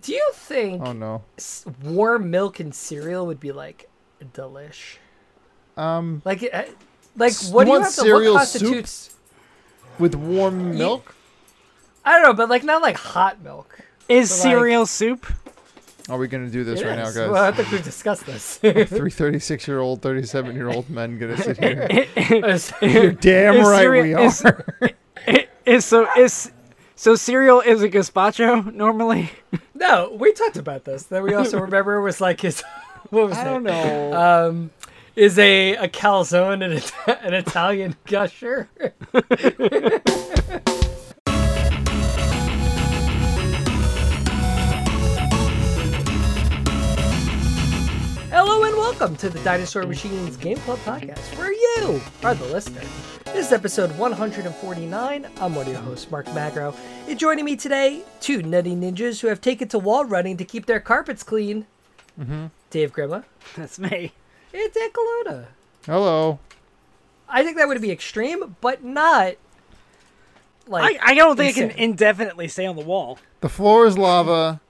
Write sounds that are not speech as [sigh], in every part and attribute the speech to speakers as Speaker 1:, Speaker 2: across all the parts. Speaker 1: Do you think
Speaker 2: Oh no.
Speaker 1: s- warm milk and cereal would be like delish?
Speaker 2: Um,
Speaker 1: Like, it- uh, like
Speaker 2: S-
Speaker 1: what do you
Speaker 2: want
Speaker 1: have to what
Speaker 2: cereal soup?
Speaker 1: constitutes?
Speaker 2: with warm milk.
Speaker 1: I don't know, but like not like hot milk.
Speaker 3: Is
Speaker 1: But, like-
Speaker 3: cereal soup?
Speaker 2: Are we gonna do this right
Speaker 1: Yes.
Speaker 2: now,
Speaker 1: Well, I
Speaker 2: guys?
Speaker 1: think we've discussed this. [laughs]
Speaker 2: Three 36 year old, 37 year old men gonna sit here.
Speaker 1: It's-
Speaker 2: You're damn
Speaker 3: Is
Speaker 2: right
Speaker 3: cereal-
Speaker 2: we are.
Speaker 3: is- Is so is so cereal is a gazpacho normally?
Speaker 1: no, we talked about this. That we
Speaker 2: [laughs]
Speaker 1: also remember was like his. [laughs] What was
Speaker 2: I
Speaker 1: it?
Speaker 2: don't know.
Speaker 3: Uh,
Speaker 1: Um, is a a calzone an, Ita- [laughs] an Italian gusher? [laughs] Hello and welcome to the Dinosaur Machines Game Club podcast, where you are the listener. This is episode 149. I'm one of your hosts, Mark Magro. And joining me today, two nutty ninjas who have taken to wall running to keep their carpets clean. Dave Grima.
Speaker 3: That's me.
Speaker 1: It's Ecoloda.
Speaker 2: Hello.
Speaker 1: I think that would be extreme, but not
Speaker 3: I,
Speaker 1: like
Speaker 3: I don't think it can
Speaker 1: Insane.
Speaker 3: indefinitely stay on the wall.
Speaker 2: The floor is lava.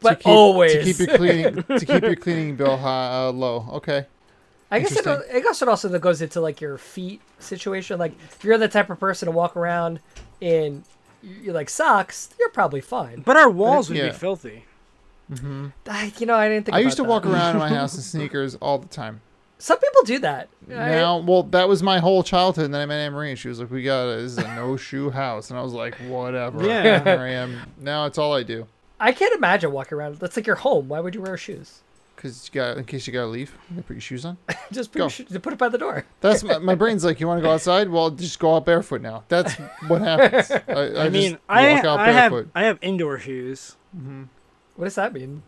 Speaker 1: but
Speaker 2: keep-
Speaker 1: always.
Speaker 2: to keep your cleaning to keep your cleaning bill high, uh, low. Okay.
Speaker 1: [laughs] I guess it,
Speaker 2: Interesting.
Speaker 1: I guess it also goes into like your feet situation. Like if you're the type of person to walk around in you like socks, you're probably fine.
Speaker 3: But our walls would
Speaker 2: Yeah.
Speaker 3: be filthy.
Speaker 1: I, you know, I didn't think.
Speaker 2: I
Speaker 1: about
Speaker 2: used to
Speaker 1: that.
Speaker 2: walk around in my house in sneakers all the time.
Speaker 1: Some people do that.
Speaker 2: Now, well, that was my whole childhood. And then I met Anne Marie, and she was like, "We got a, this is a no shoe house," and I was like, "Whatever."
Speaker 3: Yeah.
Speaker 2: Here I am. Now it's all I do
Speaker 1: I, I can't imagine walking around. That's like your home. Why would you wear shoes? [laughs]
Speaker 2: because you got in case you gotta leave, you gotta put your shoes on.
Speaker 1: Just put,
Speaker 2: Go.
Speaker 1: your sho- put it by the door.
Speaker 2: That's my, my brain's like, "You want to go outside? Well, just go out barefoot now." That's what happens. I, I,
Speaker 3: I, mean,
Speaker 2: just
Speaker 3: I,
Speaker 2: walk out
Speaker 3: I have
Speaker 2: barefoot.
Speaker 3: I have indoor shoes.
Speaker 1: What does that mean?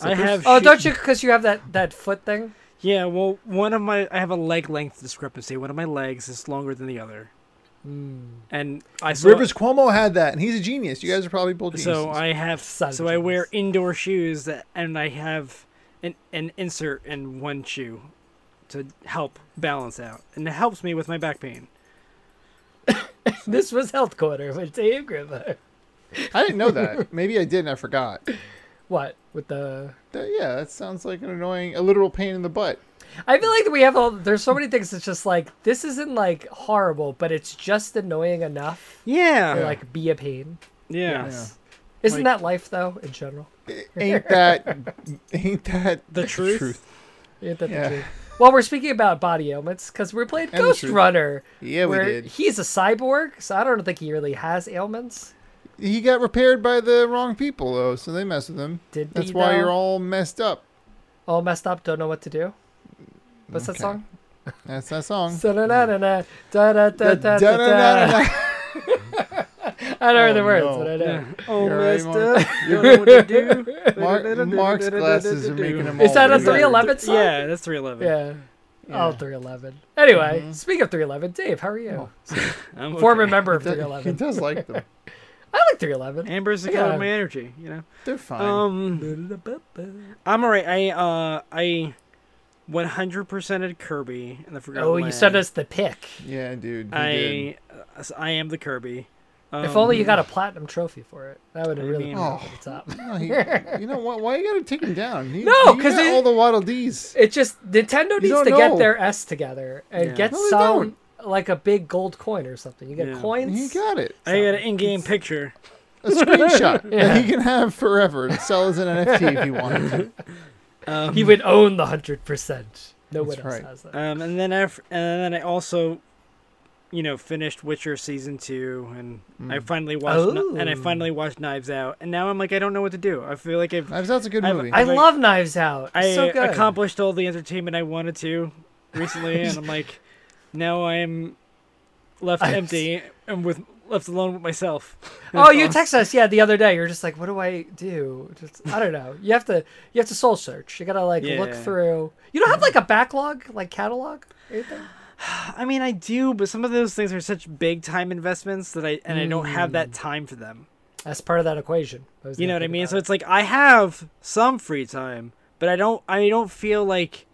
Speaker 3: I have.
Speaker 1: Oh,
Speaker 3: shoe-
Speaker 1: don't you? Because you have that that foot thing.
Speaker 3: Yeah. Well, one of my I have a leg length discrepancy. One of my legs is longer than the other.
Speaker 1: Hmm.
Speaker 3: And I so,
Speaker 2: Rivers Cuomo had that, and he's a genius. You guys are probably both geniuses.
Speaker 3: so I have
Speaker 1: Son of
Speaker 3: so
Speaker 1: a
Speaker 3: I wear
Speaker 1: genius.
Speaker 3: indoor shoes that and I have an an insert in one shoe to help balance out, and it helps me with my back pain.
Speaker 1: [laughs] This was health quarter with Dave Grima.
Speaker 2: I didn't know that. Maybe I did, and I forgot.
Speaker 1: What with the
Speaker 2: That- yeah, that sounds like an annoying, a literal pain in the butt.
Speaker 1: I feel like we have all. There's so many things that's just like this isn't like horrible, but it's just annoying enough
Speaker 3: Yeah.
Speaker 1: to like be a pain.
Speaker 3: yeah.
Speaker 1: Isn't
Speaker 3: Like-
Speaker 1: that life though in general?
Speaker 2: Ain't that, ain't that
Speaker 3: The truth?
Speaker 1: Ain't that the
Speaker 2: Yeah.
Speaker 1: truth? Well, we're speaking about body ailments because we played
Speaker 2: And the
Speaker 1: Ghost
Speaker 2: truth.
Speaker 1: Runner.
Speaker 2: Yeah, we
Speaker 1: where
Speaker 2: did.
Speaker 1: He's a cyborg, so I don't think he really has ailments.
Speaker 2: He got repaired by the wrong people though, so they messed with him.
Speaker 1: Did
Speaker 2: That's
Speaker 1: he,
Speaker 2: why
Speaker 1: though?
Speaker 2: you're all messed up.
Speaker 1: All messed up, don't know what to do. What's
Speaker 2: Okay.
Speaker 1: that song?
Speaker 2: That's that song.
Speaker 1: Da-da-da-da-da, da-da-da-da-da.
Speaker 2: Da-da-da-da-da.
Speaker 1: I don't know
Speaker 2: Oh,
Speaker 1: the words,
Speaker 2: no.
Speaker 1: but I know.
Speaker 3: Oh,
Speaker 2: You're right,
Speaker 3: messed
Speaker 2: Mark.
Speaker 3: up.
Speaker 2: [laughs]
Speaker 3: Don't know what to do.
Speaker 2: Mark- Mark's glasses are making him
Speaker 1: Is that
Speaker 2: all
Speaker 1: a
Speaker 2: weird.
Speaker 1: 311 song?
Speaker 3: Yeah, that's 311.
Speaker 1: Yeah. Oh, 311. Anyway,
Speaker 2: Mm-hmm.
Speaker 1: speaking of 311, Dave, how are
Speaker 2: Oh.
Speaker 1: you?
Speaker 3: I'm okay.
Speaker 1: Former member of
Speaker 2: He does- He
Speaker 1: 311.
Speaker 2: does like them.
Speaker 1: I like 311.
Speaker 3: Amber's the
Speaker 1: Yeah.
Speaker 3: color of my energy, you know.
Speaker 2: They're fine.
Speaker 3: Um, I'm alright. I uh, I 100%ed Kirby in the Forgotten
Speaker 1: Oh, you
Speaker 3: Land.
Speaker 1: sent us the pick.
Speaker 2: yeah, dude. he did.
Speaker 3: I uh, I am the Kirby. Um,
Speaker 1: If only you got a platinum trophy for it. That would have
Speaker 3: I
Speaker 1: really
Speaker 3: mean-
Speaker 1: been over
Speaker 2: Oh.
Speaker 1: the top.
Speaker 2: No, he- you know what? Why you gotta take him down? He,
Speaker 1: No,
Speaker 2: he
Speaker 1: 'cause
Speaker 2: got
Speaker 1: it-
Speaker 2: all the Waddle D's.
Speaker 1: It just Nintendo needs
Speaker 2: don't
Speaker 1: to get
Speaker 2: know.
Speaker 1: their S together and
Speaker 3: Yeah.
Speaker 1: get
Speaker 2: No, they
Speaker 1: some like a big gold coin or something. You get
Speaker 3: Yeah.
Speaker 2: He
Speaker 1: coins.
Speaker 2: got it.
Speaker 3: I got an in-game picture.
Speaker 2: A screenshot
Speaker 1: Yeah.
Speaker 2: that he can have forever and sell as an NFT if he wanted. to.
Speaker 3: Um,
Speaker 1: he would own the hundred percent. No one
Speaker 2: That's
Speaker 1: else
Speaker 2: right.
Speaker 1: has that.
Speaker 3: Um, and then I've, and then I also, you know, finished Witcher season two, and
Speaker 1: Hmm.
Speaker 2: Mm.
Speaker 3: I finally watched Kn- and I
Speaker 1: Oh.
Speaker 3: finally watched Knives Out, and now I'm like I don't know what to do. I feel like I've
Speaker 2: Knives Out's a good
Speaker 3: I've-
Speaker 2: movie.
Speaker 1: I
Speaker 3: like-
Speaker 1: love Knives Out.
Speaker 3: I
Speaker 1: It's so good.
Speaker 3: accomplished all the entertainment I wanted to recently, and
Speaker 1: [laughs]
Speaker 3: I'm like now I'm left
Speaker 1: I-
Speaker 3: empty and with left alone with myself.
Speaker 1: Oh, you text us, yeah, the other day. You're just like, what do I do? Just I don't know. You have to you have to soul search. You gotta like look
Speaker 3: Yeah.
Speaker 1: through. You don't have like a backlog, like catalog. or Anything?
Speaker 3: I mean, I do, but some of those things are such big time investments that I and I don't have that time for them.
Speaker 1: That's part of that equation. I was
Speaker 3: you know what
Speaker 1: gonna Mm.
Speaker 3: I
Speaker 1: think
Speaker 3: mean?
Speaker 1: about
Speaker 3: So
Speaker 1: it.
Speaker 3: it's like I have some free time, but I don't. I don't feel like,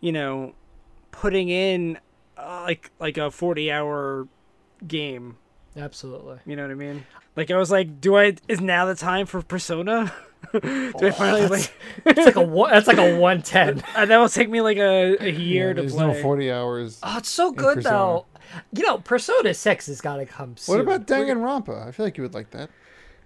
Speaker 3: you know, putting in uh, like like a forty hour game
Speaker 1: Absolutely.
Speaker 3: You know what I mean? Like I was like, do I is now the time for Persona? [laughs] do I finally like
Speaker 1: It's like a one, that's like a one
Speaker 3: [laughs]
Speaker 1: ten.
Speaker 3: and that will take me like a, a year to
Speaker 2: There's
Speaker 3: play.
Speaker 2: no 40 hours.
Speaker 1: Oh, it's so good
Speaker 2: Persona.
Speaker 1: though. You know, Persona Six has got to come soon.
Speaker 2: what about Danganronpa? I feel like you would like that.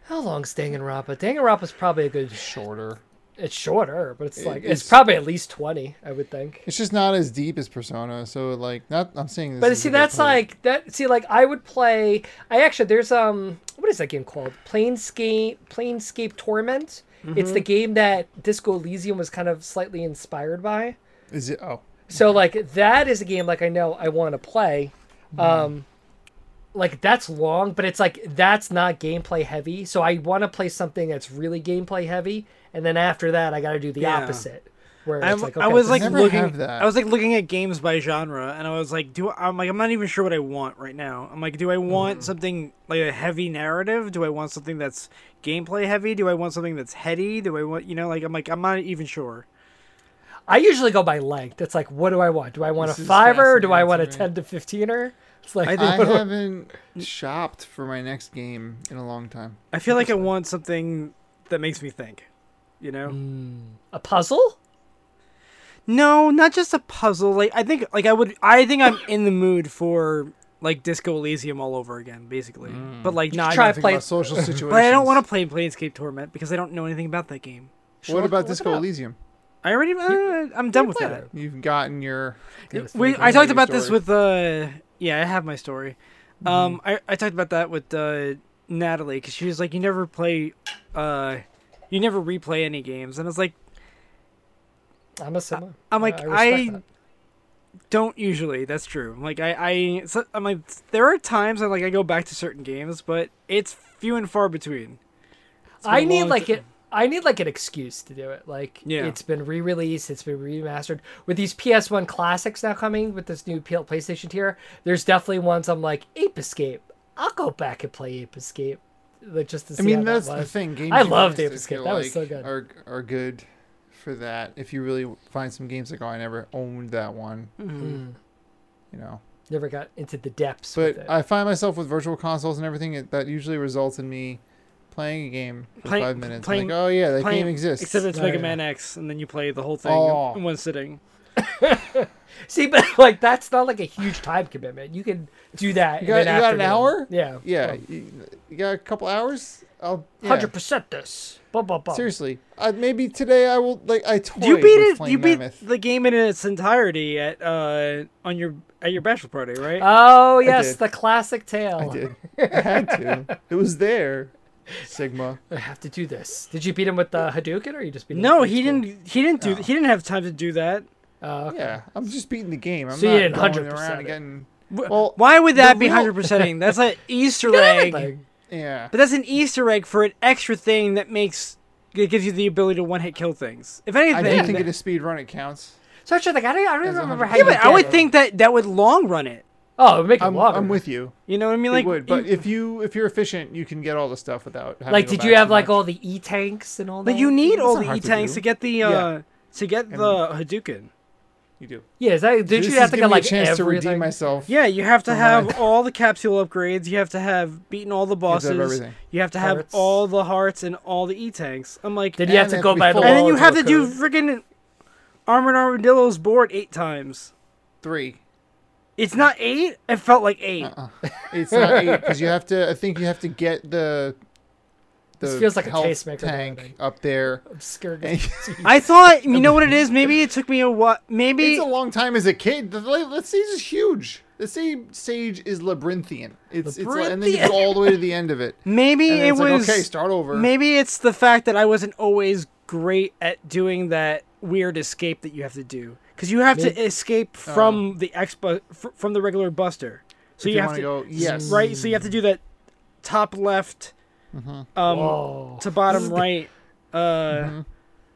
Speaker 1: how long's Danganronpa? Danganronpa's probably a good.
Speaker 2: Shorter.
Speaker 1: It's shorter, but it's like it's,
Speaker 2: it's-
Speaker 1: probably at least twenty, I would think.
Speaker 2: It's just not as deep as Persona, so like not. I'm saying this.
Speaker 1: But
Speaker 2: is
Speaker 1: see,
Speaker 2: a good
Speaker 1: that's
Speaker 2: play.
Speaker 1: like that. See, like I would play. I actually there's um what is that game called? Planescape Planescape Torment. It's the game that Disco Elysium was kind of slightly inspired by.
Speaker 2: Is it? Oh,
Speaker 1: So like that is a game like I know I want to play. Um like that's long, but it's like that's not gameplay heavy. So I want to play something that's really gameplay heavy and then after that I got to do the
Speaker 3: Yeah.
Speaker 1: opposite. Where
Speaker 3: I,
Speaker 1: it's like,
Speaker 3: I
Speaker 1: okay,
Speaker 3: was
Speaker 1: this
Speaker 3: like
Speaker 1: is-
Speaker 2: never
Speaker 3: looking.
Speaker 2: have that.
Speaker 3: I was like looking at games by genre, and I was like, "Do I- I'm like I'm not even sure what I want right now. I'm like, do I want
Speaker 1: Mm-hmm.
Speaker 3: something like a heavy narrative? Do I want something that's gameplay heavy? Do I want something that's heady? Do I want you know like I'm like I'm not even sure.
Speaker 1: I usually go by length. It's like what do I want? Do I want
Speaker 2: This
Speaker 1: a
Speaker 2: is
Speaker 1: 5er or do I
Speaker 2: fascinating
Speaker 1: want a
Speaker 2: to me.
Speaker 1: 10 to 15er? It's like
Speaker 3: I think-
Speaker 2: I haven't shopped for my next game in a long time.
Speaker 3: I feel like I want something that makes me think. You know?
Speaker 1: Mm. a puzzle?
Speaker 3: No, not just a puzzle. Like I think like I would I think I'm in the mood for like Disco Elysium all over again, basically. But like not
Speaker 1: Mm. try
Speaker 2: I
Speaker 1: I
Speaker 2: think
Speaker 1: played-
Speaker 2: about social situations.
Speaker 3: But I don't want to play Planescape Torment because I don't know anything about that game.
Speaker 2: to. What
Speaker 1: Look-
Speaker 2: about
Speaker 1: look it
Speaker 2: Disco
Speaker 1: up.
Speaker 2: Elysium?
Speaker 3: I already uh, I'm done with
Speaker 1: play
Speaker 3: that.
Speaker 2: You've gotten your.
Speaker 3: We, I talked about this with uh yeah I have my story. Um I, I talked about that with uh Natalie because she was like you never play uh you never replay any games and I was like
Speaker 1: I'm a similar.
Speaker 3: I'm like
Speaker 1: respect
Speaker 3: I
Speaker 1: that.
Speaker 3: don't usually. That's true. Like I, I, so- I'm like there are times I'm like I go back to certain games, but it's few and far between. been
Speaker 1: I
Speaker 3: a
Speaker 1: need
Speaker 3: long
Speaker 1: like
Speaker 3: ti-
Speaker 1: it. I need like an excuse to do it. Like
Speaker 3: Yeah.
Speaker 1: it's been re-released, it's been remastered. With these PS1 classics now coming with this new P- PlayStation tier, there's definitely ones I'm like Ape Escape. I'll go back and play Ape Escape, like just to see.
Speaker 2: I mean,
Speaker 1: how
Speaker 2: that's
Speaker 1: that
Speaker 2: the
Speaker 1: was.
Speaker 2: thing. Games
Speaker 1: I
Speaker 2: you
Speaker 1: loved
Speaker 2: missed,
Speaker 1: Ape
Speaker 2: I
Speaker 1: Escape.
Speaker 2: feel
Speaker 1: That was
Speaker 2: like,
Speaker 1: so good.
Speaker 2: Are are good for that. If you really find some games like, oh, I never owned that one.
Speaker 1: Hmm.
Speaker 2: You know,
Speaker 1: Never got into the depths. with
Speaker 2: but
Speaker 1: it.
Speaker 2: I find myself with virtual consoles and everything it, that usually results in me playing a game for
Speaker 3: Playing-
Speaker 2: five minutes.
Speaker 3: playing-
Speaker 2: like, oh yeah, that
Speaker 3: Playing-
Speaker 2: game exists.
Speaker 3: Except it's
Speaker 1: Oh,
Speaker 3: Mega
Speaker 1: yeah.
Speaker 3: Man X, and then you play the whole thing
Speaker 2: Oh.
Speaker 3: in one sitting.
Speaker 1: see, but [laughs] like that's not like a huge time commitment. You can do that.
Speaker 2: You got, you
Speaker 1: in an
Speaker 2: got an
Speaker 1: afternoon.
Speaker 2: hour?
Speaker 1: Yeah.
Speaker 2: Yeah. You, you got a couple hours? I'll
Speaker 1: Oh. Hundred
Speaker 2: yeah.
Speaker 1: percent. This. Blah blah blah.
Speaker 2: Seriously, I, maybe today I will like I toyed
Speaker 3: Do you beat
Speaker 2: with
Speaker 3: it?
Speaker 2: Flame
Speaker 3: You beat
Speaker 2: Mammoth.
Speaker 3: the game in its entirety at uh on your at your bachelor party, right?
Speaker 1: Oh yes,
Speaker 2: did.
Speaker 1: the classic tale.
Speaker 2: I did. I had to. It was there. Sigma.
Speaker 1: I have to do this. Did you beat him with the Hadouken, or you just beat him?
Speaker 3: no,
Speaker 1: with
Speaker 3: he
Speaker 1: the school?
Speaker 3: didn't. He didn't do. He didn't have time to do that.
Speaker 1: Oh, okay.
Speaker 2: Yeah, I'm just beating the game. I'm
Speaker 1: So you
Speaker 2: not
Speaker 1: didn't
Speaker 2: going
Speaker 1: 100%
Speaker 2: around
Speaker 1: it.
Speaker 2: getting.
Speaker 3: Wh-
Speaker 2: Well,
Speaker 3: Why would
Speaker 2: the
Speaker 3: that be
Speaker 2: real-
Speaker 3: hundred percenting?
Speaker 2: [laughs]
Speaker 3: That's an Easter egg.
Speaker 1: Everything.
Speaker 2: Yeah.
Speaker 3: But that's an Easter egg for an extra thing that makes that gives you the ability to one hit kill things. If anything,
Speaker 2: I do think it is speed run. It counts.
Speaker 1: So actually, like I don't, I don't
Speaker 2: That's
Speaker 1: even remember
Speaker 2: 100%.
Speaker 1: how.
Speaker 3: yeah,
Speaker 1: you
Speaker 3: but I
Speaker 1: did
Speaker 3: would
Speaker 1: it.
Speaker 3: think that that would long run it.
Speaker 1: Oh, it would make it
Speaker 2: I'm,
Speaker 1: longer.
Speaker 2: I'm with you.
Speaker 3: You know what I mean? Like,
Speaker 2: it would, but
Speaker 3: you,
Speaker 2: if you if you're efficient, you can get all the stuff without. Having
Speaker 1: Like,
Speaker 2: to go
Speaker 1: did you
Speaker 2: back
Speaker 1: have
Speaker 2: too
Speaker 1: like
Speaker 2: much.
Speaker 1: all the E tanks and all that?
Speaker 3: but you need all
Speaker 2: not
Speaker 3: the
Speaker 2: hard
Speaker 3: E
Speaker 2: to
Speaker 3: tanks
Speaker 2: do.
Speaker 3: to get the uh,
Speaker 2: Yeah.
Speaker 3: to get the Hadouken.
Speaker 2: You do.
Speaker 1: Yeah, is that, did
Speaker 2: This
Speaker 1: you have
Speaker 2: is
Speaker 1: to
Speaker 2: giving
Speaker 1: get
Speaker 2: me
Speaker 1: like
Speaker 2: a chance to
Speaker 1: everything?
Speaker 2: redeem myself?
Speaker 3: Yeah, you have to
Speaker 2: Come [laughs]
Speaker 3: have all the capsule upgrades. You have to have beaten all the
Speaker 2: have to have
Speaker 3: bosses.
Speaker 2: everything.
Speaker 3: You have to have
Speaker 1: Hearts.
Speaker 3: all the hearts and all the E tanks. I'm like,
Speaker 1: Did
Speaker 3: and
Speaker 1: you have
Speaker 2: And
Speaker 1: to
Speaker 2: if
Speaker 1: go
Speaker 2: we
Speaker 1: by the?
Speaker 2: fall- And
Speaker 3: then you have to
Speaker 1: Waldo
Speaker 3: do
Speaker 1: code?
Speaker 3: freaking Armored Armadillo's board eight times.
Speaker 2: Three.
Speaker 3: It's not eight. It felt like eight.
Speaker 2: Uh-uh. It's not eight because you have to. I think you have to get the. the
Speaker 1: This feels like a
Speaker 2: health
Speaker 1: pacemaker
Speaker 2: tank
Speaker 1: building. [laughs]
Speaker 2: up there.
Speaker 1: I'm
Speaker 2: [laughs]
Speaker 1: scared.
Speaker 2: And-
Speaker 3: I thought you know what it is. Maybe it took me a what? Maybe
Speaker 2: It's a long time as a kid. The, la- the stage is huge. The sage, sage is labyrinthian. It's, it's la- and then you go all the way to the end of it.
Speaker 3: maybe
Speaker 2: And then
Speaker 3: it
Speaker 2: it's like,
Speaker 3: was
Speaker 2: okay, start over.
Speaker 3: Maybe it's the fact that I wasn't always great at doing that weird escape that you have to do because you have to escape from the expo fr- from the regular Buster.
Speaker 2: Oh. If
Speaker 3: So you,
Speaker 2: you
Speaker 3: have
Speaker 2: wanna
Speaker 3: to
Speaker 2: go- yes.
Speaker 3: right. So you have to do that top left
Speaker 2: Mm-hmm.
Speaker 3: um,
Speaker 1: Whoa,
Speaker 3: to bottom right. Uh,
Speaker 1: Oh.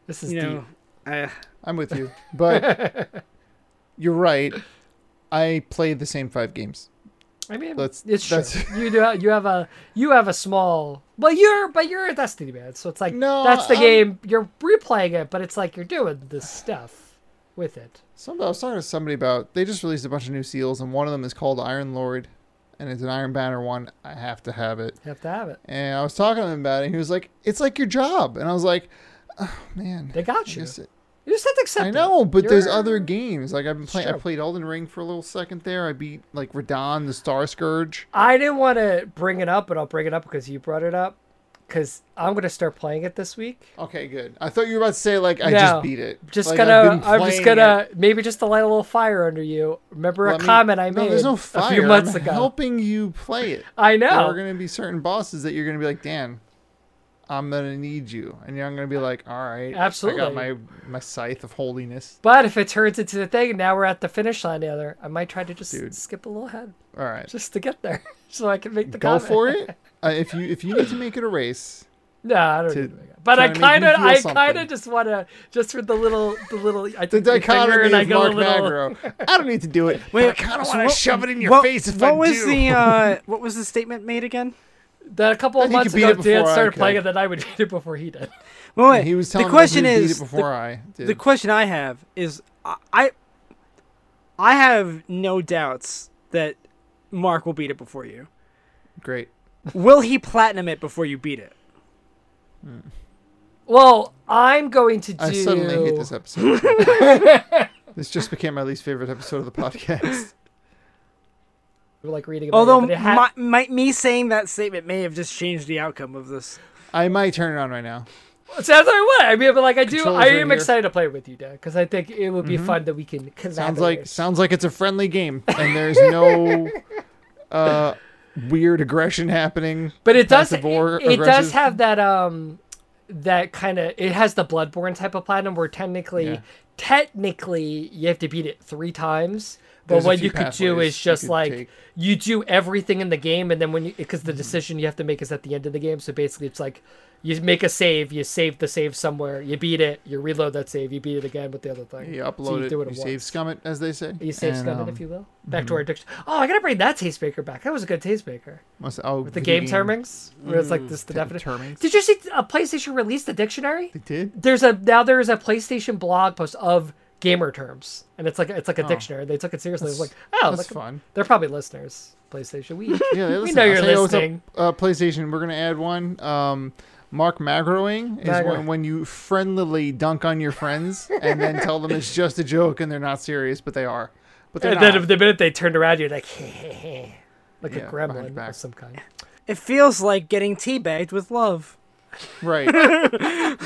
Speaker 1: this is
Speaker 3: You
Speaker 1: deep.
Speaker 3: know, uh, I,
Speaker 2: I'm with you, [laughs] but you're right. I played the same five games.
Speaker 1: I mean,
Speaker 2: That's-
Speaker 1: it's
Speaker 2: that's-
Speaker 1: true. you do you have a you have a small, but you're but you're a Destiny man, so it's like
Speaker 2: No,
Speaker 1: that's the
Speaker 2: I'm-
Speaker 1: game you're replaying it, but it's like you're doing this stuff with it.
Speaker 2: Some I was talking to somebody about. They just released a bunch of new seals, and one of them is called Iron Lord, and it's an Iron Banner one. I have to have it.
Speaker 1: You have to have it.
Speaker 2: And I was talking to him about it. And he was like, "It's like your job," and I was like, "Oh man,
Speaker 1: They got
Speaker 2: I
Speaker 1: you.
Speaker 2: guess it-
Speaker 1: You just have to accept
Speaker 2: I
Speaker 1: it.
Speaker 2: know, but there's
Speaker 1: You're-
Speaker 2: other games. Like I've been playing. I
Speaker 1: true.
Speaker 2: played Elden Ring for a little second there. I beat like Radon, the Star Scourge.
Speaker 1: I didn't want to bring it up, but I'll bring it up because you brought it up. Because I'm gonna start playing it this week.
Speaker 2: Okay, good. I thought you were about to say like I
Speaker 1: No.
Speaker 2: just beat it.
Speaker 1: Just
Speaker 2: Like, I've
Speaker 1: gonna,
Speaker 2: been
Speaker 1: I'm just
Speaker 2: playing
Speaker 1: gonna
Speaker 2: it.
Speaker 1: maybe just to light a little fire under you. Remember
Speaker 2: Well,
Speaker 1: a
Speaker 2: mean,
Speaker 1: comment I
Speaker 2: no,
Speaker 1: made
Speaker 2: There's no
Speaker 1: a
Speaker 2: fire.
Speaker 1: few months
Speaker 2: I'm
Speaker 1: ago.
Speaker 2: helping you play
Speaker 1: [laughs]
Speaker 2: it.
Speaker 1: I
Speaker 2: There
Speaker 1: know.
Speaker 2: are gonna be certain bosses that you're gonna be like, Dan, I'm gonna need you, and you're gonna be like, all right, I
Speaker 1: Absolutely.
Speaker 2: got my my scythe of holiness.
Speaker 1: But if it turns into the thing, now we're at the finish line together. I might try to just
Speaker 2: Dude.
Speaker 1: skip a little ahead
Speaker 2: All right,
Speaker 1: just to get there, [laughs] so I can make the
Speaker 2: go
Speaker 1: comment.
Speaker 2: for it. Uh, if you if you need to make it a race,
Speaker 1: [laughs] No, I don't.
Speaker 2: to
Speaker 1: need to make it. but I
Speaker 2: try
Speaker 1: kind
Speaker 2: to make me
Speaker 1: of,
Speaker 2: feel
Speaker 1: I kind
Speaker 2: something.
Speaker 1: of just want to, just for the little, the little, I
Speaker 2: the
Speaker 1: take my finger
Speaker 2: dichotomy
Speaker 1: and I
Speaker 2: of
Speaker 1: go
Speaker 2: Mark
Speaker 1: a little. [laughs]
Speaker 2: Magro. I don't need to do it. but I kind of
Speaker 3: so
Speaker 2: want
Speaker 3: what-
Speaker 2: to shove it in your
Speaker 3: what-
Speaker 2: face if
Speaker 3: what
Speaker 2: I
Speaker 3: was
Speaker 2: do. [laughs]
Speaker 3: the uh, what was the statement made again?
Speaker 1: That a couple of
Speaker 2: Then you could
Speaker 1: months
Speaker 2: beat
Speaker 1: ago,
Speaker 2: it before
Speaker 1: Dan
Speaker 2: I
Speaker 1: started
Speaker 2: could.
Speaker 1: playing it, then I would [laughs] beat it before he did.
Speaker 3: Well, wait,
Speaker 2: he was
Speaker 3: the
Speaker 2: telling
Speaker 3: question
Speaker 2: me he beat
Speaker 3: is
Speaker 2: it before I
Speaker 3: the,
Speaker 2: did.
Speaker 3: the question I have is I- I I have no doubts that Mark will beat it before you.
Speaker 2: Great.
Speaker 3: Will he platinum it before you beat it?
Speaker 2: [laughs]
Speaker 1: Well, I'm going to do.
Speaker 2: I suddenly
Speaker 1: [laughs]
Speaker 2: hate this episode. [laughs] this just became my least favorite
Speaker 1: [laughs]
Speaker 2: episode of the podcast.
Speaker 1: We're, like reading. About
Speaker 3: Although
Speaker 1: it, but it ha-
Speaker 3: my, my, me saying that statement may have just changed the outcome of this.
Speaker 2: I might turn it on right now.
Speaker 1: So that's what I want. I mean, but like I do, I
Speaker 2: Controls are
Speaker 1: am
Speaker 2: here. Mm-hmm.
Speaker 1: excited to play with you, Dan, because I think it would be fun that we can. Collaborate.
Speaker 2: Sounds like sounds like it's a friendly game, and there's
Speaker 1: [laughs]
Speaker 2: no uh, weird aggression happening.
Speaker 1: but it does. It,
Speaker 2: passive or
Speaker 1: it does
Speaker 2: aggressive.
Speaker 1: have that um, that kind of. It has the Bloodborne type of platinum, where technically,
Speaker 2: Yeah.
Speaker 1: technically, you have to beat it three times. But
Speaker 2: There's a
Speaker 1: what
Speaker 2: few
Speaker 1: you could do
Speaker 2: pathways
Speaker 1: is
Speaker 2: you
Speaker 1: just
Speaker 2: could
Speaker 1: like
Speaker 2: take. Mm-hmm.
Speaker 1: you do everything in the game, and then when you because the decision you have to make is at the end of the game. So basically, it's like you make a save, you save the save somewhere, you beat it, you reload that save, you beat it again with the other thing.
Speaker 2: You
Speaker 1: So
Speaker 2: upload it,
Speaker 1: do
Speaker 2: you save scum it, as they say.
Speaker 1: You save
Speaker 2: and,
Speaker 1: scum it,
Speaker 2: um,
Speaker 1: if you will. Back to our addiction. Oh, I gotta bring that tastemaker back. That was a good tastemaker.
Speaker 2: must- oh,
Speaker 1: The
Speaker 2: video
Speaker 1: game termings, where it's like this the
Speaker 2: Mm,
Speaker 1: definition.
Speaker 2: termings.
Speaker 1: Did you see a PlayStation released a dictionary?
Speaker 2: They did.
Speaker 1: There's a now there's a PlayStation blog post of gamer terms, and it's like it's like a dictionary. They took it seriously. It was like, oh,
Speaker 2: Oh. That's
Speaker 1: look, [laughs]
Speaker 2: fun.
Speaker 1: They're probably listeners. PlayStation,
Speaker 2: [laughs]
Speaker 1: we [laughs]
Speaker 2: Yeah, they
Speaker 1: we
Speaker 2: listen.
Speaker 1: know
Speaker 2: I'll
Speaker 1: you're
Speaker 2: say, "Oh, what's up,
Speaker 1: listening.
Speaker 2: uh, PlayStation, we're gonna add one. Um, Mark Magroing is
Speaker 1: Magro.
Speaker 2: when, when you friendlily dunk on your friends and then tell
Speaker 1: [laughs]
Speaker 2: them it's just a joke and they're not serious, but they are. But they're
Speaker 1: And then
Speaker 2: not.
Speaker 1: the minute they turned around, you're like, [laughs] like
Speaker 2: Yeah,
Speaker 1: a
Speaker 2: behind your
Speaker 1: gremlin of
Speaker 2: back.
Speaker 1: some kind.
Speaker 3: It feels like getting teabagged with love.
Speaker 2: right.
Speaker 1: [laughs]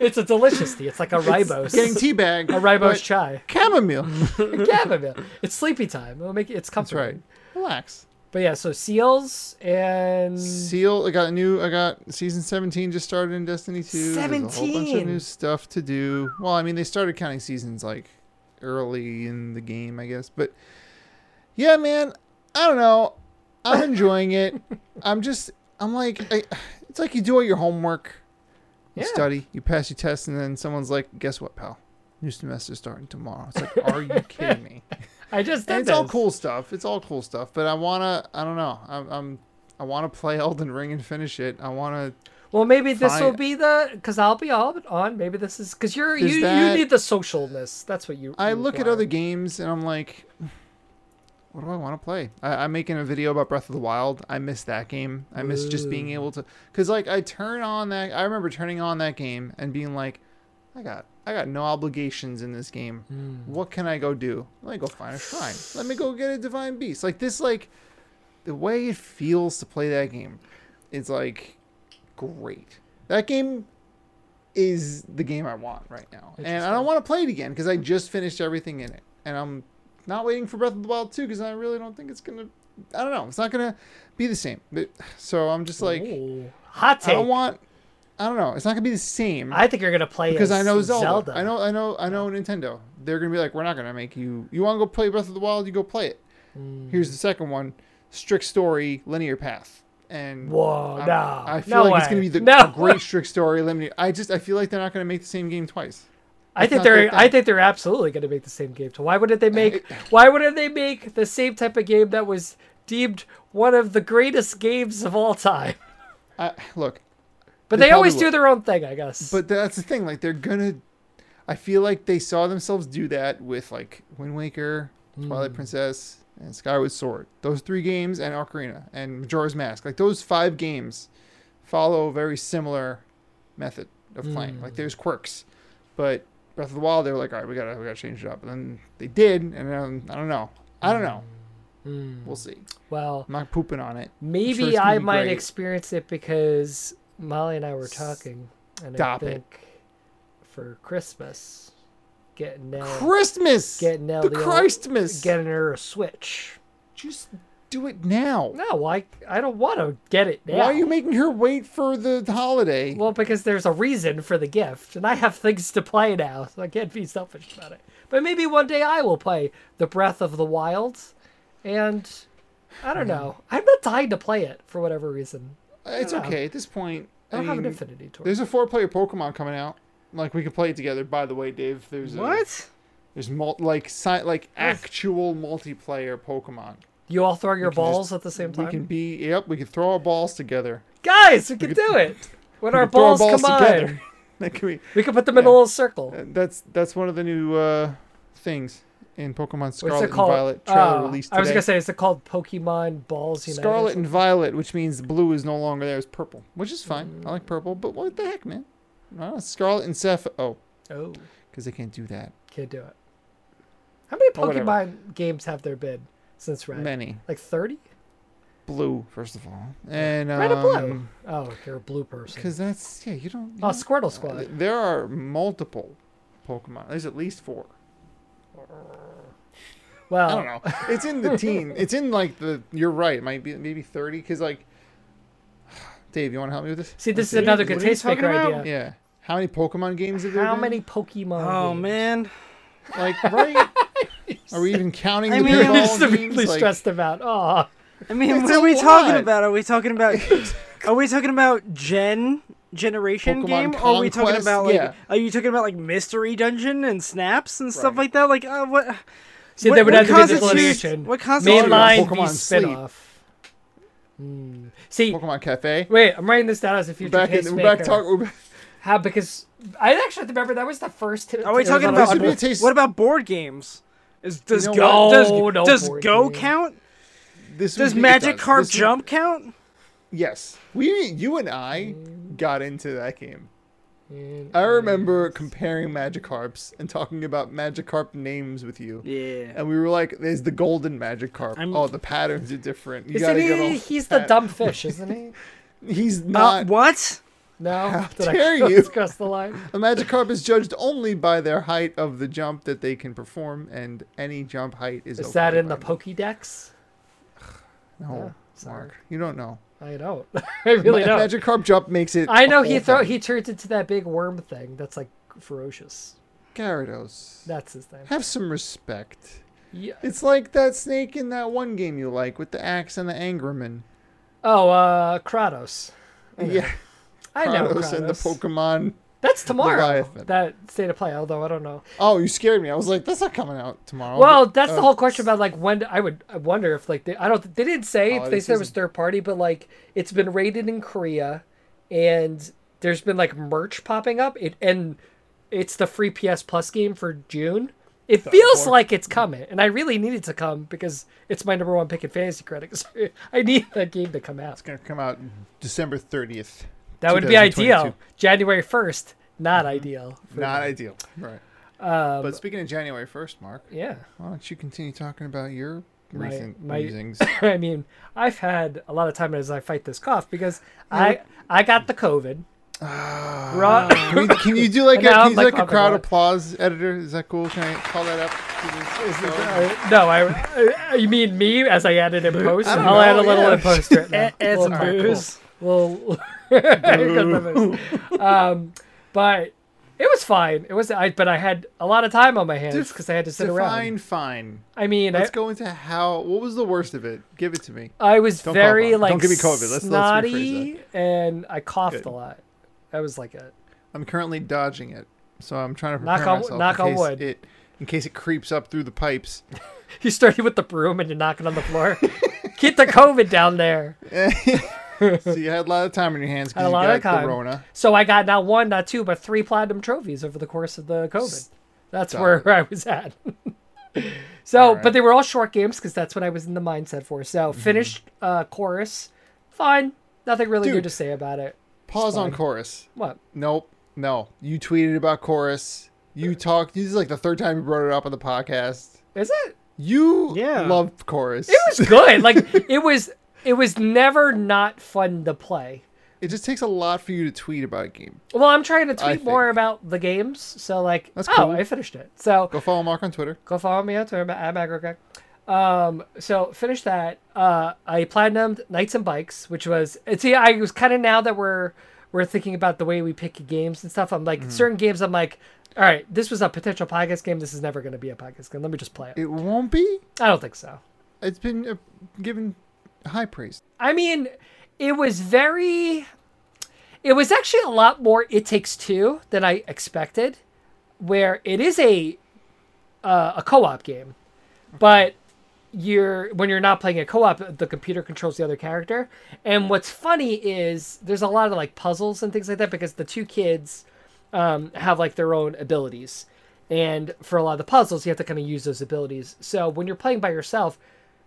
Speaker 1: It's a delicious tea. It's like
Speaker 2: [laughs]
Speaker 1: a ribose,
Speaker 2: Getting teabagged.
Speaker 1: a ribose
Speaker 2: but [laughs]
Speaker 1: chai.
Speaker 2: Chamomile.
Speaker 1: chamomile. It's sleepy time. It'll make it, it's
Speaker 2: That's
Speaker 1: comforting.
Speaker 2: right. Relax.
Speaker 1: But yeah, so seals and
Speaker 2: Seal. I got new. I got season seventeen just started in Destiny two. There's a whole bunch of
Speaker 1: 17.
Speaker 2: new stuff to do. Well, I mean, they started counting seasons like early in the game, I guess. But yeah, man, I don't know. I'm
Speaker 1: [laughs]
Speaker 2: enjoying it. I'm just. I'm like. I, it's like you do all your homework. You
Speaker 1: Yeah.
Speaker 2: study. You pass your test, and then someone's like, "Guess what, pal? New semester starting tomorrow." It's like, are you kidding me?
Speaker 1: I just did
Speaker 2: And it's all
Speaker 1: this.
Speaker 2: cool stuff. It's all cool stuff. But I wanna. I don't know. I'm. I'm I want to play [laughs] Elden Ring and finish it. I want to.
Speaker 1: Well, maybe this will
Speaker 2: Fine.
Speaker 1: be the because I'll be all on. Maybe this is because you're
Speaker 2: There's
Speaker 1: you,
Speaker 2: that.
Speaker 1: you need the socialness. That's what you.
Speaker 2: I
Speaker 1: you
Speaker 2: look at
Speaker 1: require.
Speaker 2: other games and I'm like, what do I want to play? I, I'm making a video about Breath of the Wild. I miss that game. I miss just being able to. Cause like I turn on that. I remember turning on that game and being like, I got. I got no obligations in this game. What can I go do? Let me go find a shrine. Let me go get a divine beast. Like this, like the way it feels to play that game, is like great. That game is the game I want right now, and I don't want to play it again because I just finished everything in it, and I'm not waiting for Breath of the Wild 2 because I really don't think it's gonna. I don't know. It's not gonna be the same. But so I'm just like,
Speaker 1: Ooh. hot
Speaker 2: I
Speaker 1: take. I,
Speaker 2: don't want. I don't know. It's not gonna be the same
Speaker 1: think you're gonna play
Speaker 2: because
Speaker 1: as
Speaker 2: I know Zelda. I know, I know, I know Nintendo. They're gonna be like, we're not gonna make you. You want to go play Breath of the Wild? You go play it.
Speaker 1: Hmm.
Speaker 2: Here's the second one: strict story, linear path. And
Speaker 1: Whoa,
Speaker 2: I'm-
Speaker 1: no,
Speaker 2: I feel
Speaker 1: no
Speaker 2: like it's
Speaker 1: way.
Speaker 2: gonna be
Speaker 1: [laughs]
Speaker 2: the
Speaker 1: No.
Speaker 2: a great strict story, linear. I just I feel like they're not gonna make the same game twice.
Speaker 1: I think
Speaker 2: not their
Speaker 1: they're.
Speaker 2: thing.
Speaker 1: I think they're absolutely going to make the same game. So why wouldn't they make?
Speaker 2: [laughs]
Speaker 1: Why wouldn't they make the same type of game that was deemed one of the greatest games of all time?
Speaker 2: I, look,
Speaker 1: But
Speaker 2: They
Speaker 1: they, always
Speaker 2: probably
Speaker 1: do their own thing, I guess.
Speaker 2: But that's the thing. Like they're gonna.
Speaker 1: Hmm.
Speaker 2: I feel like they saw themselves do that with like Wind Waker, Twilight Princess, and Skyward Sword. Those three games and Ocarina and Majora's Mask. Like those five games follow a very similar method of playing. Like
Speaker 1: Hmm.
Speaker 2: there's quirks, but Breath of the Wild they were like, all right, we gotta we gotta change it up, and then they did, and um, I don't know, I don't know.
Speaker 1: Hmm.
Speaker 2: We'll see.
Speaker 1: Well,
Speaker 2: I'm not pooping on it. sure
Speaker 1: maybe
Speaker 2: it's gonna
Speaker 1: I
Speaker 2: be
Speaker 1: might
Speaker 2: great.
Speaker 1: experience it because Molly and I were talking, and
Speaker 2: Stop
Speaker 1: I
Speaker 2: it.
Speaker 1: think for Christmas, getting Nell,
Speaker 2: Christmas,
Speaker 1: getting Nell
Speaker 2: the
Speaker 1: the old-
Speaker 2: Christmas.
Speaker 1: getting her a Switch.
Speaker 2: Just do it now.
Speaker 1: No, I I don't want to get it now.
Speaker 2: Why are you making her wait for the holiday?
Speaker 1: Well, because there's a reason for the gift, and I have things to play now, so I can't be selfish about it. But maybe one day I will play The Breath of the Wild, and I don't know. I'm not dying to play it for whatever reason.
Speaker 2: it's
Speaker 1: I don't know.
Speaker 2: okay at this point.
Speaker 1: I don't have an
Speaker 2: mean,
Speaker 1: affinity towards
Speaker 2: There's a four-player Pokemon coming out. Like we could play it together. By the way, Dave, there's a-
Speaker 3: What?
Speaker 2: There's mul- like si- like actual multiplayer Pokemon.
Speaker 1: You all throw your
Speaker 2: can just-
Speaker 1: balls at the same
Speaker 2: We
Speaker 1: time,
Speaker 2: can be yep. We can throw our balls together.
Speaker 1: guys. We can do
Speaker 2: [laughs]
Speaker 1: it when our
Speaker 2: We can throw
Speaker 1: balls, come on.
Speaker 2: [laughs] that can be.
Speaker 1: We can put them in a
Speaker 2: Yeah.
Speaker 1: little circle.
Speaker 2: That's that's one of the new uh, things in Pokemon
Speaker 1: What's
Speaker 2: Scarlet
Speaker 1: it
Speaker 2: and
Speaker 1: called?
Speaker 2: Violet trailer
Speaker 1: Oh,
Speaker 2: released today.
Speaker 1: I was gonna say, is it called Pokemon Balls United? or
Speaker 2: Scarlet and Violet, which means blue is no longer there. It's purple, which is fine. I like purple, but what the heck, man? No, Scarlet and Sapphire. Oh,
Speaker 1: something? Oh,
Speaker 2: because they can't do that.
Speaker 1: can't do it. How many
Speaker 2: Or whatever.
Speaker 1: Pokemon games have there been since Red?
Speaker 2: Many
Speaker 1: Like 30?
Speaker 2: blue, first of all, and um,
Speaker 1: Red and blue. Oh, you're a blue person.
Speaker 2: Because that's yeah, you don't. you
Speaker 1: Oh,
Speaker 2: don't-
Speaker 1: Squirtle
Speaker 2: Uh, th-
Speaker 1: Squad.
Speaker 2: there are multiple Pokemon. There's at least four.
Speaker 1: Well,
Speaker 2: I don't
Speaker 1: Oh.
Speaker 2: know. It's in
Speaker 1: [laughs]
Speaker 2: the teen. It's in like the. You're right. It might be maybe thirty. Because like, [sighs] Dave, you want to help me with this?
Speaker 1: see, this is
Speaker 2: Let's
Speaker 1: another
Speaker 3: What
Speaker 1: good
Speaker 3: are you
Speaker 1: tastemaker
Speaker 3: talking about?
Speaker 1: idea.
Speaker 2: Yeah. How many Pokemon games have there
Speaker 1: How
Speaker 2: been?
Speaker 1: many Pokemon?
Speaker 3: Oh
Speaker 1: [laughs] games?
Speaker 3: man.
Speaker 2: Like right? are we even counting?
Speaker 3: I
Speaker 2: the
Speaker 3: mean,
Speaker 2: pinball
Speaker 1: I'm just
Speaker 2: games?
Speaker 1: really
Speaker 2: Like,
Speaker 1: stressed about. Oh,
Speaker 3: I mean,
Speaker 2: It's
Speaker 3: what
Speaker 2: a
Speaker 3: are we talking
Speaker 2: lot.
Speaker 3: about? Are we
Speaker 2: [laughs]
Speaker 3: talking about? are we talking about Gen generation
Speaker 2: Pokemon
Speaker 3: game? Or are we talking
Speaker 2: Conquest?
Speaker 3: about like?
Speaker 2: Yeah.
Speaker 3: Are you talking about like mystery dungeon and snaps and stuff
Speaker 2: Right.
Speaker 3: like that? Like, uh, what?
Speaker 1: see,
Speaker 3: What-
Speaker 1: there would
Speaker 3: what
Speaker 1: have to be the
Speaker 3: constitutes-
Speaker 1: delineation.
Speaker 3: what
Speaker 1: Mainline
Speaker 3: constitutes
Speaker 1: v
Speaker 2: Pokemon Sleep?
Speaker 1: spinoff. Mm. See,
Speaker 2: Pokemon Cafe.
Speaker 1: wait, I'm writing this down as a
Speaker 2: We're
Speaker 1: future
Speaker 2: back in.
Speaker 1: tastemaker.
Speaker 2: We're back talking. We're back.
Speaker 1: How because I actually have to remember that was the first.
Speaker 3: Are we talking
Speaker 2: This
Speaker 3: about?
Speaker 2: would be a taste-
Speaker 3: What about board games? Is, does
Speaker 2: know
Speaker 3: go
Speaker 1: what?
Speaker 3: does,
Speaker 1: No, no
Speaker 3: does
Speaker 1: board
Speaker 3: go
Speaker 1: game.
Speaker 3: count?
Speaker 2: This
Speaker 3: Does
Speaker 2: would be- it
Speaker 3: Magic Carp
Speaker 2: This would-
Speaker 3: Jump count?
Speaker 2: Yes, we, you and I, got into that game. I remember comparing Magikarps and talking about Magikarp names with you.
Speaker 3: Yeah.
Speaker 2: And we were like, there's the golden Magikarp.
Speaker 3: I'm-
Speaker 2: Oh, the patterns are different. You
Speaker 1: Isn't
Speaker 2: gotta get
Speaker 1: he,
Speaker 2: all
Speaker 1: he's
Speaker 2: [laughs]
Speaker 1: the
Speaker 2: pat-
Speaker 1: dumb fish, isn't he?
Speaker 2: [laughs] He's
Speaker 3: Uh,
Speaker 2: not.
Speaker 3: what?
Speaker 1: No,
Speaker 2: [laughs] How
Speaker 1: [laughs] Did I
Speaker 2: dare
Speaker 1: cross-
Speaker 2: you.
Speaker 1: cross the line?
Speaker 2: a Magikarp is judged only by their height of the jump that they can perform, and any jump height is.
Speaker 1: Is
Speaker 2: okay
Speaker 1: that in
Speaker 2: by
Speaker 1: the
Speaker 2: me.
Speaker 1: Pokédex?
Speaker 2: No,
Speaker 1: sorry.
Speaker 2: Oh, Mark, you don't know.
Speaker 1: I don't. I [laughs] really
Speaker 2: Ma-
Speaker 1: don't.
Speaker 2: Magikarp jump makes it.
Speaker 1: I know
Speaker 2: a
Speaker 1: he
Speaker 2: whole
Speaker 1: throw
Speaker 2: thing.
Speaker 1: he turns into that big worm thing that's like ferocious.
Speaker 2: Gyarados.
Speaker 1: That's his name.
Speaker 2: Have some respect.
Speaker 1: Yeah.
Speaker 2: It's like that snake in that one game you like with the axe and the Angerman.
Speaker 1: Oh, uh Kratos.
Speaker 2: Yeah,
Speaker 1: I know Kratos.
Speaker 2: Kratos and the Pokemon.
Speaker 1: that's tomorrow.
Speaker 2: Leviathan.
Speaker 1: That state of play, although I don't know.
Speaker 2: Oh, you scared me. I was like, that's not coming out tomorrow.
Speaker 1: Well, that's the
Speaker 2: Uh,
Speaker 1: whole question about like when I would I wonder if like they, I don't they didn't say
Speaker 2: Holiday
Speaker 1: they said it was
Speaker 2: season.
Speaker 1: third party, but like it's been rated in Korea, and there's been like merch popping up. It and it's the free PS Plus game for June. It feels
Speaker 2: four.
Speaker 1: like it's coming, and I really need it to come because it's my number one pick in fantasy credit. [laughs] I need that game to come out.
Speaker 2: It's gonna come out December thirtieth.
Speaker 1: That would be ideal. January first, not
Speaker 2: Mm-hmm.
Speaker 1: ideal. for
Speaker 2: Not
Speaker 1: me.
Speaker 2: ideal. Right.
Speaker 1: Uh,
Speaker 2: but speaking of January first, Mark,
Speaker 1: Yeah.
Speaker 2: why don't you continue talking about your
Speaker 1: My-
Speaker 2: recent
Speaker 1: my-
Speaker 2: musings?
Speaker 1: [coughs] I mean, I've had a lot of time as I fight this cough because I I got the COVID.
Speaker 2: Ah.
Speaker 1: Ra-
Speaker 2: can, we, can you
Speaker 1: [laughs]
Speaker 2: do like a,
Speaker 1: And now
Speaker 2: can
Speaker 1: I'm
Speaker 2: you do
Speaker 1: like,
Speaker 2: like
Speaker 1: oh
Speaker 2: a
Speaker 1: my
Speaker 2: crowd
Speaker 1: God.
Speaker 2: applause editor? Is that cool? Can I call that up? Is this- uh,
Speaker 1: no, I. uh, You mean me as I added in post?
Speaker 2: I don't
Speaker 1: I'll add a
Speaker 2: know,
Speaker 1: little
Speaker 2: yeah.
Speaker 1: in post right
Speaker 2: [laughs]
Speaker 1: now.
Speaker 3: Add
Speaker 1: Well,
Speaker 3: some
Speaker 1: all right, cool.
Speaker 3: booze.
Speaker 1: Well, [laughs] I got the booze. um, but it was fine. It was. I but I had a lot of time on my hands
Speaker 2: def-
Speaker 1: because I had to sit
Speaker 2: define
Speaker 1: around.
Speaker 2: fine.
Speaker 1: I mean, I,
Speaker 2: Let's go into how. What was the worst of it? Give it to me.
Speaker 1: I was
Speaker 2: Don't cough on
Speaker 1: very
Speaker 2: it. Don't
Speaker 1: like
Speaker 2: give me COVID. Let's- let's rephrase
Speaker 1: snotty, and I coughed
Speaker 2: Good.
Speaker 1: a lot. That was like a
Speaker 2: I'm currently dodging it, so I'm trying to prepare
Speaker 1: Knock on-
Speaker 2: myself
Speaker 1: knock
Speaker 2: in
Speaker 1: on
Speaker 2: case
Speaker 1: wood.
Speaker 2: it in case it creeps up through the
Speaker 1: [laughs]
Speaker 2: pipes. [laughs]
Speaker 1: You started with the broom and you're knocking on the floor. Get the COVID down there.
Speaker 2: so you had a lot of time on your hands
Speaker 1: Had a
Speaker 2: because you
Speaker 1: lot of
Speaker 2: got
Speaker 1: time.
Speaker 2: the Rona.
Speaker 1: So I got not one, not two, but three platinum trophies over the course of the COVID. That's
Speaker 2: Stop
Speaker 1: where I was at. [laughs] So,
Speaker 2: right.
Speaker 1: but they were all short games because that's what I was in the mindset for. So,
Speaker 2: Mm-hmm.
Speaker 1: finished uh, chorus, fine. Nothing really good
Speaker 2: Dude.
Speaker 1: to say about it.
Speaker 2: Pause on
Speaker 1: fine.
Speaker 2: chorus.
Speaker 1: What?
Speaker 2: Nope. No. You tweeted about chorus. You talked. This is like the third time you brought it up on the podcast.
Speaker 1: Is
Speaker 2: [laughs]
Speaker 1: it?
Speaker 2: You
Speaker 3: Yeah.
Speaker 2: love chorus.
Speaker 1: It was good. like it was. It was never not fun to play.
Speaker 2: It just takes a lot for you to tweet about a game.
Speaker 1: Well, I'm trying to tweet
Speaker 2: think-
Speaker 1: more about the games. So, like,
Speaker 2: That's
Speaker 1: oh,
Speaker 2: cool.
Speaker 1: I finished it. So,
Speaker 2: Go follow Mark on Twitter.
Speaker 1: go follow me on Twitter at MacroCrack. Um, so finish that. Uh, I platinumed Knights and Bikes, which was it's. See, I was kind of now that we're we're thinking about the way we pick games and stuff. I'm like certain games. I'm like, all right, this was a potential podcast game. This is never going to be a podcast game. Let me just play it.
Speaker 2: It won't be.
Speaker 1: I don't think so.
Speaker 2: It's been uh, given high praise.
Speaker 1: I mean, it was very. It was actually a lot more It Takes Two than I expected, where it is a uh, a co-op game, but you're when you're not playing a co-op, the computer controls the other character. And what's funny is there's a lot of like puzzles and things like that because the two kids um, have like their own abilities, and for a lot of the puzzles, you have to kind of use those abilities. So when you're playing by yourself,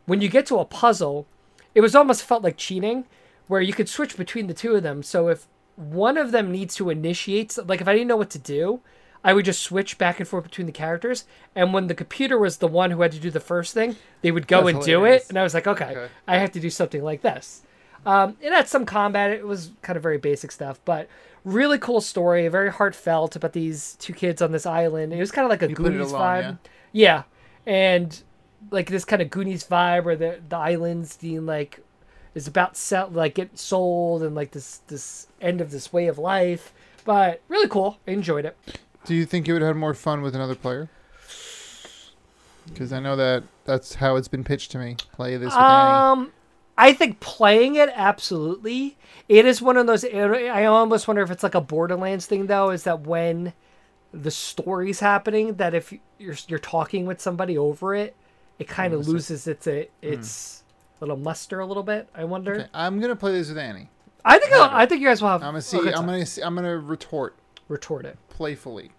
Speaker 1: when you get to a puzzle, it was almost felt like cheating, where you could switch between the two of them. So if one of them needs to initiate, like if I didn't know what to do, I would just switch back and forth between the characters. And when the computer was the one who had to do the first thing, they would go
Speaker 2: That's
Speaker 1: and do
Speaker 2: hilarious.
Speaker 1: it. And I was like, okay,
Speaker 2: Okay.
Speaker 1: I have to do something like this. Um, it had some combat. It was kind of very basic stuff, but really cool story, very heartfelt about these two kids on this island. It was kind of like a
Speaker 2: played it
Speaker 1: Goonies
Speaker 2: alone,
Speaker 1: vibe. Yeah. and like this kind of Goonies vibe where the the islands being like is about sell like get sold and like this this end of this way of life. But really cool. I enjoyed it.
Speaker 2: Do you think you would have had more fun with another player? Because I know that that's how it's been pitched to me. Play this with Annie.
Speaker 1: Um, I think playing it absolutely. It is one of those. I almost wonder if it's like a Borderlands thing though. Is that when the story's happening, that if you're you're talking with somebody over it, it kind of loses its its little muster a little bit. I wonder.
Speaker 2: Hmm. Okay, I'm gonna play this with Annie.
Speaker 1: I think I'll, I think you guys will have.
Speaker 2: I'm gonna see.
Speaker 1: a good
Speaker 2: I'm
Speaker 1: time.
Speaker 2: gonna. See, I'm gonna retort
Speaker 1: retort it.
Speaker 2: playfully.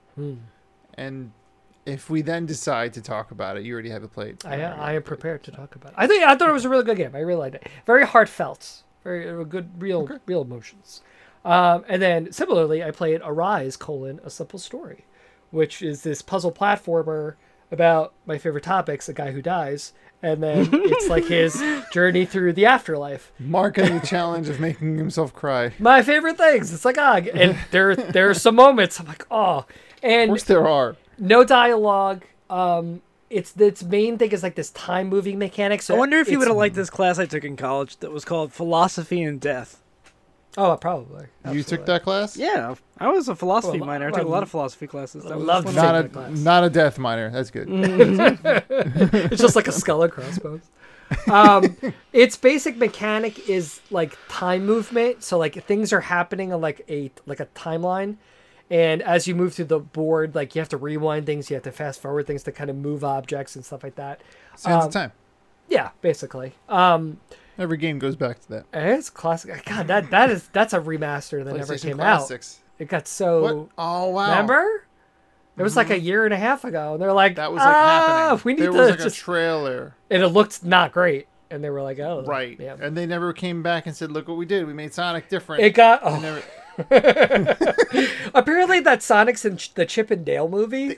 Speaker 2: And if we then decide to talk about it, you already have it played.
Speaker 1: I uh, I am prepared to talk about it. I think I thought it was a really good game. I really liked it. Very heartfelt. Very uh, good, real, real emotions. Um, and then similarly, I played Arise: colon A Simple Story, which is this puzzle platformer about my favorite topics: a guy who dies, and then it's like
Speaker 3: [laughs]
Speaker 1: his journey through the afterlife.
Speaker 2: Mark has the challenge of making himself cry. Of
Speaker 1: My favorite things. It's like ah, and there there are some moments I'm like oh, and
Speaker 2: course, there are.
Speaker 1: no dialogue. Um, it's its main thing is like this time moving mechanic. So
Speaker 3: I wonder if you
Speaker 1: it's-
Speaker 3: would have liked this class I took in college that was called Philosophy and Death.
Speaker 1: Oh, probably.
Speaker 2: You took that class.
Speaker 3: Yeah, I was a philosophy
Speaker 1: Well,
Speaker 3: minor. I took a lot
Speaker 1: well,
Speaker 3: of philosophy classes. That was
Speaker 1: love
Speaker 3: one of
Speaker 2: Not
Speaker 1: Take
Speaker 2: a
Speaker 1: that class. Mm,
Speaker 2: not a death minor. That's good.
Speaker 1: It's just like a skull and crossbones.
Speaker 2: [laughs]
Speaker 1: Um, its basic mechanic is like time movement. So like things are happening on like a like a timeline, and as you move through the board, like you have to rewind things, you have to fast forward things to kind of move objects and stuff like that.
Speaker 2: Sands
Speaker 1: Um,
Speaker 2: of time.
Speaker 1: Yeah, basically. Um,
Speaker 2: Every game goes back to that.
Speaker 1: and it's classic. God, that that is that's a remaster that never
Speaker 2: PlayStation
Speaker 1: came
Speaker 2: classics.
Speaker 1: out. It got so.
Speaker 2: What? Oh wow! Mm-hmm.
Speaker 1: Remember? It was like a year and a half ago, and they're like,
Speaker 2: That was like
Speaker 1: "Ah,
Speaker 2: happening.
Speaker 1: We need
Speaker 2: there
Speaker 1: to
Speaker 2: was like
Speaker 1: just,"
Speaker 2: a trailer,
Speaker 1: and it looked not great, and they were like, "Oh,
Speaker 2: right?
Speaker 1: yeah."
Speaker 2: And they never came back and said, "Look what we did. We made Sonic different."
Speaker 1: It got oh,
Speaker 2: They never,
Speaker 1: apparently that Sonic's in the Chip and Dale movie.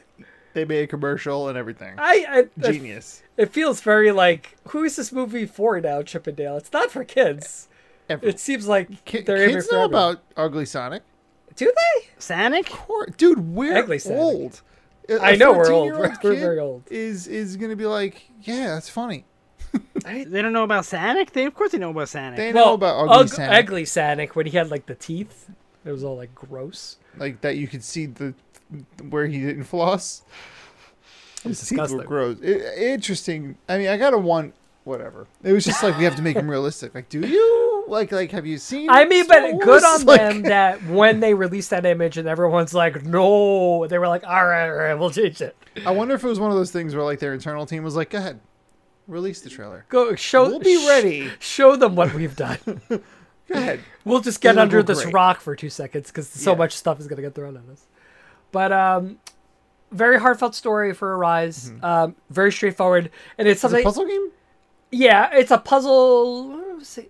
Speaker 2: they made a commercial and everything.
Speaker 1: I, I it-
Speaker 2: Genius.
Speaker 1: It feels very like who is this movie for now, Chip and Dale? It's not for kids.
Speaker 2: Every-
Speaker 1: It seems like
Speaker 2: Ki-
Speaker 1: they're aiming
Speaker 2: kids
Speaker 1: for
Speaker 2: know
Speaker 1: everyone.
Speaker 2: about Ugly Sonic.
Speaker 1: Do they?
Speaker 3: Sonic?
Speaker 2: Poor- dude, we're
Speaker 1: Ugly Sonic.
Speaker 2: old. A-
Speaker 1: I
Speaker 2: a
Speaker 1: know we're old.
Speaker 2: 13-year-old
Speaker 1: We're- we're
Speaker 2: kid
Speaker 1: very old.
Speaker 2: Is is gonna be like, yeah, that's funny.
Speaker 3: They don't know about Sonic? They of course they know about Sonic.
Speaker 2: They
Speaker 1: well,
Speaker 2: know about Ugly
Speaker 1: Ug-
Speaker 2: Sonic,
Speaker 1: Ugly Sonic when he had like the teeth, it was all like gross.
Speaker 2: like that you could see the where he didn't floss. His teeth
Speaker 1: disgusting.
Speaker 2: were gross. I- interesting. I mean, I gotta want whatever. It was just like we have to make him realistic. Like, do you like like have you seen?
Speaker 1: I mean,
Speaker 2: Star
Speaker 1: but
Speaker 2: Wars?
Speaker 1: good
Speaker 2: [laughs]
Speaker 1: on
Speaker 2: Like-
Speaker 1: them that when they released that image and everyone's like, no, they were like, all right, all right, we'll change it.
Speaker 2: I wonder if it was one of those things where like their internal team was like, go ahead, release the trailer.
Speaker 1: Go show.
Speaker 2: We'll be
Speaker 1: sh-
Speaker 2: ready.
Speaker 1: show them what we've done.
Speaker 2: [laughs] Go ahead.
Speaker 1: we'll just get
Speaker 2: It'll
Speaker 1: under
Speaker 2: go
Speaker 1: this
Speaker 2: great.
Speaker 1: rock for two seconds because so
Speaker 2: Yeah.
Speaker 1: much stuff is gonna get thrown at us. But um, very heartfelt story for Arise. Um, very straightforward, and it's
Speaker 2: Mm-hmm. It's a
Speaker 1: something.
Speaker 2: puzzle game.
Speaker 1: Yeah, it's a puzzle.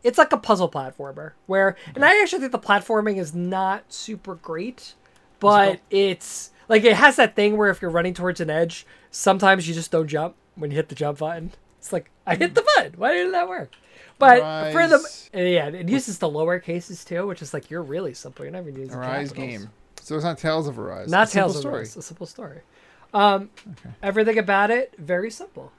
Speaker 1: It's like a puzzle platformer where, and I actually think the platforming is not super great, but it's like it has that thing where if you're running towards an edge, sometimes you just don't jump when you hit the jump button. It's like I hit the button. Why didn't that work? But for
Speaker 2: Rise.
Speaker 1: the yeah, it uses the lower cases too, which is like you're really simple. You're not even using
Speaker 2: Arise
Speaker 1: capitals.
Speaker 2: game. So it's not Tales of Arise.
Speaker 1: Not
Speaker 2: It's a simple
Speaker 1: Tales of
Speaker 2: story.
Speaker 1: Arise. A simple story. Um, Everything about it very simple,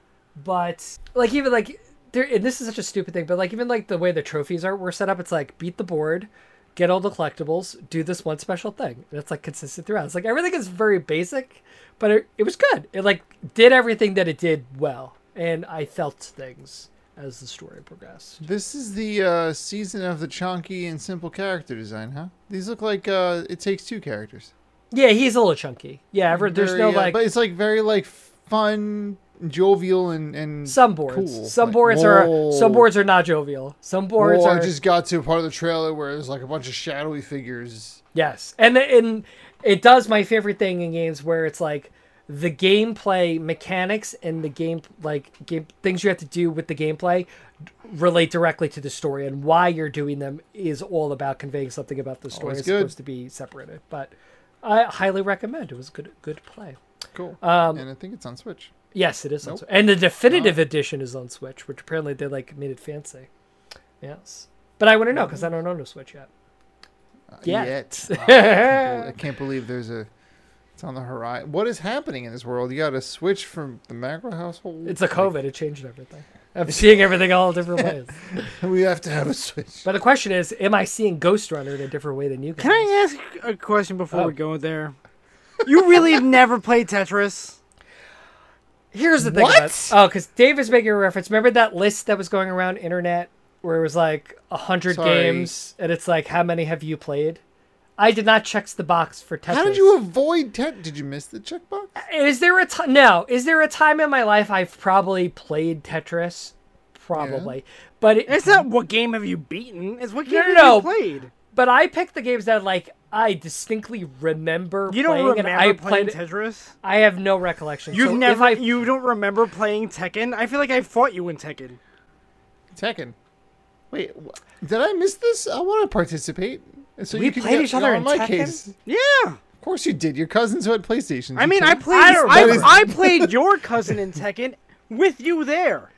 Speaker 1: but like even like there. And this is such a stupid thing, but like even like the way the trophies are were set up, it's like beat the board, get all the collectibles, do this one special thing. And it's like consistent throughout. It's like everything is very basic, but it, it was good. It like did everything that it did well, and I felt things as the story progressed.
Speaker 2: This is the uh, season of the chunky and simple character design, huh? These look like uh, it takes two characters.
Speaker 1: Yeah, he's a little chunky. Yeah, ever, there's
Speaker 2: Very,
Speaker 1: no
Speaker 2: uh,
Speaker 1: like.
Speaker 2: but it's like very like fun, jovial, and and
Speaker 1: Some boards,
Speaker 2: cool.
Speaker 1: some
Speaker 2: Like,
Speaker 1: boards
Speaker 2: whoa.
Speaker 1: are some boards are not jovial. Some boards
Speaker 2: Whoa,
Speaker 1: are
Speaker 2: I just got to a part of the trailer where there's like a bunch of shadowy figures.
Speaker 1: yes, and and it does my favorite thing in games where it's like the gameplay mechanics and the game like game things you have to do with the gameplay d- relate directly to the story and why you're doing them is all about conveying something about the story.
Speaker 2: Always
Speaker 1: It's
Speaker 2: good.
Speaker 1: supposed to be separated, but I highly recommend. It was a good good play.
Speaker 2: Cool. Um, and I think it's on Switch.
Speaker 1: Yes, it is on
Speaker 2: Nope.
Speaker 1: Switch. And the definitive edition is on Switch, which apparently they like made it fancy. Yes. But I want to know because I don't own a Switch yet.
Speaker 2: Uh,
Speaker 1: [laughs] Yet.
Speaker 2: Wow, I, can't believe, I can't believe there's a. It's on the horizon. What is happening in this world? You got to switch from the macro household.
Speaker 1: It's a COVID. It changed everything. I'm seeing everything all different ways.
Speaker 2: [laughs] We have to have a switch.
Speaker 1: But the question is, am I seeing Ghost Runner in a different way than you guys?
Speaker 3: Can I ask a question before
Speaker 1: Oh.
Speaker 3: we go there? You really have never played Tetris?
Speaker 1: Here's the thing.
Speaker 2: What?
Speaker 1: About, oh, because Dave is making a reference. Remember that list that was going around internet where it was like a hundred
Speaker 2: Sorry.
Speaker 1: games, and it's like how many have you played? I did not check the box for Tetris.
Speaker 2: How did you avoid Tet? Did you miss the checkbox?
Speaker 1: Is there a time? No. Is there a time in my life I've probably played Tetris? Probably, but it,
Speaker 3: It's not what game have you beaten. It's what game
Speaker 1: No,
Speaker 3: have
Speaker 1: no,
Speaker 3: you
Speaker 1: no.
Speaker 3: played.
Speaker 1: but I picked the games that like I distinctly remember.
Speaker 3: You don't
Speaker 1: playing,
Speaker 3: remember
Speaker 1: and I
Speaker 3: playing
Speaker 1: played.
Speaker 3: Tetris?
Speaker 1: I have no recollection.
Speaker 3: You've
Speaker 1: So if
Speaker 3: never.
Speaker 1: I-
Speaker 3: You don't remember playing Tekken? I feel like I fought you in Tekken.
Speaker 2: Tekken. Wait, wh- did I miss this? I want to participate. And So
Speaker 1: We
Speaker 2: you can
Speaker 1: played
Speaker 2: get-
Speaker 1: each other
Speaker 2: you're
Speaker 1: in
Speaker 2: on my
Speaker 1: Tekken?
Speaker 2: case.
Speaker 3: Yeah.
Speaker 2: Of course you did. Your cousins who had PlayStations.
Speaker 3: I
Speaker 2: you
Speaker 3: mean,
Speaker 2: two-
Speaker 3: I played.
Speaker 1: I don't
Speaker 3: I,
Speaker 1: remember.
Speaker 3: I played your cousin in Tekken with you there.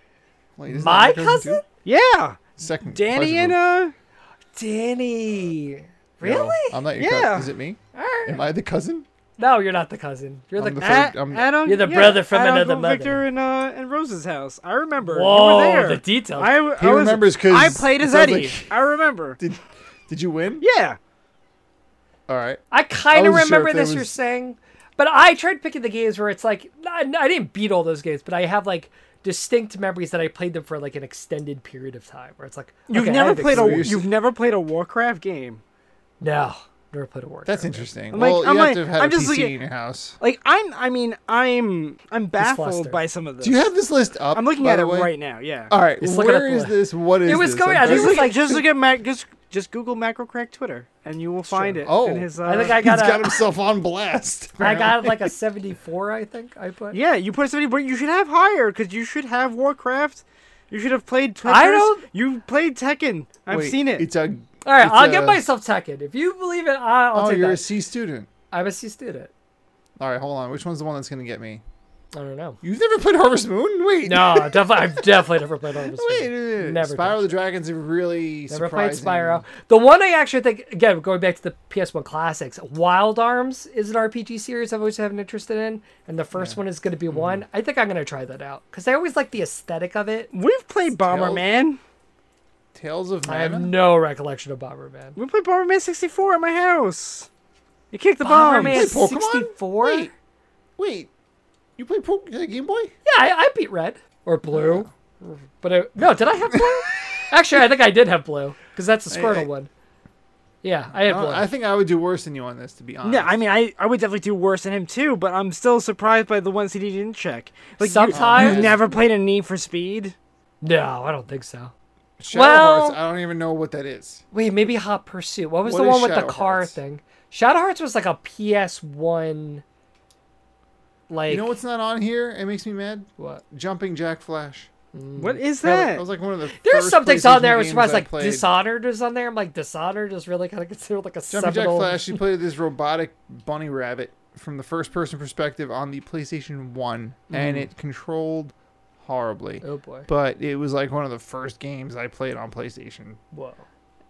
Speaker 2: Wait, isn't
Speaker 1: my
Speaker 2: that your cousin?
Speaker 1: cousin?
Speaker 2: too?
Speaker 3: Yeah.
Speaker 2: Second.
Speaker 3: Danny
Speaker 2: pleasure
Speaker 3: and
Speaker 2: group.
Speaker 3: uh.
Speaker 1: Danny.
Speaker 2: No,
Speaker 1: Really?
Speaker 2: I'm not your
Speaker 3: Yeah.
Speaker 2: cousin. Is it me? Am I the cousin?
Speaker 1: No, you're not the cousin. You're the.
Speaker 2: I'm the
Speaker 1: Ah,
Speaker 2: third.
Speaker 3: At,
Speaker 2: I'm-
Speaker 3: at, um,
Speaker 1: You're the
Speaker 3: yeah,
Speaker 1: brother from
Speaker 3: at
Speaker 1: another
Speaker 3: Uncle
Speaker 1: mother.
Speaker 3: Victor and uh and Rose's house. I remember.
Speaker 1: Whoa,
Speaker 3: you were there.
Speaker 1: the details.
Speaker 3: I, w-
Speaker 2: He
Speaker 3: I was-
Speaker 2: remembers 'cause
Speaker 3: I played as
Speaker 2: it sounds
Speaker 3: Eddie.
Speaker 2: like-
Speaker 3: I remember.
Speaker 2: Did Did you win?
Speaker 3: Yeah.
Speaker 2: All right.
Speaker 1: I kind
Speaker 2: I
Speaker 1: of
Speaker 2: wasn't sure
Speaker 1: remember
Speaker 2: if it
Speaker 1: this
Speaker 2: was-
Speaker 1: you're saying, but I tried picking the games where it's like I, I didn't beat all those games, but I have like distinct memories that I played them for like an extended period of time where it's like
Speaker 3: You've
Speaker 1: okay, I
Speaker 3: never
Speaker 1: have
Speaker 3: played a
Speaker 1: experience.
Speaker 2: experience.
Speaker 3: you've never played a Warcraft game.
Speaker 1: no never played a war.
Speaker 2: That's interesting.
Speaker 3: I'm like-
Speaker 2: well,
Speaker 3: I'm
Speaker 2: you have
Speaker 3: like-
Speaker 2: to have had
Speaker 3: I'm
Speaker 2: a
Speaker 3: just
Speaker 2: PC
Speaker 3: looking-
Speaker 2: in your house.
Speaker 3: Like I'm I mean I'm I'm baffled
Speaker 1: flustered.
Speaker 3: by some of this.
Speaker 2: Do you have this list up?
Speaker 3: I'm looking
Speaker 2: by
Speaker 3: at
Speaker 2: the
Speaker 3: it
Speaker 2: way?
Speaker 3: right now. Yeah.
Speaker 2: All right.
Speaker 1: Just look it
Speaker 2: where
Speaker 1: up,
Speaker 2: is
Speaker 1: uh,
Speaker 2: this? What is
Speaker 1: It was
Speaker 2: this?
Speaker 1: going-
Speaker 2: I'm
Speaker 1: I think it
Speaker 2: very-
Speaker 3: just
Speaker 1: was
Speaker 3: look,
Speaker 1: like-
Speaker 3: just look at Mac just just Google Macrocrack Twitter and you will find
Speaker 1: true.
Speaker 3: it.
Speaker 2: Oh.
Speaker 3: in his, uh,
Speaker 1: I think I
Speaker 2: He's
Speaker 1: got,
Speaker 2: got
Speaker 1: a,
Speaker 2: himself on blast.
Speaker 1: I got like
Speaker 2: [laughs]
Speaker 1: a 74 I think I put.
Speaker 3: Yeah, you put somebody, but you should have higher because you should have Warcraft. You should have played Tetris.
Speaker 1: I don't-
Speaker 3: You played Tekken. I've
Speaker 2: Wait,
Speaker 3: seen it.
Speaker 2: It's a.
Speaker 1: All right,
Speaker 2: it's
Speaker 1: I'll give
Speaker 2: a-
Speaker 1: myself Tekken. If you believe it, I- I'll
Speaker 2: Oh,
Speaker 1: take
Speaker 2: you're a
Speaker 1: that.
Speaker 2: C student.
Speaker 1: i I'm a C student.
Speaker 2: All right, hold on. Which one's the one that's gonna get me?
Speaker 1: I don't know.
Speaker 2: You've never played Harvest Moon? Wait.
Speaker 1: No, [laughs] definitely. I've definitely never played all this.
Speaker 2: [laughs] Wait, wait, wait, wait.
Speaker 1: Never
Speaker 2: Spyro
Speaker 1: touched
Speaker 2: the Dragon's a really
Speaker 1: Never played
Speaker 2: surprising-
Speaker 1: Spyro. The one I actually think, again, going back to the PS1 classics, Wild Arms is an RPG series I've always had an interest in, and the first one is going to be
Speaker 2: Mm-hmm.
Speaker 1: one. I think I'm going to try that out because I always like the aesthetic of it.
Speaker 3: We've played Bomberman.
Speaker 2: Tales of
Speaker 1: I have
Speaker 2: Mana.
Speaker 1: no recollection of Bomberman.
Speaker 3: We played Bomberman 64 at my house. You kicked the
Speaker 1: Bomberman
Speaker 3: bomb.
Speaker 2: Wait, Pokemon?
Speaker 1: 64.
Speaker 2: Wait. Wait, you played po- uh, Game Boy?
Speaker 1: Yeah, I, I beat Red or Blue,
Speaker 2: Oh.
Speaker 1: but I, no, did I have
Speaker 2: [laughs]
Speaker 1: Blue? actually, I think I did have Blue because that's the Squirtle
Speaker 2: I-
Speaker 1: one. Yeah, I had
Speaker 2: Uh,
Speaker 1: Blue.
Speaker 2: I think I would do worse than you on this, to be honest.
Speaker 3: Yeah, I mean, I, I would definitely do worse than him too, but I'm still surprised by the ones he didn't check. Like you-
Speaker 1: Sometimes-
Speaker 3: you've never played a Need for Speed.
Speaker 1: no, I don't think so.
Speaker 2: Shadow
Speaker 1: well-
Speaker 2: Hearts, I don't even know what that is.
Speaker 1: Wait, maybe Hot Pursuit. What was
Speaker 2: What
Speaker 1: the
Speaker 2: is
Speaker 1: one with the
Speaker 2: Shadow
Speaker 1: car
Speaker 2: Hearts?
Speaker 1: thing? Shadow Hearts was like a PS1 Like
Speaker 2: You know what's not on here? It makes me mad.
Speaker 1: what?
Speaker 2: Jumping Jack Flash.
Speaker 1: Mm.
Speaker 3: What is
Speaker 2: That
Speaker 3: that?
Speaker 2: was- that was like one of the.
Speaker 1: There's
Speaker 2: first
Speaker 1: something's on there. I
Speaker 2: PlayStation
Speaker 1: was surprised,
Speaker 2: games I
Speaker 1: like
Speaker 2: played.
Speaker 1: Dishonored was on there. I'm like Dishonored is really kind of considered like a
Speaker 2: Jumping Jack
Speaker 1: seminal.
Speaker 2: Flash. You played this robotic bunny rabbit from the first-person perspective on the PlayStation One,
Speaker 1: Mm-hmm.
Speaker 2: and it controlled horribly.
Speaker 1: Oh boy.
Speaker 2: But it was like one of the first games I played on PlayStation.
Speaker 1: Whoa.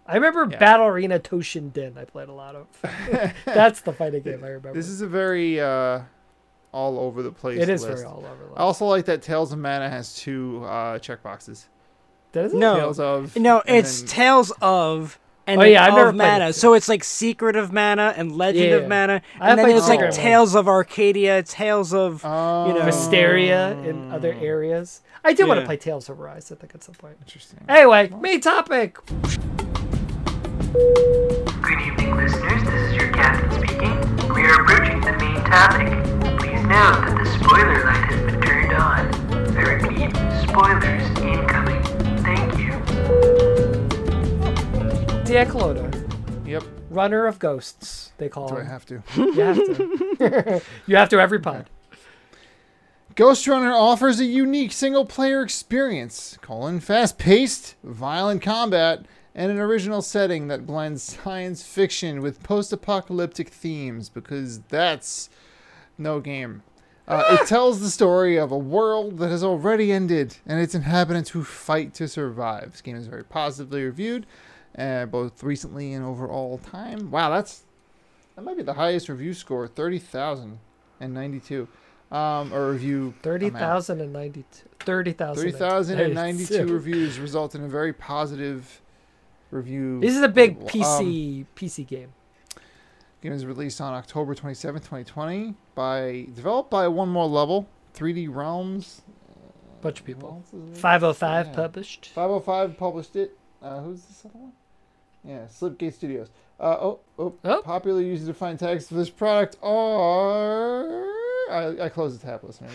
Speaker 1: I remember
Speaker 2: Yeah.
Speaker 1: Battle Arena Toshin Den. I played a lot
Speaker 2: [laughs]
Speaker 1: of. [laughs] That's the fighting game I remember.
Speaker 2: This is a very uh, all over the place.
Speaker 1: it is
Speaker 2: list.
Speaker 1: very all over.
Speaker 2: I also like that Tales of Mana has two uh, checkboxes.
Speaker 1: That is
Speaker 3: No.
Speaker 2: Tales of
Speaker 3: No,
Speaker 2: and
Speaker 3: it's
Speaker 2: then-
Speaker 3: Tales of and
Speaker 1: Oh,
Speaker 3: then
Speaker 1: yeah, I've
Speaker 3: of
Speaker 1: never played it,
Speaker 3: Mana.
Speaker 1: too.
Speaker 3: So it's like Secret of Mana and Legend
Speaker 1: Yeah.
Speaker 3: of Mana.
Speaker 1: I
Speaker 3: And then
Speaker 1: played
Speaker 3: it's like
Speaker 2: Secret of Mana.
Speaker 3: Tales of Arcadia, Tales of
Speaker 2: oh,
Speaker 3: you know,
Speaker 1: Mysteria in other areas. I do want to
Speaker 3: Yeah.
Speaker 1: play Tales of Rise. I think at some point.
Speaker 2: Interesting.
Speaker 1: Anyway, main topic.
Speaker 4: Good evening, listeners. This is your captain speaking. We are approaching the main topic. Please note that the spoiler light has been turned on. I repeat, spoilers incoming. Thank you.
Speaker 1: Diaclona,
Speaker 2: Yep.
Speaker 1: runner of ghosts. They call
Speaker 2: Do I
Speaker 1: him.
Speaker 2: have to?
Speaker 1: You have to.
Speaker 2: [laughs]
Speaker 1: you have to every pod.
Speaker 2: Ghost Runner offers a unique single-player experience: colon fast-paced, violent combat, and an original setting that blends science fiction with post-apocalyptic themes. Because that's no game. Uh, it tells the story of a world that has already ended and its inhabitants who fight to survive. This game is very positively reviewed, uh, both recently and over all time. Wow, that's that might be the highest review score, thirty thousand and ninety-two. Um, or review
Speaker 1: Thirty
Speaker 2: amount.
Speaker 1: thousand and ninety. Thirty thousand.
Speaker 2: 3,092 reviews, result in a very positive review.
Speaker 1: This is a big
Speaker 2: Um,
Speaker 1: PC PC game.
Speaker 2: game is released on October 27th, 2020, by developed by One More Level, 3D Realms.
Speaker 1: Bunch of
Speaker 2: Who
Speaker 1: people.
Speaker 2: else is it?
Speaker 1: Five oh five
Speaker 2: Yeah.
Speaker 1: published.
Speaker 2: 505 published it. Uh, who's this other one? Yeah, Slipgate Studios. Uh, oh, oh,
Speaker 1: Oh.
Speaker 2: Popular user-defined tags for this product are. I, I closed the tab, listener.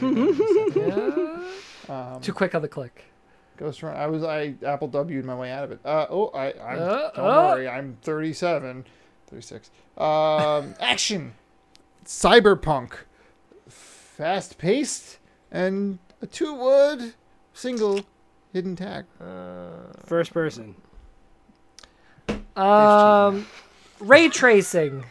Speaker 1: [laughs] Yeah.
Speaker 2: um,
Speaker 1: Too quick on the click.
Speaker 2: Ghost Runner. I was I Apple W'd my way out of it. Uh, oh, I I'm,
Speaker 1: Uh,
Speaker 2: don't
Speaker 1: uh.
Speaker 2: worry. I'm 37, 36. Um, [laughs] action, cyberpunk, fast paced, and a two word single hidden tag.
Speaker 3: First person.
Speaker 1: Um, ray
Speaker 2: [laughs]
Speaker 1: tracing.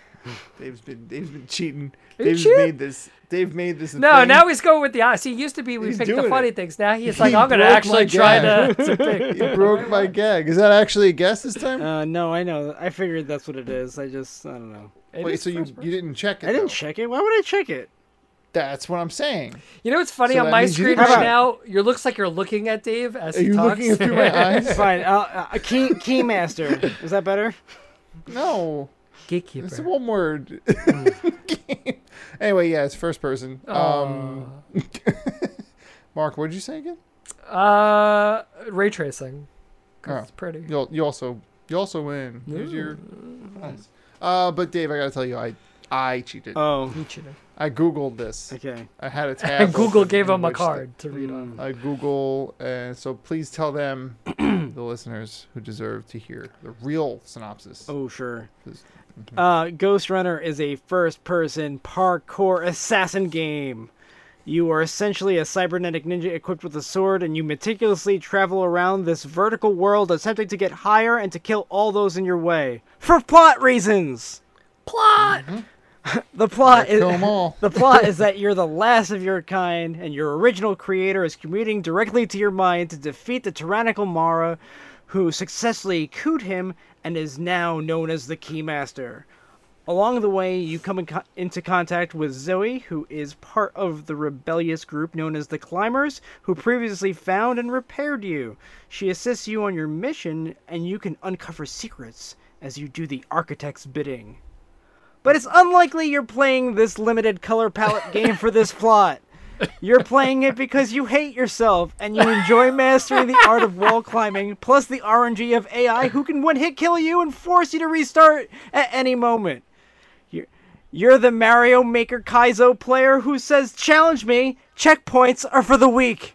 Speaker 2: Dave's been Dave's been cheating.
Speaker 1: Are you cheating?
Speaker 2: this. Dave made this. a
Speaker 1: No,
Speaker 2: thing.
Speaker 1: now he's going with the eyes. He used to be we
Speaker 2: He's
Speaker 1: picked the
Speaker 2: doing
Speaker 1: funny
Speaker 2: it.
Speaker 1: things. Now he's like,
Speaker 2: He
Speaker 1: I'm gonna
Speaker 2: broke my
Speaker 1: actually try to,
Speaker 2: [laughs]
Speaker 1: to pick.
Speaker 2: you broke my gag. Is that actually a guess this time?
Speaker 3: Uh, no, I know. I figured that's what it is. I just I don't know.
Speaker 1: It
Speaker 2: Wait,
Speaker 1: is
Speaker 2: so you
Speaker 1: first person.
Speaker 2: you didn't check it?
Speaker 3: I
Speaker 2: though.
Speaker 3: didn't check it. Why would I check it?
Speaker 2: That's what I'm saying.
Speaker 1: You know what's funny
Speaker 2: So
Speaker 1: on
Speaker 2: that
Speaker 1: my
Speaker 2: means you
Speaker 1: screen
Speaker 2: didn't
Speaker 1: right
Speaker 2: check.
Speaker 1: now? It looks like you're looking at Dave as
Speaker 2: Are
Speaker 1: he
Speaker 2: you
Speaker 1: talks.
Speaker 2: looking
Speaker 1: [laughs]
Speaker 2: through my eyes?
Speaker 3: [laughs] Fine. I'll, uh, key Keymaster. Is that better?
Speaker 2: No.
Speaker 1: Gatekeeper.
Speaker 2: It's one word. [laughs] anyway, yeah, it's first person. Um, [laughs] Mark, what did you say again?
Speaker 1: Uh, ray tracing. 'Cause
Speaker 2: Oh.
Speaker 1: It's pretty.
Speaker 2: You you also you also win. Here's your prize. Uh, but Dave, I gotta tell you, I I cheated.
Speaker 1: Uh,
Speaker 3: Oh.
Speaker 1: You cheated.
Speaker 2: I googled this.
Speaker 3: Okay.
Speaker 2: I had a
Speaker 1: [laughs]
Speaker 2: tab.
Speaker 1: And Google
Speaker 2: open Mm.
Speaker 1: gave
Speaker 2: in
Speaker 1: him a
Speaker 2: which the-
Speaker 1: card to read on.
Speaker 2: I Uh, Google, and so please tell them, the listeners who deserve to hear the real synopsis.
Speaker 3: Oh sure.
Speaker 2: This-
Speaker 3: Uh, Ghost Runner is a first-person parkour assassin game. You are essentially a cybernetic ninja equipped with a sword, and you meticulously travel around this vertical world, attempting to get higher and to kill all those in your way for plot reasons.
Speaker 1: Plot.
Speaker 2: Mm-hmm.
Speaker 3: The plot is
Speaker 2: Kill 'em all.
Speaker 3: the plot is that you're the last of your kind, and your original creator is commuting directly to your mind to defeat the tyrannical Mara, who successfully cooed him and is now known as the Keymaster. Along the way, you come in co- into contact with Zoe, who is part of the rebellious group known as the Climbers, who previously found and repaired you. She assists you on your mission, and you can uncover secrets as you do the Architect's bidding but it's unlikely you're playing this limited color palette game for this plot. You're playing it because you hate yourself and you enjoy mastering the art of wall climbing, plus the RNG of AI who can one hit kill you and force you to restart at any moment. You're, you're the Mario Maker Kaizo player who says, Challenge me, checkpoints are for the weak.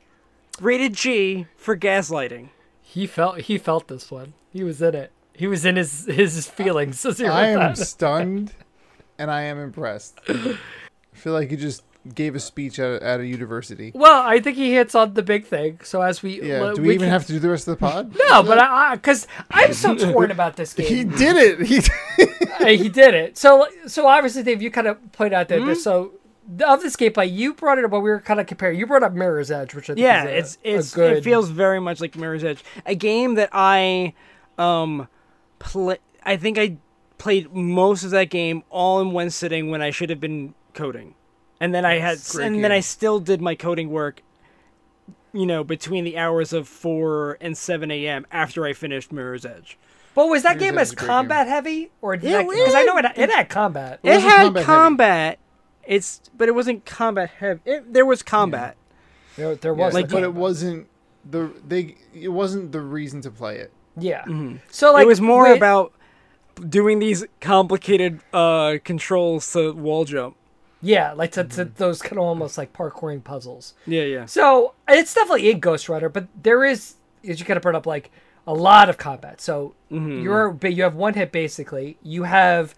Speaker 3: Rated G for gaslighting.
Speaker 1: He felt. He felt this one. He was in it. He was in his his
Speaker 2: [laughs]
Speaker 1: feelings. as he
Speaker 2: I
Speaker 1: read
Speaker 2: am
Speaker 1: that.
Speaker 2: stunned, and I am impressed. I feel like you just gave a speech at a, at a university.
Speaker 1: Well, I think he hits on the big thing. So as we
Speaker 2: Yeah.
Speaker 1: well,
Speaker 2: do we, even
Speaker 1: can-
Speaker 2: have to do the rest of the pod?
Speaker 1: No, but I because I'm
Speaker 2: [laughs]
Speaker 1: so torn about this game.
Speaker 2: He did it. He.
Speaker 1: Uh, he did it. So so obviously, Dave, you kind of pointed out that
Speaker 2: Hmm?
Speaker 1: this, so of this gameplay, you brought it up. But we were kind of comparing. You brought up Mirror's Edge, which I think
Speaker 3: Yeah,
Speaker 1: is a-
Speaker 3: it's
Speaker 1: a
Speaker 3: it's
Speaker 1: good,
Speaker 3: it feels very much like Mirror's Edge, a game that I um play. I think I played most of that game all in one sitting when I should have been coding, and then I had
Speaker 2: Great
Speaker 3: and then I
Speaker 2: game.
Speaker 3: still did my coding work. You know, between the hours of four and seven a.m. after I finished Mirror's Edge,
Speaker 1: But was that
Speaker 2: Mirror's
Speaker 1: game
Speaker 2: Edge
Speaker 1: as
Speaker 2: is a great
Speaker 1: combat heavy, or did
Speaker 3: It
Speaker 1: that because I know it, it had combat.
Speaker 3: it,
Speaker 2: wasn't
Speaker 3: had
Speaker 2: combat
Speaker 3: combat.
Speaker 2: heavy.
Speaker 3: It's but it wasn't combat heavy. It, there was combat.
Speaker 1: there, there was
Speaker 2: like,
Speaker 1: like,
Speaker 2: but it wasn't the they. It wasn't the reason to play it.
Speaker 1: yeah. So like
Speaker 3: it was more
Speaker 1: wait-
Speaker 3: about doing these complicated uh, controls to wall jump.
Speaker 1: yeah, like to, to those kind of almost like parkouring puzzles.
Speaker 3: Yeah, yeah.
Speaker 1: So it's definitely in Ghost Rider, but there is, as you kind of brought up, like a lot of combat. So you're ba- you have one hit basically. You have,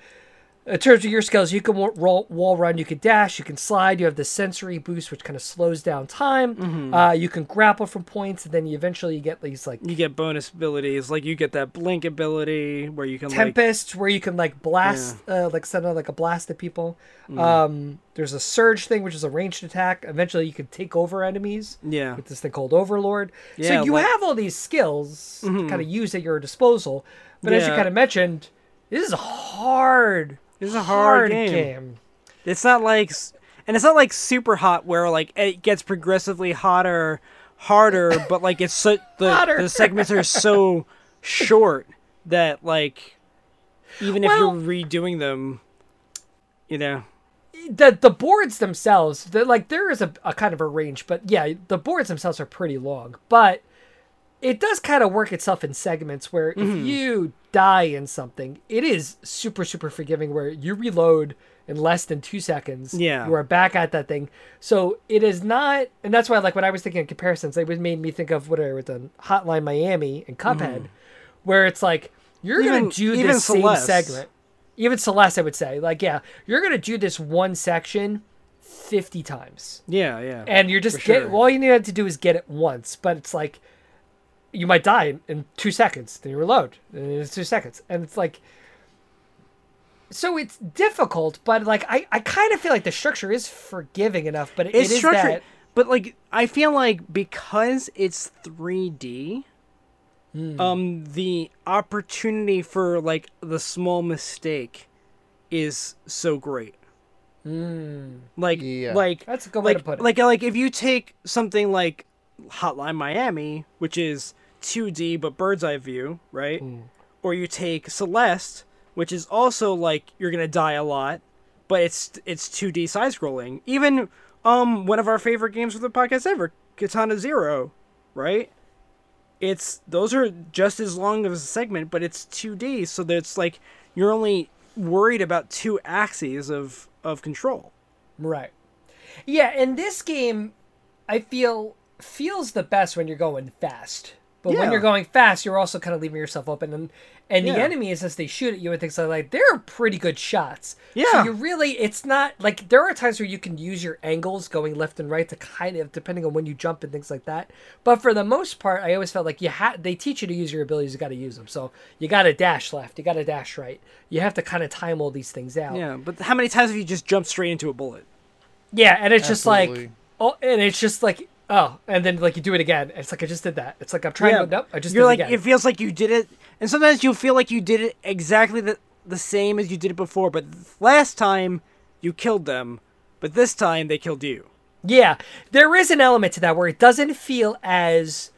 Speaker 1: in terms of your skills, you can wa- roll, wall run, you can dash, you can slide. You have the sensory boost, which kind of slows down time. Uh, you can grapple from points, and then you eventually you get these like
Speaker 3: You get bonus abilities, like you get that blink ability where you can like
Speaker 1: tempests where you can like blast, uh, like send out like a blast at people. Um, there's a surge thing, which is a ranged attack. Eventually, you can take over enemies.
Speaker 3: yeah,
Speaker 1: with this thing called Overlord.
Speaker 3: Yeah,
Speaker 1: so you
Speaker 3: like- Mm-hmm.
Speaker 1: have all these skills to kind of use at your disposal. But as you
Speaker 3: Yeah.
Speaker 1: kind of mentioned, this is a hard.
Speaker 3: This is a hard game. It's not like s- and it's not like super hot where like it gets progressively hotter, harder, [laughs] but like it's so the,
Speaker 1: Hotter.
Speaker 3: the segments are so short that like even
Speaker 1: Well-
Speaker 3: if you're redoing them, you know.
Speaker 1: The the boards themselves, they're like there is a, a kind of a range, but yeah, the boards themselves are pretty long. But it does kind of work itself in segments where if you die in something, it is super super forgiving where you reload in less than two seconds.
Speaker 3: Yeah.
Speaker 1: you are back at that thing. So it is not, and that's why like when I was thinking of comparisons, it was made me think of what I was done Hotline Miami and Cuphead, where it's like you're
Speaker 3: Even-
Speaker 1: gonna do
Speaker 3: even
Speaker 1: this
Speaker 3: Celeste.
Speaker 1: same segment. Even Celeste, I would say, like yeah, you're gonna do this one section fifty times
Speaker 3: Yeah, yeah.
Speaker 1: and you're just
Speaker 3: For
Speaker 1: get
Speaker 3: sure.
Speaker 1: all you need to do is get it once but it's like you might die in, in two seconds then you reload and it's two seconds and it's like so it's difficult but like i, I kind of feel like the structure is forgiving enough but it,
Speaker 3: it's
Speaker 1: it is
Speaker 3: structured,
Speaker 1: that
Speaker 3: but like I feel like because it's 3D,
Speaker 1: Hmm.
Speaker 3: um, the opportunity for like the small mistake is so great.
Speaker 1: Hmm.
Speaker 3: Like,
Speaker 2: Yeah.
Speaker 3: like
Speaker 1: That's a good
Speaker 3: like,
Speaker 1: way to put it.
Speaker 3: Like, like if you take something like Hotline Miami, which is 2D but bird's eye view, right?
Speaker 1: Hmm.
Speaker 3: Or you take Celeste, which is also like you're gonna die a lot, but it's it's 2D side scrolling. Even um one of our favorite games for the podcast ever, Katana Zero, right? It's those are just as long of a segment, but it's 2D, so that it's like you're only worried about two axes of of control.
Speaker 1: right yeah and this game i feel feels the best when you're going fast but when
Speaker 3: Yeah.
Speaker 1: you're going fast you're also kind of leaving yourself open and and
Speaker 3: Yeah.
Speaker 1: the enemy is as they shoot at you and things like that they're pretty good shots So
Speaker 3: Yeah.
Speaker 1: you really, it's not like there are times where you can use your angles going left and right to kind of depending on when you jump and things like that. But for the most part, I always felt like you had they teach you to use your abilities. You got to use them. So you got to dash left. You got to dash right. You have to kind of time all these things out.
Speaker 3: Yeah, but how many times have you just jumped straight into a bullet?
Speaker 1: Yeah, and it's just like
Speaker 2: Absolutely.
Speaker 1: oh, and it's just like oh, and then like you do it again. It's like I just did that. It's like I'm trying to nope. I just
Speaker 3: you're
Speaker 1: did
Speaker 3: like
Speaker 1: it again.
Speaker 3: it feels like you did it, and sometimes you feel like you did it exactly the the same as you did it before, but last time you killed them, but this time they killed you.
Speaker 1: yeah, there is an element to that where it doesn't feel as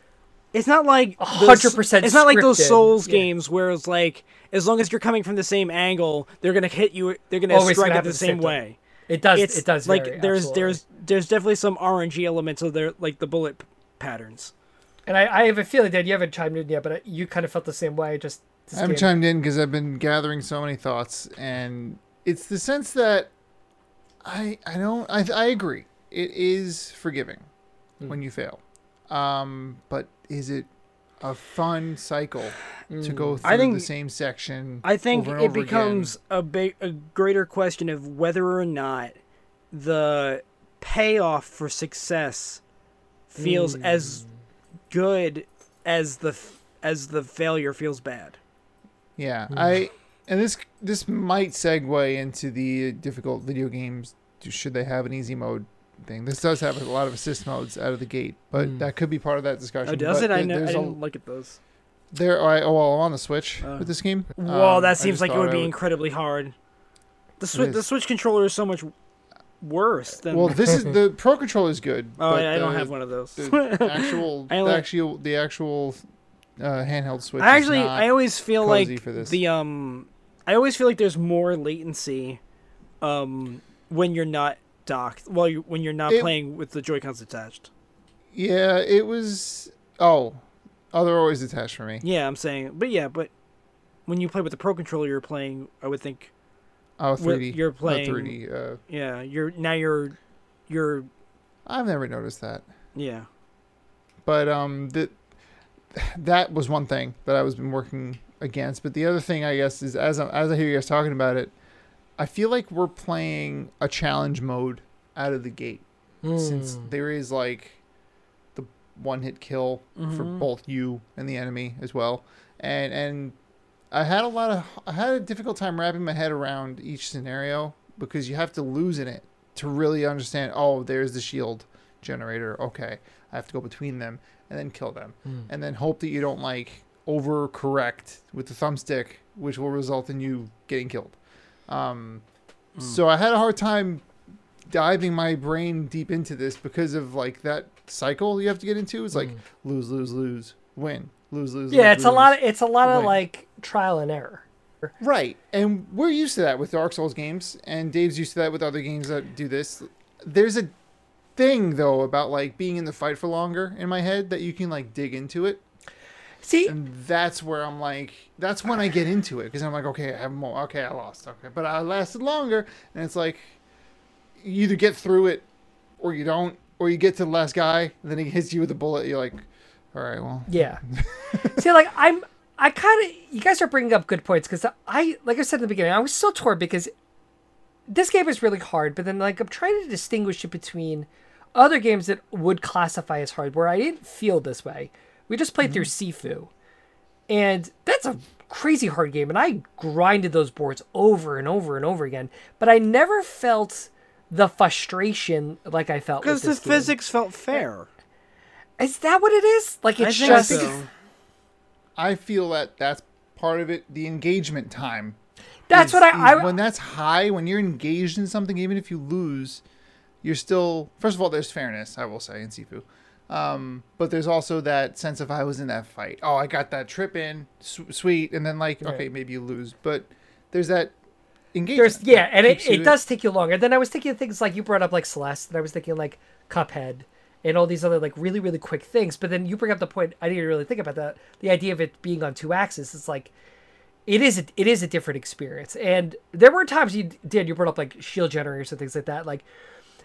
Speaker 3: It's not like those-
Speaker 1: 100%
Speaker 3: It's not like those
Speaker 1: scripted.
Speaker 3: Souls
Speaker 1: Yeah.
Speaker 3: games where it's like as long as you're coming from the same angle, they're gonna hit you. They're gonna
Speaker 1: Always
Speaker 3: strike
Speaker 1: gonna
Speaker 3: it
Speaker 1: happen
Speaker 3: the same,
Speaker 1: time.
Speaker 3: way.
Speaker 1: It does.
Speaker 3: It's
Speaker 1: it does.
Speaker 3: like
Speaker 1: vary,
Speaker 3: there's
Speaker 1: absolutely.
Speaker 3: there's there's definitely some RNG element to their like the bullet p- patterns.
Speaker 1: And I, I have a feeling that you haven't chimed in yet, but I- you kind of felt the same way. Just this
Speaker 2: I'm
Speaker 1: game-
Speaker 2: chimed in because I've been gathering so many thoughts, and it's the sense that I I don't I I agree. It is forgiving
Speaker 3: Hmm.
Speaker 2: when you fail, um, but is it a fun cycle to go through
Speaker 3: Hmm. I think-
Speaker 2: the same section?
Speaker 3: I think
Speaker 2: over and
Speaker 3: it
Speaker 2: over again?
Speaker 3: becomes a big, a greater question of whether or not the payoff for success feels as good as the f- as the failure feels bad.
Speaker 2: Yeah,
Speaker 3: Hmm.
Speaker 2: I and this this might segue into the difficult video games. Should they have an easy mode thing? This does have a lot of assist modes out of the gate, but
Speaker 3: Hmm.
Speaker 2: that could be part of that discussion.
Speaker 3: Oh, does
Speaker 2: but
Speaker 3: it? I
Speaker 2: there-
Speaker 3: know. I
Speaker 2: there's a-
Speaker 3: didn't look at those.
Speaker 2: There, I, oh, well, I'm on the Switch
Speaker 3: Oh.
Speaker 2: with this game. Um,
Speaker 3: Well,
Speaker 2: I
Speaker 3: that seems
Speaker 2: just
Speaker 3: like it
Speaker 2: thought
Speaker 3: would
Speaker 2: I
Speaker 3: be incredibly hard. The Switch, the
Speaker 2: is.
Speaker 3: Switch controller is so much worse than.
Speaker 2: Well, this
Speaker 3: [laughs]
Speaker 2: is the Pro Controller is good.
Speaker 3: oh,
Speaker 2: but
Speaker 3: I, I don't
Speaker 2: the-
Speaker 3: have one of those.
Speaker 2: [laughs] The actual,
Speaker 3: [laughs] I
Speaker 2: the
Speaker 3: like-
Speaker 2: actual, the actual uh, handheld Switch.
Speaker 3: I
Speaker 2: is
Speaker 3: actually,
Speaker 2: not-
Speaker 3: I always feel
Speaker 2: cozy
Speaker 3: like
Speaker 2: for this.
Speaker 3: the um, I always feel like there's more latency, um, when you're not docked. Well, you, when you're not
Speaker 2: It-
Speaker 3: playing with the Joy Cons attached.
Speaker 2: yeah, it was. Oh, oh, they're always attached for me.
Speaker 3: Yeah, I'm saying, but yeah, but when you play with the Pro controller, you're playing. I would think,
Speaker 2: Oh,
Speaker 3: Well,
Speaker 2: 3D.
Speaker 3: you're
Speaker 2: not
Speaker 3: playing-
Speaker 2: 3D. Uh,
Speaker 3: yeah, you're now you're, you're,
Speaker 2: I've never noticed that.
Speaker 3: yeah,
Speaker 2: but um that that was one thing that I was been working against. But the other thing I guess is as I, as I hear you guys talking about it, I feel like we're playing a challenge mode out of the gate
Speaker 1: Hmm.
Speaker 2: since
Speaker 3: Hmm.
Speaker 2: there is like the one hit kill for both you and the enemy as well, and and I had a lot of I had a difficult time wrapping my head around each scenario because you have to lose in it to really understand. Oh, there's the shield generator. Okay, I have to go between them and then kill them,
Speaker 1: Hmm.
Speaker 2: and then hope that you don't like overcorrect with the thumbstick, which will result in you getting killed. Um,
Speaker 1: Hmm.
Speaker 2: So I had a hard time diving my brain deep into this because of like that cycle you have to get into is like lose, lose, lose, win, lose, lose.
Speaker 1: Hmm. Yeah,
Speaker 2: lose,
Speaker 1: it's a
Speaker 2: lose.
Speaker 1: lot. Of, it's a lot of
Speaker 2: Right.
Speaker 1: like trial and error.
Speaker 2: Right. And we're used to that with Dark Souls games, and Dave's used to that with other games that do this. There's a thing though about like being in the fight for longer in my head that you can like dig into it.
Speaker 1: See,
Speaker 2: And that's where I'm like that's when I get into it because I'm like okay, I have more. Okay, I lost. Okay, but I lasted longer and it's like you either get through it or you don't or you get to the last guy and then he hits you with a bullet. You're like all right, well.
Speaker 1: Yeah. See, like I'm, I kind of. You guys are bringing up good points because I, like I said in the beginning, I was so torn because this game is really hard. But then, like, I'm trying to distinguish it between other games that would classify as hard, where I didn't feel this way. We just played through Sifu, and that's a crazy hard game, and I grinded those boards over and over and over again. But I never felt the frustration like I felt with
Speaker 3: because the
Speaker 1: this game.
Speaker 3: physics felt fair.
Speaker 1: Is that what it is? Like
Speaker 3: I
Speaker 1: it's
Speaker 3: think
Speaker 1: just
Speaker 3: so.
Speaker 2: I feel that that's part of it, the engagement time
Speaker 1: that's
Speaker 2: is-
Speaker 1: what I,
Speaker 2: is
Speaker 1: I
Speaker 2: when that's high, when you're engaged in something, even if you lose, you're still. First of all, there's fairness, I will say, in Sifu. Um, but there's also that sense of I was in that fight. Oh, I got that trip in, s- sweet, and then like, okay, maybe you lose, but there's that engagement.
Speaker 1: There's yeah,
Speaker 2: that
Speaker 1: and it,
Speaker 2: keeps you
Speaker 1: it
Speaker 2: in-
Speaker 1: does take you longer. Then I was thinking of things like you brought up like Celeste, and I was thinking like Cuphead and all these other like really really quick things. But then you bring up the point I didn't really think about that the idea of it being on two axes. It's like it is a, it is a different experience. And there were times you did you brought up like shield generators and things like that. Like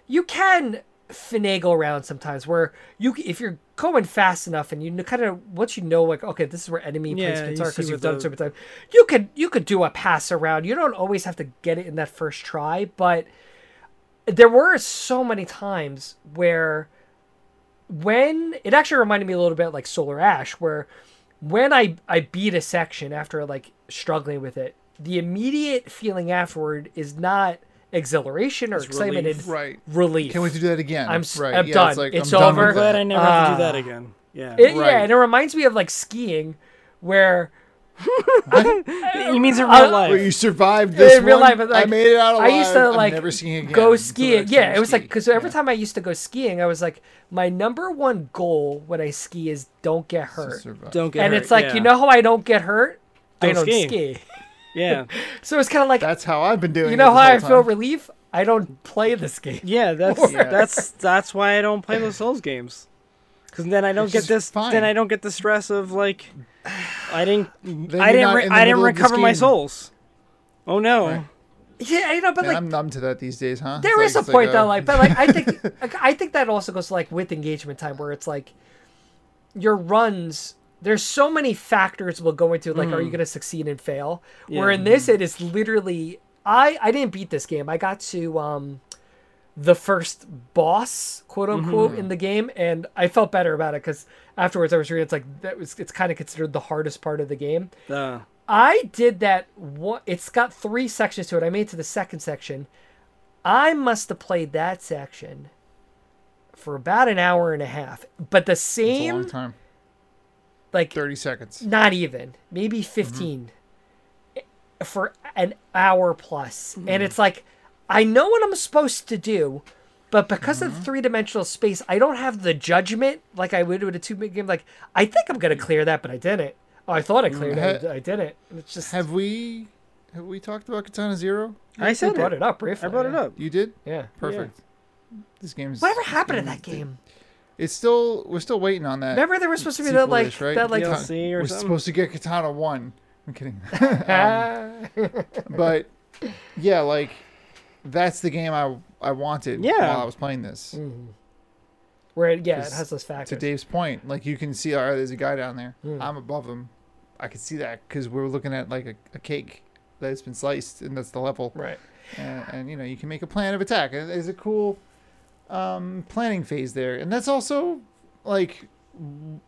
Speaker 1: you can finagle around sometimes where you c- if you're going fast enough and you kind of once you know like okay this is where enemy placements are
Speaker 3: Yeah, you see
Speaker 1: because
Speaker 3: where
Speaker 1: you've done
Speaker 3: the-
Speaker 1: so many times you could you could do a pass around you don't always have to get it in that first try but there were so many times where when it actually reminded me a little bit like solar ash where when i i beat a section after like struggling with it the immediate feeling afterward is not exhilaration or excitement
Speaker 3: relief.
Speaker 1: and
Speaker 2: right.
Speaker 1: relief
Speaker 2: Can't wait to do that again.
Speaker 1: I'm s-
Speaker 2: right.
Speaker 1: I'm
Speaker 2: yeah,
Speaker 1: done.
Speaker 2: It's, like,
Speaker 1: It's
Speaker 2: I'm done
Speaker 1: over.
Speaker 2: with
Speaker 3: Glad
Speaker 2: that.
Speaker 3: I never have to do
Speaker 1: Ah.
Speaker 3: that again. Yeah.
Speaker 1: It-
Speaker 2: Right.
Speaker 1: Yeah, and it reminds me of like skiing, where
Speaker 3: he means in real
Speaker 1: Uh,
Speaker 3: life.
Speaker 2: Wait, you survived this
Speaker 1: in real
Speaker 2: one?
Speaker 1: life, but, like,
Speaker 2: I made it out alive.
Speaker 1: I used to
Speaker 2: I'm
Speaker 1: like
Speaker 2: never skiing again
Speaker 1: go
Speaker 2: until
Speaker 1: skiing.
Speaker 2: next time
Speaker 1: Yeah,
Speaker 2: I
Speaker 1: it was like
Speaker 2: ski.
Speaker 1: because every
Speaker 2: Yeah.
Speaker 1: time I used to go skiing, I was like, my number one goal when I ski is don't get hurt.
Speaker 2: Survive.
Speaker 3: don't get
Speaker 1: And
Speaker 3: hurt,
Speaker 1: it's like
Speaker 3: yeah.
Speaker 1: you know how I don't get hurt. I
Speaker 3: Don't
Speaker 1: don't
Speaker 3: ski.
Speaker 1: ski. [laughs]
Speaker 3: Yeah.
Speaker 1: So it's kind of like
Speaker 2: That's how I've been doing.
Speaker 1: you
Speaker 2: it
Speaker 1: know
Speaker 2: this
Speaker 1: how I
Speaker 2: whole
Speaker 1: feel
Speaker 2: time.
Speaker 1: relief. I don't play this game. [laughs]
Speaker 3: Yeah, that's
Speaker 2: Yeah.
Speaker 3: that's that's why I don't play those Souls games. Cause then I don't
Speaker 2: Which
Speaker 3: get
Speaker 2: is
Speaker 3: this.
Speaker 2: fine.
Speaker 3: Then I don't get the stress of like,
Speaker 1: [sighs]
Speaker 3: I didn't,
Speaker 2: you're
Speaker 3: I didn't,
Speaker 2: not
Speaker 3: re-
Speaker 2: in the
Speaker 3: I didn't
Speaker 2: middle of this
Speaker 3: recover my
Speaker 2: game.
Speaker 3: souls. Oh no!
Speaker 2: Right.
Speaker 1: Yeah, you know, but
Speaker 2: Man,
Speaker 1: like
Speaker 2: I'm numb to that these days, huh?
Speaker 1: There
Speaker 2: It's
Speaker 1: is
Speaker 2: like-
Speaker 1: a
Speaker 2: [laughs] it's
Speaker 1: point
Speaker 2: uh,
Speaker 1: though, like, but like I think like, I think that also goes to like with engagement time, where it's like your runs. There's so many factors will go into like, are you going to succeed and fail? Where in this, it is literally I I didn't beat this game. I got to um the first boss, quote unquote, in the game, and I felt better about it because afterwards I was reading it's like that was it's kind of considered the hardest part of the game.
Speaker 3: Uh,
Speaker 1: I did that. One, it's got three sections to it. I made it to the second section. I must have played that section for about an hour and a half, but the
Speaker 2: It's a
Speaker 1: same
Speaker 2: long time.
Speaker 1: like
Speaker 2: Thirty seconds.
Speaker 1: not even maybe
Speaker 2: mm-hmm.
Speaker 1: 15 for an hour plus.
Speaker 2: Mm.
Speaker 1: and it's like i know what i'm supposed to do but because
Speaker 2: Mm-hmm.
Speaker 1: of the three-dimensional space i don't have the judgment like i would with a two-bit game like i think i'm gonna clear that but i didn't oh, i thought i cleared it
Speaker 2: Mm, ha-
Speaker 1: i didn't And it's just
Speaker 2: Have we have we talked about Katana Zero?
Speaker 3: I
Speaker 1: i
Speaker 3: said
Speaker 1: brought it up briefly
Speaker 3: I brought it
Speaker 1: yeah.
Speaker 3: up.
Speaker 2: You did?
Speaker 1: yeah
Speaker 2: Perfect. This game's
Speaker 1: whatever
Speaker 2: this
Speaker 1: happened to
Speaker 2: game-
Speaker 1: that game
Speaker 2: It's still we're still waiting on that.
Speaker 1: remember there was supposed to be that like
Speaker 2: sequel-ish, right?
Speaker 1: that like
Speaker 3: Yeah.
Speaker 2: Katana-
Speaker 3: DLC or
Speaker 2: we're
Speaker 3: something?
Speaker 2: supposed to get Katana One. I'm kidding. [laughs] Um, but yeah, like that's the game I I wanted
Speaker 3: Yeah.
Speaker 2: while I was playing this.
Speaker 1: [laughs] where it, yeah it
Speaker 2: Just
Speaker 1: has those
Speaker 2: to
Speaker 1: factors
Speaker 2: Dave's point, like you can see, all right, there's a guy down there.
Speaker 1: Hmm.
Speaker 2: I'm above him. I can see that because we're looking at like a, a cake that's been sliced, and that's the level.
Speaker 1: right
Speaker 2: And, and you know, you can make a plan of attack. And There's a cool um, planning phase there, and that's also like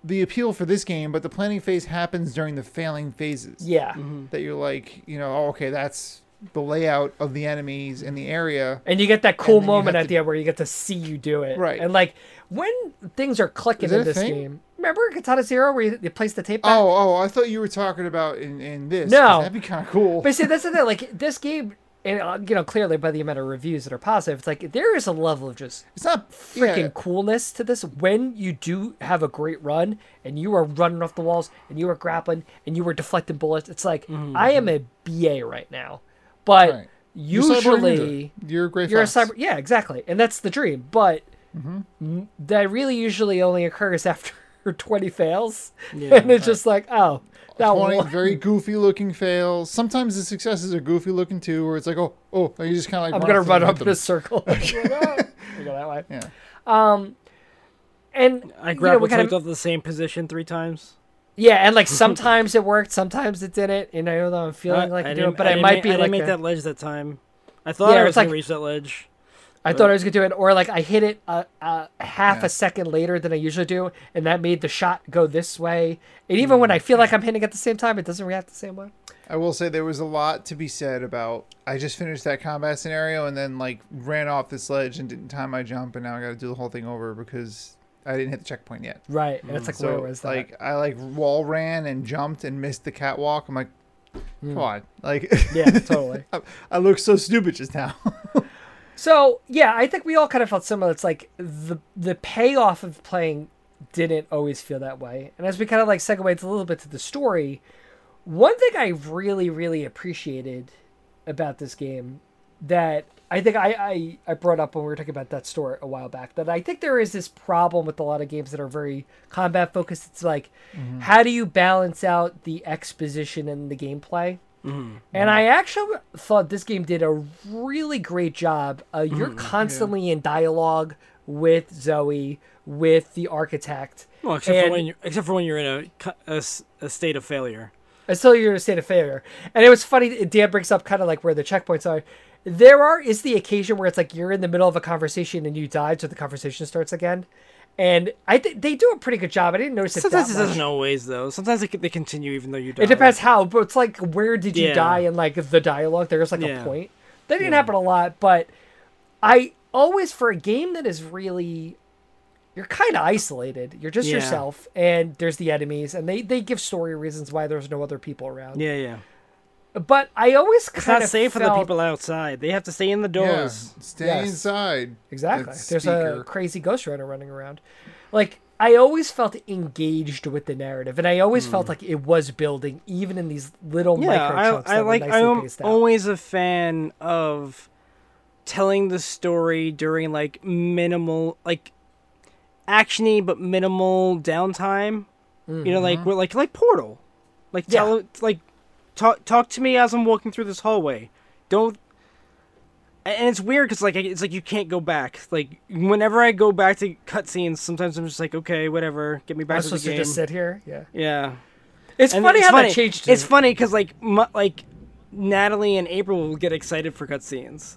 Speaker 2: the appeal for this game. But the planning phase happens during the failing phases.
Speaker 1: yeah
Speaker 2: That you're like, you know, oh, okay, that's the layout of the enemies in the area.
Speaker 1: And you get that cool
Speaker 2: then you
Speaker 1: moment at
Speaker 2: have to-
Speaker 1: the end where you get to see you do it.
Speaker 2: Right.
Speaker 1: And like when things are clicking
Speaker 2: Is that
Speaker 1: in
Speaker 2: a
Speaker 1: this
Speaker 2: thing?
Speaker 1: game. Remember Katana Zero where you, you place the tape back?
Speaker 2: Oh, oh, I thought you were talking about in, in this. 'cause
Speaker 1: No.
Speaker 2: that'd be kind of cool.
Speaker 1: But see, that's the thing. Like this game, and uh, you know, clearly by the amount of reviews that are positive, it's like there is a level of just
Speaker 2: It's not
Speaker 1: freaking
Speaker 2: yeah.
Speaker 1: coolness to this when you do have a great run and you are running off the walls and you are grappling and you are deflecting bullets. It's like I am a BA right now, but
Speaker 2: Mm-hmm. Right. You're Cyber
Speaker 1: usually.
Speaker 2: Ninja. you're a great.
Speaker 1: You're a
Speaker 2: fox.
Speaker 1: cyber, yeah, exactly, and that's the dream. But
Speaker 2: Mm-hmm.
Speaker 1: n- that really usually only occurs [laughs] after 20 fails,
Speaker 3: Yeah,
Speaker 1: and it's just like, oh, that
Speaker 2: Twenty [laughs]
Speaker 1: one.
Speaker 2: very goofy looking fails. Sometimes the successes are goofy looking too, where it's like, oh, oh, and you just kind of like.
Speaker 1: I'm gonna
Speaker 2: off the
Speaker 1: run up
Speaker 2: momentum.
Speaker 1: in a
Speaker 2: [laughs]
Speaker 1: circle. [laughs] Like, oh, we go that way. Um,
Speaker 2: Yeah.
Speaker 1: And
Speaker 3: I
Speaker 1: you know,
Speaker 3: grabbed
Speaker 1: we
Speaker 3: you
Speaker 1: kind
Speaker 3: off the same position three times.
Speaker 1: yeah, and like sometimes it worked, sometimes it didn't, and I know that I'm feeling
Speaker 3: Uh,
Speaker 1: like
Speaker 3: I
Speaker 1: I do
Speaker 3: didn't-
Speaker 1: it, but
Speaker 3: I
Speaker 1: I,
Speaker 3: didn't
Speaker 1: might
Speaker 3: ma-
Speaker 1: be
Speaker 3: I didn't
Speaker 1: like,
Speaker 3: make
Speaker 1: the-
Speaker 3: that ledge that time. I thought
Speaker 1: Yeah,
Speaker 3: I
Speaker 1: it's
Speaker 3: was gonna
Speaker 1: like-
Speaker 3: reach that ledge.
Speaker 1: I thought I was gonna do it, or like I hit it a, a half
Speaker 2: Yeah.
Speaker 1: a second later than I usually do, and that made the shot go this way. And even when I feel like I'm hitting at the same time, it doesn't react the same way.
Speaker 2: I will say there was a lot to be said about. I just finished that combat scenario and then like ran off this ledge and didn't time my jump, and now I got to do the whole thing over because I didn't hit the checkpoint yet.
Speaker 1: Right, and it's like
Speaker 2: Mm, So
Speaker 1: where was that?
Speaker 2: like I like wall ran and jumped and missed the catwalk. I'm like, come on, like [laughs]
Speaker 1: yeah, totally.
Speaker 2: I, I look so stupid just now.
Speaker 1: So yeah, I think we all kind of felt similar. It's like the the payoff of playing didn't always feel that way. And as we kind of like segue a little bit to the story, one thing I really really appreciated about this game that I think I, I I brought up when we were talking about that store a while back that I think there is this problem with a lot of games that are very combat focused. It's like
Speaker 3: Mm-hmm.
Speaker 1: how do you balance out the exposition and the gameplay?
Speaker 3: Mm-hmm.
Speaker 1: And I actually thought this game did a really great job. Uh,
Speaker 3: Mm-hmm.
Speaker 1: you're constantly in dialogue with Zoe, with the architect.
Speaker 3: Well, except for
Speaker 1: And-
Speaker 3: when you're, except for when you're in a co- a, s- a state of failure.
Speaker 1: until you're in a state of failure. And it was funny. Dan brings up kind of like where the checkpoints are. There are is the occasion where it's like you're in the middle of a conversation and you died, so the conversation starts again. And I think they do a pretty good job. I didn't notice it.
Speaker 3: Sometimes
Speaker 1: that
Speaker 3: it
Speaker 1: much.
Speaker 3: doesn't always though. Sometimes they, c- they continue even though you die.
Speaker 1: It depends how, but it's like where did you
Speaker 3: Yeah.
Speaker 1: die and like the dialogue. There's like a
Speaker 3: Yeah.
Speaker 1: point. That didn't happen a lot, but I always for a game that is really you're kind of isolated. You're just
Speaker 3: Yeah.
Speaker 1: yourself, and there's the enemies, and they they give story reasons why there's no other people around.
Speaker 3: Yeah, yeah.
Speaker 1: But I always
Speaker 3: It's
Speaker 1: kind
Speaker 3: not
Speaker 1: of
Speaker 3: safe for
Speaker 1: felt,
Speaker 3: the people outside. They have to stay in the
Speaker 2: yeah,
Speaker 3: doors.
Speaker 2: stay
Speaker 1: Yes.
Speaker 2: inside.
Speaker 1: Exactly.
Speaker 2: That
Speaker 1: There's a
Speaker 2: speaker.
Speaker 1: crazy Ghost Runner running around. Like I always felt engaged with the narrative, and I always felt like it was building, even in these little
Speaker 3: Hmm. Yeah,
Speaker 1: micro chunks
Speaker 3: I, I
Speaker 1: that
Speaker 3: like.
Speaker 1: were nicely
Speaker 3: I'm
Speaker 1: paced out.
Speaker 3: always a fan of telling the story during like minimal, like actiony but minimal downtime. You know, like we're like like Portal, like
Speaker 1: Yeah.
Speaker 3: tell like talk talk to me as I'm walking through this hallway. Don't. a- And it's weird because like I- it's like you can't go back. Like whenever I go back to cutscenes, sometimes I'm just like, okay, whatever, get me
Speaker 1: I'm
Speaker 3: back to the
Speaker 1: supposed to
Speaker 3: game.
Speaker 1: just sit here. Yeah.
Speaker 3: yeah.
Speaker 1: It's
Speaker 3: And
Speaker 1: funny
Speaker 3: it's
Speaker 1: how
Speaker 3: funny.
Speaker 1: that changed.
Speaker 3: It's funny because like mu- like Natalie and April will get excited for cutscenes.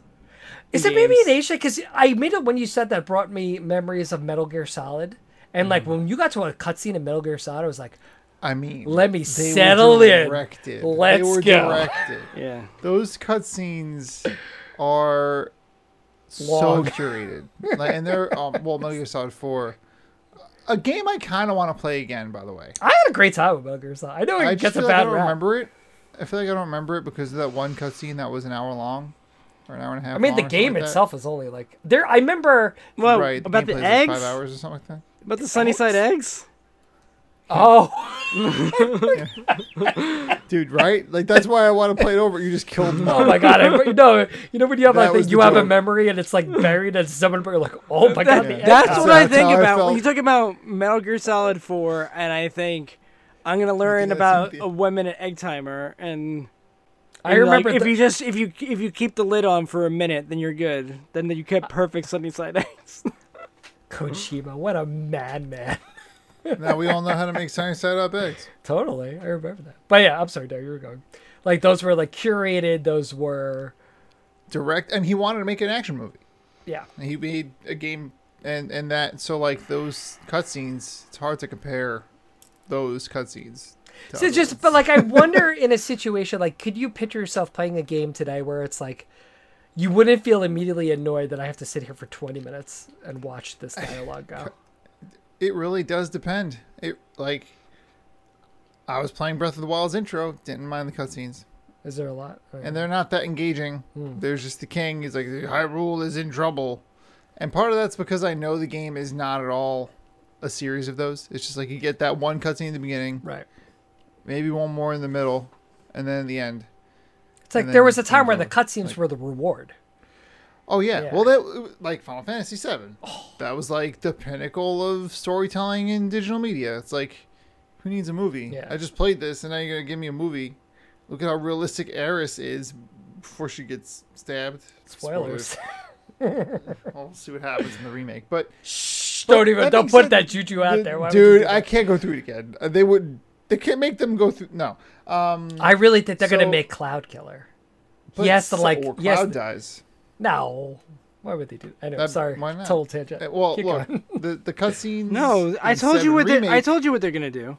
Speaker 1: Is it maybe
Speaker 3: games.
Speaker 1: in Asia? Because I made it when you said that brought me memories of Metal Gear Solid. And
Speaker 3: Hmm.
Speaker 1: like when you got to a cutscene in Metal Gear Solid, I was like,
Speaker 2: I mean,
Speaker 1: Let me
Speaker 2: they were
Speaker 1: settle in.
Speaker 2: directed.
Speaker 1: Let's
Speaker 2: they were
Speaker 1: go.
Speaker 2: Directed.
Speaker 3: Yeah.
Speaker 2: Those cutscenes are
Speaker 1: Long.
Speaker 2: so curated, like, and they're um, well, Metal Gear Solid Four, a game I kind of want to play again. By the way,
Speaker 1: I had a great time with Metal Gear Solid. I know
Speaker 2: I
Speaker 1: it
Speaker 2: just
Speaker 1: gets a
Speaker 2: feel like I
Speaker 1: bad
Speaker 2: don't
Speaker 1: rap.
Speaker 2: remember it. I feel like I don't remember it because of that one cutscene that was an hour long, or an hour and a half.
Speaker 1: I mean, the
Speaker 2: long or something
Speaker 1: game
Speaker 2: like that.
Speaker 1: itself uh, is only like there. I remember.
Speaker 3: Well,
Speaker 2: right?
Speaker 3: about the
Speaker 2: gameplay is like
Speaker 3: eggs,
Speaker 2: five hours or something like that.
Speaker 3: about the sunny side eggs.
Speaker 1: [laughs] Oh,
Speaker 2: Dude, right? Like that's why I want to play it over. You
Speaker 1: [laughs]
Speaker 2: just killed me.
Speaker 1: oh my god! I, no, you know when you have
Speaker 2: That
Speaker 1: like the,
Speaker 2: was the
Speaker 1: you have a
Speaker 2: joke.
Speaker 1: memory and it's like buried and someone but you're like, oh my god, the
Speaker 2: Yeah.
Speaker 3: That's
Speaker 1: egg-
Speaker 3: what
Speaker 2: how-
Speaker 3: I
Speaker 2: that's
Speaker 3: think
Speaker 2: how I
Speaker 3: about
Speaker 2: felt.
Speaker 3: when you talk about Metal Gear Solid 4, and I think I'm gonna learn
Speaker 2: that's
Speaker 3: about
Speaker 2: something.
Speaker 3: a one minute egg timer, and
Speaker 1: I
Speaker 3: and, like,
Speaker 1: remember
Speaker 3: if
Speaker 1: the-
Speaker 3: you just if you if you keep the lid on for a minute, then you're good. Then you kept perfect sunny side [laughs] eggs.
Speaker 1: Kojima. What a madman! [laughs]
Speaker 2: Now we all know how to make sunny side up eggs.
Speaker 1: totally, I remember that. But yeah, I'm sorry, no, you were going. Like those were like curated. Those were
Speaker 2: Direct, and he wanted to make an action movie.
Speaker 1: yeah.
Speaker 2: And he made a game, and and that so like those cutscenes. It's hard to compare those cutscenes.
Speaker 1: So
Speaker 2: to other
Speaker 1: it's just,
Speaker 2: ones.
Speaker 1: but like, I wonder in a situation like, could you picture yourself playing a game today where it's like, you wouldn't feel immediately annoyed that I have to sit here for 20 minutes and watch [laughs] this dialogue go?
Speaker 2: it really does depend. It like I was playing Breath of the Wild's intro, didn't mind the cutscenes.
Speaker 1: Is there a lot? Oh, Or-
Speaker 2: and they're not that engaging.
Speaker 1: Hmm.
Speaker 2: There's just the king. He's like, Hyrule is in trouble, and part of that's because I know the game is not at all a series of those. It's just like you get that one cutscene in the beginning,
Speaker 1: right.
Speaker 2: maybe one more in the middle, and then the end.
Speaker 1: It's like
Speaker 2: and
Speaker 1: there
Speaker 2: then
Speaker 1: was a
Speaker 2: you
Speaker 1: time where the
Speaker 2: go,
Speaker 1: cutscenes
Speaker 2: like-
Speaker 1: were the reward.
Speaker 2: Oh yeah,
Speaker 1: Yeah. Oh.
Speaker 2: well that like Final Fantasy VII. That was like the pinnacle of storytelling in digital media. It's like, who needs a movie?
Speaker 1: Yeah.
Speaker 2: I just played this, and now you're gonna give me a movie. Look at how realistic Eris is before she gets stabbed.
Speaker 1: Spoilers.
Speaker 2: [laughs] We'll see what happens in the remake,
Speaker 1: [laughs]
Speaker 2: but.
Speaker 1: Shh, don't even
Speaker 2: that
Speaker 1: don't
Speaker 2: being
Speaker 1: put
Speaker 2: said,
Speaker 1: that juju out
Speaker 2: The-
Speaker 1: there. Why would you
Speaker 2: dude,
Speaker 1: do
Speaker 2: I
Speaker 1: that?
Speaker 2: can't go through it again. Uh, They would. They can't make them go through. No. Um.
Speaker 1: I really think they're
Speaker 2: so-
Speaker 1: gonna make Cloud Killer.
Speaker 2: but
Speaker 1: has to,
Speaker 2: so-
Speaker 1: like-
Speaker 2: Or
Speaker 1: he has
Speaker 2: Cloud
Speaker 1: to-
Speaker 2: dies.
Speaker 1: No, why would they do? Anyway,
Speaker 2: That-
Speaker 1: sorry,
Speaker 2: Uh, why not?
Speaker 1: total tangent.
Speaker 2: Uh, Well,
Speaker 1: Keep
Speaker 2: look.
Speaker 1: going.
Speaker 2: The
Speaker 1: [laughs]
Speaker 2: the cutscenes.
Speaker 3: No, I
Speaker 2: in
Speaker 3: told you
Speaker 2: Seven
Speaker 3: what they, I
Speaker 2: Remake-
Speaker 3: told you what they're gonna do.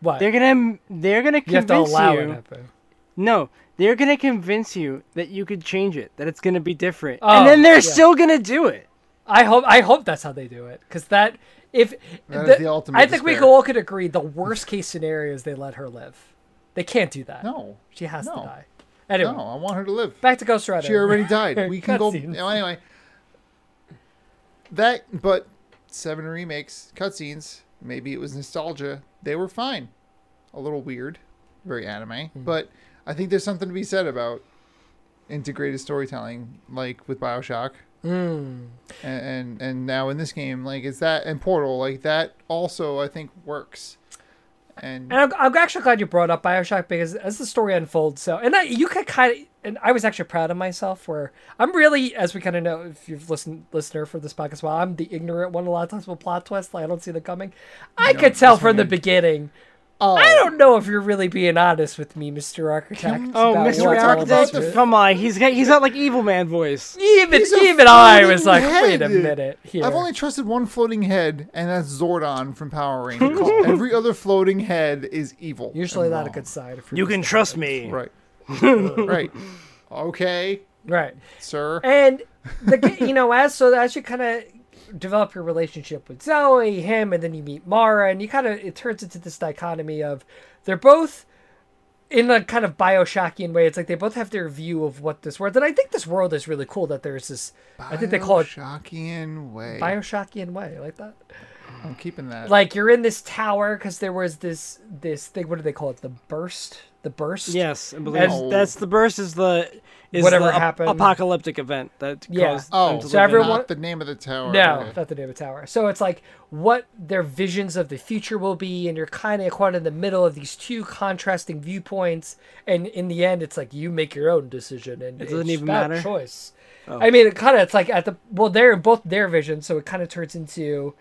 Speaker 1: What?
Speaker 3: They're gonna they're gonna
Speaker 1: you have to
Speaker 3: convince
Speaker 1: allow it.
Speaker 3: you.
Speaker 1: happen.
Speaker 3: No, they're gonna convince you that you could change it, that it's gonna be different,
Speaker 1: Oh,
Speaker 3: and then they're
Speaker 1: yeah.
Speaker 3: still gonna do it.
Speaker 1: I hope I hope that's how they do it because that if
Speaker 2: That is the ultimate
Speaker 1: I think we
Speaker 2: despair.
Speaker 1: all could agree the worst case scenario is they let her live. They can't do that.
Speaker 2: No.
Speaker 1: she has to
Speaker 2: No.
Speaker 1: die. Anyway,
Speaker 2: No, I want her to live.
Speaker 1: back to Ghost Rider.
Speaker 2: She already died. We can go.
Speaker 1: Cutscenes.
Speaker 2: no, Anyway. That but seven remakes cutscenes. Maybe it was nostalgia. They were fine. A little weird, very anime, but I think there's something to be said about integrated storytelling, like with Bioshock. And, and and now in this game, like it's that and Portal, like that also I think works. And
Speaker 1: And I'm, I'm actually glad you brought up Bioshock because as the story unfolds, so and I, you could kind of, and I was actually proud of myself where I'm really, as we kind of know, if you've listened listener for this podcast, well, I'm the ignorant one a lot of times with plot twists. Like I don't see them coming. I could tell from the beginning.
Speaker 2: oh,
Speaker 1: I don't know if you're really being honest with me, Mister Architect.
Speaker 2: Oh,
Speaker 1: about
Speaker 2: Mr.
Speaker 1: what's all
Speaker 2: Architect,
Speaker 1: about
Speaker 2: the
Speaker 1: this.
Speaker 2: fuck-
Speaker 3: Come on, he's got he's got like evil man voice.
Speaker 1: Even
Speaker 2: He's a
Speaker 1: even I
Speaker 2: floating
Speaker 1: was like, wait a
Speaker 2: head.
Speaker 1: minute here.
Speaker 2: I've only trusted one floating head, and that's Zordon
Speaker 1: [laughs]
Speaker 2: from Power Rangers. Every other floating head is evil.
Speaker 1: Usually
Speaker 2: and
Speaker 1: not a
Speaker 2: wrong.
Speaker 1: good sign. If you're
Speaker 3: You can
Speaker 1: mistaken.
Speaker 3: trust me.
Speaker 1: [laughs]
Speaker 2: Right. right. Okay,
Speaker 1: right?
Speaker 2: sir.
Speaker 1: And the g- you know as so as you kind of develop your relationship with Zoe, him, and then you meet Mara, and you kind of it turns into this dichotomy of they're both in a kind of Bioshockian way. It's like they both have their view of what this world, and I think this world is really cool. That there's this, I think they call it
Speaker 2: Shockian way.
Speaker 1: Bioshockian way, I like that.
Speaker 2: I'm keeping that.
Speaker 1: Like you're in this tower because there was this this thing. What do they call it? The burst. The burst.
Speaker 3: Yes, I believe
Speaker 1: And-
Speaker 3: that's the burst is the is
Speaker 1: Whatever
Speaker 3: the ap-
Speaker 1: happened.
Speaker 3: apocalyptic event that
Speaker 1: Yeah.
Speaker 3: caused them
Speaker 2: oh,
Speaker 3: to
Speaker 1: so
Speaker 2: so
Speaker 3: live in-
Speaker 1: everyone-
Speaker 2: not the name of the tower.
Speaker 1: No,
Speaker 2: Okay.
Speaker 1: not the name of tower. So it's like what their visions of the future will be, and you're kind of caught in the middle of these two contrasting viewpoints. And in the end, it's like you make your own decision, and it
Speaker 3: doesn't
Speaker 1: it's
Speaker 3: even
Speaker 1: about
Speaker 3: matter? Oh.
Speaker 1: Choice. I mean, it kind of it's like at the well, they're in both their visions, so it kind of turns into.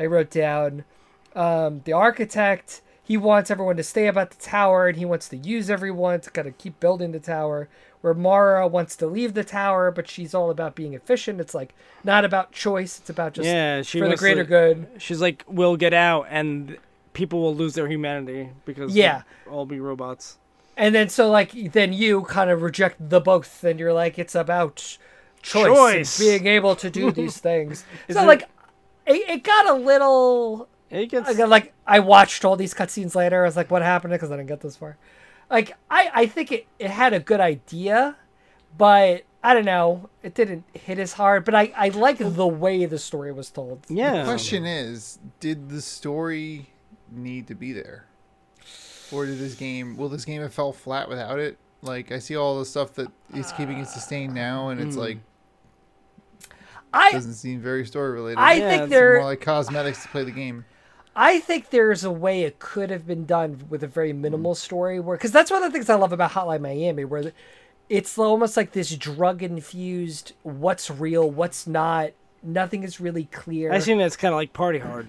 Speaker 1: I wrote down um, the architect. he wants everyone to stay about the tower and he wants to use everyone to kind of keep building the tower. Where Mara wants to leave the tower, but she's all about being efficient. It's like not about choice; it's about just
Speaker 3: Yeah, she
Speaker 1: for the
Speaker 3: wants
Speaker 1: greater
Speaker 3: to-
Speaker 1: good.
Speaker 3: She's like, we'll get out, and people will lose their humanity because
Speaker 1: Yeah.
Speaker 3: we'll all be robots.
Speaker 1: And then so like then you kind of reject the both, and you're like, it's about choice, and
Speaker 3: Choice.
Speaker 1: being able to
Speaker 3: [laughs]
Speaker 1: do these things. so
Speaker 3: it-
Speaker 1: like, it, it got a little
Speaker 3: It gets
Speaker 1: I got, like I watched all these cutscenes later. I was like, what happened? Because I didn't get this far. Like I, I think it, it had a good idea, but I don't know. It didn't hit as hard. But I, I like the way the story was told.
Speaker 3: yeah.
Speaker 2: Question is, did the story need to be there, or did this game will this game have fell flat without it? Like I see all the stuff that is keeping it sustained now, and it's like
Speaker 1: I
Speaker 2: doesn't seem very story related.
Speaker 1: I
Speaker 3: Yeah,
Speaker 1: think
Speaker 3: it's
Speaker 1: there
Speaker 2: more like cosmetics to play the game.
Speaker 1: I think there's a way it could have been done with a very
Speaker 3: Mm-hmm.
Speaker 1: minimal story where because that's one of the things I love about Hotline Miami where the- it's almost like this drug infused what's real, what's not. Nothing is really clear.
Speaker 3: I assume that's kind of like Party Hard.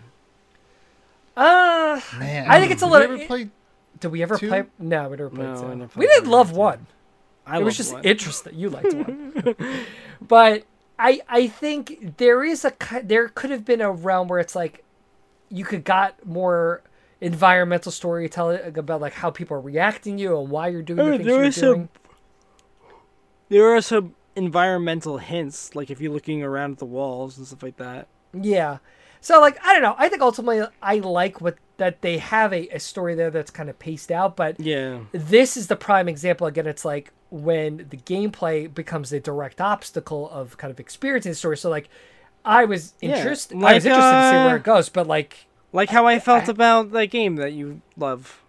Speaker 1: Uh,
Speaker 2: Man,
Speaker 1: I think it's a
Speaker 2: have
Speaker 1: little-
Speaker 2: You ever played?
Speaker 1: Did we ever
Speaker 2: Two?
Speaker 1: play? No, we never played
Speaker 3: No,
Speaker 1: two.
Speaker 3: I never
Speaker 1: We
Speaker 3: played
Speaker 1: did love one. it
Speaker 3: I love
Speaker 1: was just
Speaker 3: one.
Speaker 1: interesting. You liked one,
Speaker 3: [laughs]
Speaker 1: but I I think there is a ki- there could have been a realm where it's like you could got more environmental storytelling about like how people are reacting to you and why you're doing
Speaker 3: Oh,
Speaker 1: the things
Speaker 3: there
Speaker 1: you're
Speaker 3: is some-
Speaker 1: doing.
Speaker 3: There are some environmental hints, like if you're looking around at the walls and stuff like that.
Speaker 1: Yeah. So like I don't know. I think ultimately I like what that they have a, a story there that's kind of paced out, but
Speaker 3: Yeah.
Speaker 1: this is the prime example again it's like when the gameplay becomes a direct obstacle of kind of experiencing the story so like i was
Speaker 3: Yeah,
Speaker 1: interested i
Speaker 3: like,
Speaker 1: was interested to see where
Speaker 3: uh,
Speaker 1: it goes but like
Speaker 3: Like how I felt about that game that you love,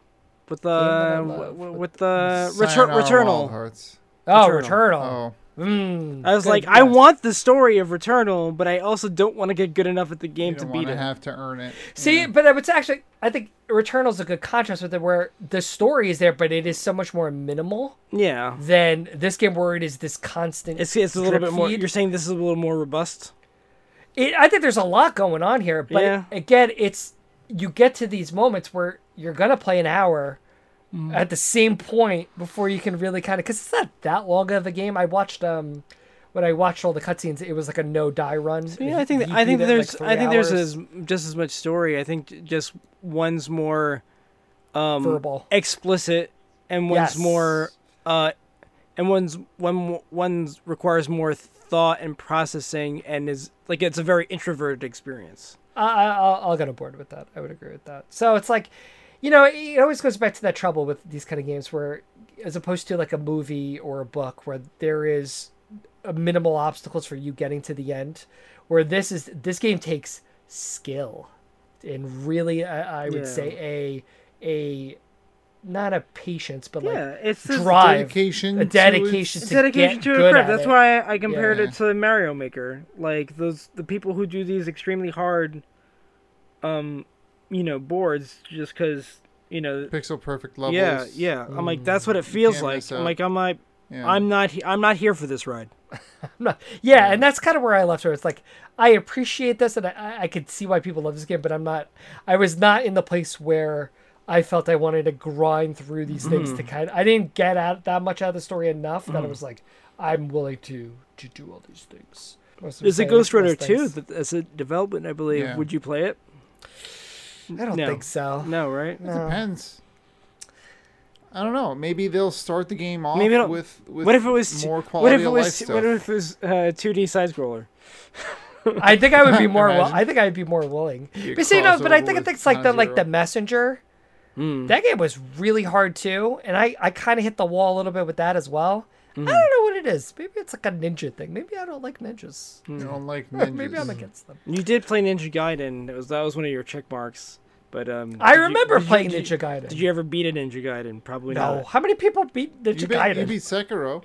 Speaker 3: with
Speaker 1: that I
Speaker 3: the
Speaker 1: love,
Speaker 3: w-
Speaker 1: with
Speaker 3: with the return
Speaker 2: Sayonara Wild
Speaker 3: Uh, Returnal.
Speaker 2: Hearts.
Speaker 1: oh returnal,
Speaker 2: Oh,
Speaker 1: Mm,
Speaker 3: I was
Speaker 1: good-
Speaker 3: like, I
Speaker 1: yes.
Speaker 3: want the story of Returnal, but I also don't want to get good enough at the game
Speaker 2: you
Speaker 3: to
Speaker 2: don't want
Speaker 3: beat
Speaker 2: to
Speaker 3: it.
Speaker 2: have to earn it.
Speaker 1: see but it's actually i think returnal's a good contrast with it where the story is there but it is so much more minimal
Speaker 3: yeah.
Speaker 1: than this game where it is this constant
Speaker 3: It's, it's a little
Speaker 1: drip
Speaker 3: bit more.
Speaker 1: feed.
Speaker 3: You're saying this is a little more robust.
Speaker 1: it, I think there's a lot going on here, but
Speaker 3: Yeah.
Speaker 1: again, it's you get to these moments where you're gonna play an hour
Speaker 3: Mm.
Speaker 1: at the same point before you can really kind of because it's not that long of a game. I watched um when I watched all the cutscenes, it was like a no die run.
Speaker 3: Yeah, I think
Speaker 1: He
Speaker 3: I
Speaker 1: beat
Speaker 3: think
Speaker 1: it in,
Speaker 3: there's
Speaker 1: like,
Speaker 3: I
Speaker 1: three
Speaker 3: think there's
Speaker 1: hours.
Speaker 3: as, just as much story. I think j- just one's more um,
Speaker 1: Verbal.
Speaker 3: explicit, and one's
Speaker 1: Yes.
Speaker 3: more uh, and one's one mo- one's requires more thought and processing, and is like it's a very introverted experience.
Speaker 1: I, I, I'll, I'll get on board with that. I would agree with that. So it's like, you know, it, it always goes back to that trouble with these kind of games where, as opposed to like a movie or a book where there is a minimal obstacles for you getting to the end, where this is this game takes skill, and really, I, I would
Speaker 3: Yeah.
Speaker 1: say a a not a patience, but like
Speaker 3: it's
Speaker 1: drive,
Speaker 2: dedication to
Speaker 1: a
Speaker 2: its-
Speaker 1: dedication,
Speaker 3: It's
Speaker 1: to
Speaker 3: dedication
Speaker 1: get
Speaker 3: to a
Speaker 1: good
Speaker 3: craft.
Speaker 1: at
Speaker 3: That's
Speaker 1: it.
Speaker 3: why I compared
Speaker 2: Yeah.
Speaker 3: it to Mario Maker. Like those, the people who do these extremely hard, um, you know, boards, just because you know.
Speaker 2: Pixel perfect levels.
Speaker 3: Yeah, yeah. I'm like, that's what it feels
Speaker 2: Mm. can't
Speaker 3: like.
Speaker 2: mess
Speaker 3: I'm
Speaker 2: up.
Speaker 3: like, I'm like,
Speaker 2: yeah.
Speaker 3: I'm not, he- I'm not here for this ride.
Speaker 1: I'm not- [laughs] yeah, and that's kind of where I left her. It's like I appreciate this, and I- I, I could see why people love this game, but I'm not. I was not in the place where I felt I wanted to grind through these things to kind. I didn't get out that much out of the story enough that I was like, I'm willing to to do all these things. Most of
Speaker 3: There's a
Speaker 1: them
Speaker 3: Ghost
Speaker 1: say
Speaker 3: Runner
Speaker 1: most
Speaker 3: too.
Speaker 1: things.
Speaker 3: That, that's a development, I believe.
Speaker 2: Yeah.
Speaker 3: Would you play it?
Speaker 1: I don't
Speaker 3: no.
Speaker 1: think so.
Speaker 3: [laughs] No, right?
Speaker 2: It depends. I don't know. Maybe they'll start the game off
Speaker 3: Maybe it'll-
Speaker 2: with, with
Speaker 3: What if it was?
Speaker 2: more quality
Speaker 3: what if it
Speaker 2: of
Speaker 3: was?
Speaker 2: life
Speaker 3: What
Speaker 2: stuff.
Speaker 3: if it was uh, 2D side scroller?
Speaker 1: I think I would be more. Will-
Speaker 2: Imagine.
Speaker 1: I think I'd be more willing.
Speaker 2: You
Speaker 1: But see, no, but I
Speaker 2: crossover
Speaker 1: think
Speaker 2: with
Speaker 1: it's like the like the
Speaker 2: Tanjiro.
Speaker 1: messenger.
Speaker 3: Mm-hmm.
Speaker 1: That game was really hard too, and I I kind of hit the wall a little bit with that as well. I don't know what it is. Maybe it's like a ninja thing. Maybe I don't like ninjas.
Speaker 2: You don't like ninjas.
Speaker 1: Maybe I'm against them.
Speaker 3: You did play Ninja Gaiden. It was that was one of your check marks. But um,
Speaker 1: I
Speaker 3: did you-
Speaker 1: remember
Speaker 3: did you-
Speaker 1: playing
Speaker 3: did
Speaker 1: Ninja
Speaker 3: you-
Speaker 1: Gaiden.
Speaker 3: Did you ever beat a Ninja Gaiden? Probably
Speaker 1: No,
Speaker 3: not.
Speaker 1: how many people beat Ninja
Speaker 2: You beat,
Speaker 1: Gaiden?
Speaker 2: you beat Sekiro.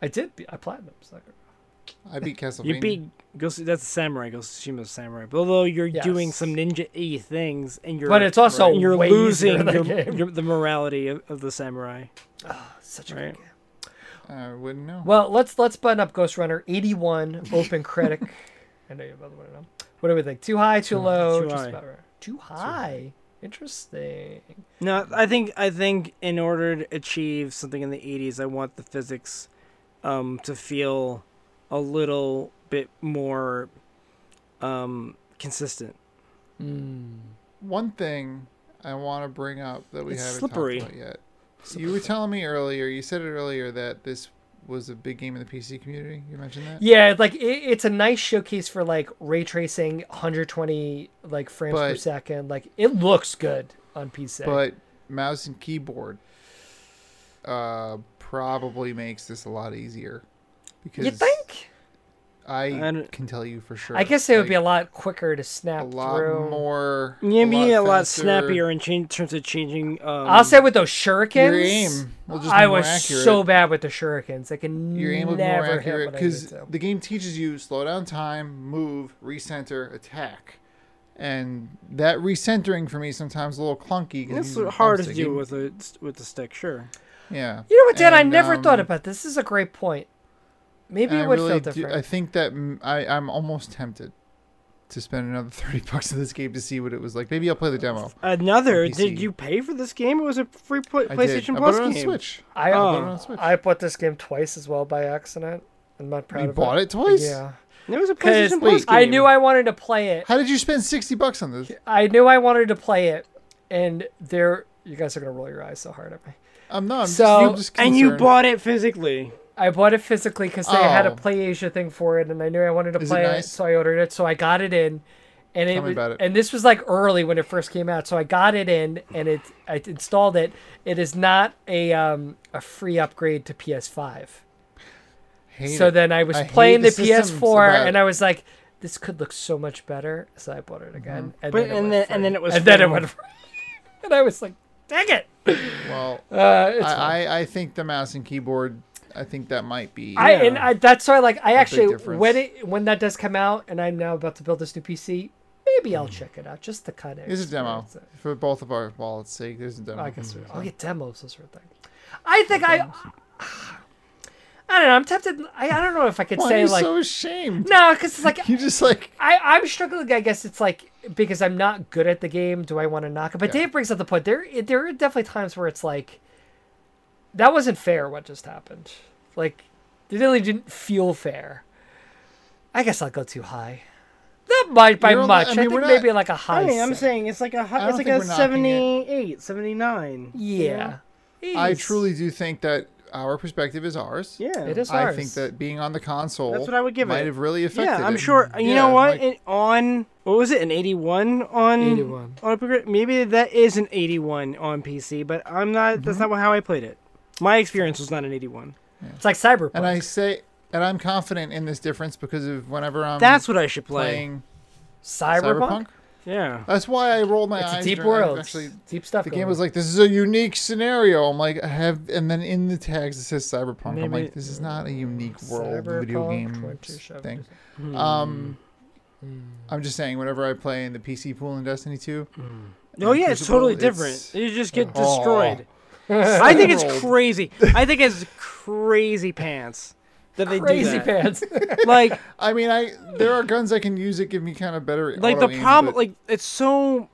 Speaker 1: I did. Beat, I platinum. So. Oh,
Speaker 2: I beat Castlevania.
Speaker 3: You beat Ghost. That's a samurai. Ghost of Tsushima's samurai. But although you're doing
Speaker 1: Yes.
Speaker 3: some ninja y things, and you're
Speaker 1: But it's also
Speaker 3: and you're
Speaker 1: way easier
Speaker 3: losing
Speaker 1: than
Speaker 3: your,
Speaker 1: that game.
Speaker 3: your- the morality of, of the samurai.
Speaker 1: Such a
Speaker 3: Right.
Speaker 1: good game.
Speaker 2: I wouldn't know.
Speaker 1: Well, let's let's button up Ghost Runner 81 Open Critic. I know you're about to button up. What do we think? Too high, too low,
Speaker 3: Too
Speaker 1: just
Speaker 3: high.
Speaker 1: about right. Too high. Interesting.
Speaker 3: No, I think I think in order to achieve something in the 80s, I want the physics um, to feel a little bit more um, consistent.
Speaker 2: One thing I want to bring up that we
Speaker 3: It's
Speaker 2: haven't
Speaker 3: slippery.
Speaker 2: talked about yet. You were telling me earlier. You said it earlier that this was a big game in the PC community. You mentioned that.
Speaker 1: Yeah, like it, it's a nice showcase for like ray tracing, 120 like frames per
Speaker 2: But-
Speaker 1: second. Like it looks good on PC.
Speaker 2: But mouse and keyboard uh, probably makes this a lot easier because
Speaker 1: you think?
Speaker 2: I,
Speaker 3: I don't-
Speaker 2: can tell you for sure.
Speaker 1: I guess it would be a
Speaker 2: like,
Speaker 1: lot quicker to snap
Speaker 2: a lot
Speaker 1: through.
Speaker 2: more.
Speaker 3: Yeah, be a lot
Speaker 2: faster.
Speaker 3: snappier in chan- terms of changing. Um,
Speaker 1: I'll say with those shurikens,
Speaker 2: Your aim will just be
Speaker 1: I
Speaker 2: more
Speaker 1: was
Speaker 2: accurate.
Speaker 1: so bad with the shurikens. I can
Speaker 2: Your aim will be more
Speaker 1: never hit
Speaker 2: accurate
Speaker 1: what I need
Speaker 2: because
Speaker 1: to.
Speaker 2: the game teaches you slow down time, move, recenter, attack, and that recentering for me sometimes a little clunky. 'cause
Speaker 3: It's
Speaker 2: I'm
Speaker 3: hard to do
Speaker 2: sticking-
Speaker 3: with a with the stick, sure.
Speaker 2: Yeah.
Speaker 1: You know what, Dan? I
Speaker 2: And,
Speaker 1: never
Speaker 2: um,
Speaker 1: thought about this. This is a great point. Maybe
Speaker 2: And
Speaker 1: it would
Speaker 2: I
Speaker 1: feel
Speaker 2: really do.
Speaker 1: different.
Speaker 2: I think that mm, I, I'm almost tempted to spend another [laughs] thirty bucks on this game to see what it was like. Maybe I'll play the demo.
Speaker 3: Another?
Speaker 2: On
Speaker 3: Did
Speaker 2: PC.
Speaker 3: you pay for this game? It was a free pla-
Speaker 2: I did.
Speaker 3: PlayStation
Speaker 2: I
Speaker 3: Plus
Speaker 2: bought it on
Speaker 3: game.
Speaker 2: Switch.
Speaker 1: I
Speaker 3: Oh.
Speaker 2: I bought it on Switch.
Speaker 1: I bought this game twice as well by accident. I'm not proud
Speaker 2: you
Speaker 1: of
Speaker 2: bought it twice.
Speaker 1: Yeah,
Speaker 3: It was a
Speaker 1: because
Speaker 3: PlayStation Plus game.
Speaker 1: I knew I wanted to play it.
Speaker 2: How did you spend sixty bucks on this?
Speaker 1: I knew I wanted to play it, and there you guys are gonna roll your eyes so hard at me.
Speaker 2: I'm not. I'm
Speaker 1: So-
Speaker 2: just, I'm just
Speaker 3: and you
Speaker 2: concerned.
Speaker 3: bought it physically.
Speaker 1: I bought it physically because they had a
Speaker 2: Oh.
Speaker 1: Play Asia thing for it, and I knew I wanted to
Speaker 2: Is it
Speaker 1: play it,
Speaker 2: nice?
Speaker 1: so I ordered it. So I got it in, and it,
Speaker 2: Tell me
Speaker 1: was,
Speaker 2: about it.
Speaker 1: and this was like early when it first came out. So I got it in, and it I installed it. It is not a um a free upgrade to PS5.
Speaker 2: Hate
Speaker 1: so
Speaker 2: it.
Speaker 1: then I was
Speaker 2: I hate
Speaker 1: playing the,
Speaker 2: the system so
Speaker 1: PS4,
Speaker 2: bad.
Speaker 1: and I was like, "This could look so much better." So I bought it again,
Speaker 2: Mm-hmm.
Speaker 1: and
Speaker 3: But
Speaker 1: then it
Speaker 3: and
Speaker 1: went
Speaker 3: then
Speaker 1: free.
Speaker 3: and then it was
Speaker 1: and then it
Speaker 3: free.
Speaker 1: went [laughs] free. and I was like, "Dang it!"
Speaker 2: Well,
Speaker 1: Uh, it's
Speaker 2: I, I I think the mouse and keyboard. I think that might be.
Speaker 1: I and I, that's why like I actually
Speaker 2: difference.
Speaker 1: when it when that does come out and I'm now about to build this new PC, maybe I'll check it out just to kind of.
Speaker 2: There's Mm. a demo Mm-hmm. for both of our wallets' sake. There's a demo.
Speaker 1: I guess I'll get demos this sort of thing. I think I. [sighs] I don't know. I'm tempted. I, I don't know if I could
Speaker 2: Why are
Speaker 1: say
Speaker 2: you
Speaker 1: like
Speaker 2: so ashamed?
Speaker 1: no, because it's like
Speaker 2: You just like
Speaker 1: I, I'm struggling. I guess it's like because I'm not good at the game. Do I want to knock it? But
Speaker 2: Yeah.
Speaker 1: Dave brings up the point. There, there are definitely times where it's like that wasn't fair. What just happened? Like it really didn't feel fair. I guess I'll go too high. Not much by
Speaker 2: You're only-
Speaker 1: much.
Speaker 2: I
Speaker 1: I,
Speaker 2: mean, we're
Speaker 1: think
Speaker 2: not-
Speaker 1: maybe like a high.
Speaker 3: I mean, I'm
Speaker 1: six.
Speaker 3: saying it's like a
Speaker 2: I
Speaker 3: hu-
Speaker 2: don't
Speaker 3: it's like
Speaker 2: think
Speaker 3: a
Speaker 2: we're knocking it.
Speaker 3: 78, 79. you
Speaker 1: yeah.
Speaker 3: know?
Speaker 2: I
Speaker 1: Jeez.
Speaker 2: truly do think that our perspective is ours.
Speaker 3: Yeah.
Speaker 1: It is
Speaker 2: I
Speaker 1: ours.
Speaker 2: think that being on the console
Speaker 3: That's what I would give
Speaker 2: might
Speaker 3: it.
Speaker 2: have really affected
Speaker 3: Yeah, I'm
Speaker 2: it.
Speaker 3: sure. You
Speaker 2: Yeah,
Speaker 3: know what?
Speaker 2: like,
Speaker 3: In- on what was it? An 81 on
Speaker 1: 81.
Speaker 3: on a progr- maybe that is an 81 on PC, but I'm not. That's not how I played it. My experience was not an 81.
Speaker 1: it's like cyberpunk.
Speaker 2: and I say and I'm confident in this difference because of whenever I'm
Speaker 3: That's what I should play.
Speaker 2: Um, playing
Speaker 1: cyberpunk.
Speaker 2: Cyberpunk.
Speaker 3: Yeah.
Speaker 2: That's why I rolled my
Speaker 1: It's
Speaker 2: eyes.
Speaker 1: a deep
Speaker 2: during-
Speaker 1: world.
Speaker 2: Actually,
Speaker 1: deep stuff.
Speaker 2: the
Speaker 1: going
Speaker 2: game was
Speaker 1: on.
Speaker 2: like, "This is a unique scenario." I'm like, "I have," and then in the tags it says Cyberpunk. I'm
Speaker 3: Maybe-
Speaker 2: like, "This is not a unique world video
Speaker 1: Cyberpunk
Speaker 2: game
Speaker 1: 2077.
Speaker 2: thing."
Speaker 3: Hmm.
Speaker 2: Um, I'm just saying, whenever I play in the PC pool in Destiny 2,
Speaker 3: Oh yeah, it's
Speaker 2: Crucible,
Speaker 3: totally
Speaker 2: it's-
Speaker 3: different. You just get
Speaker 2: Oh.
Speaker 3: destroyed. I think it's
Speaker 2: Rolled.
Speaker 3: crazy. I think it's crazy pants that they
Speaker 1: crazy
Speaker 3: do that.
Speaker 1: pants.
Speaker 3: [laughs] Like
Speaker 2: I mean, I there are guns I can use that give me kind of better.
Speaker 3: like
Speaker 2: auto
Speaker 3: the
Speaker 2: aim,
Speaker 3: problem
Speaker 2: but
Speaker 3: like it's so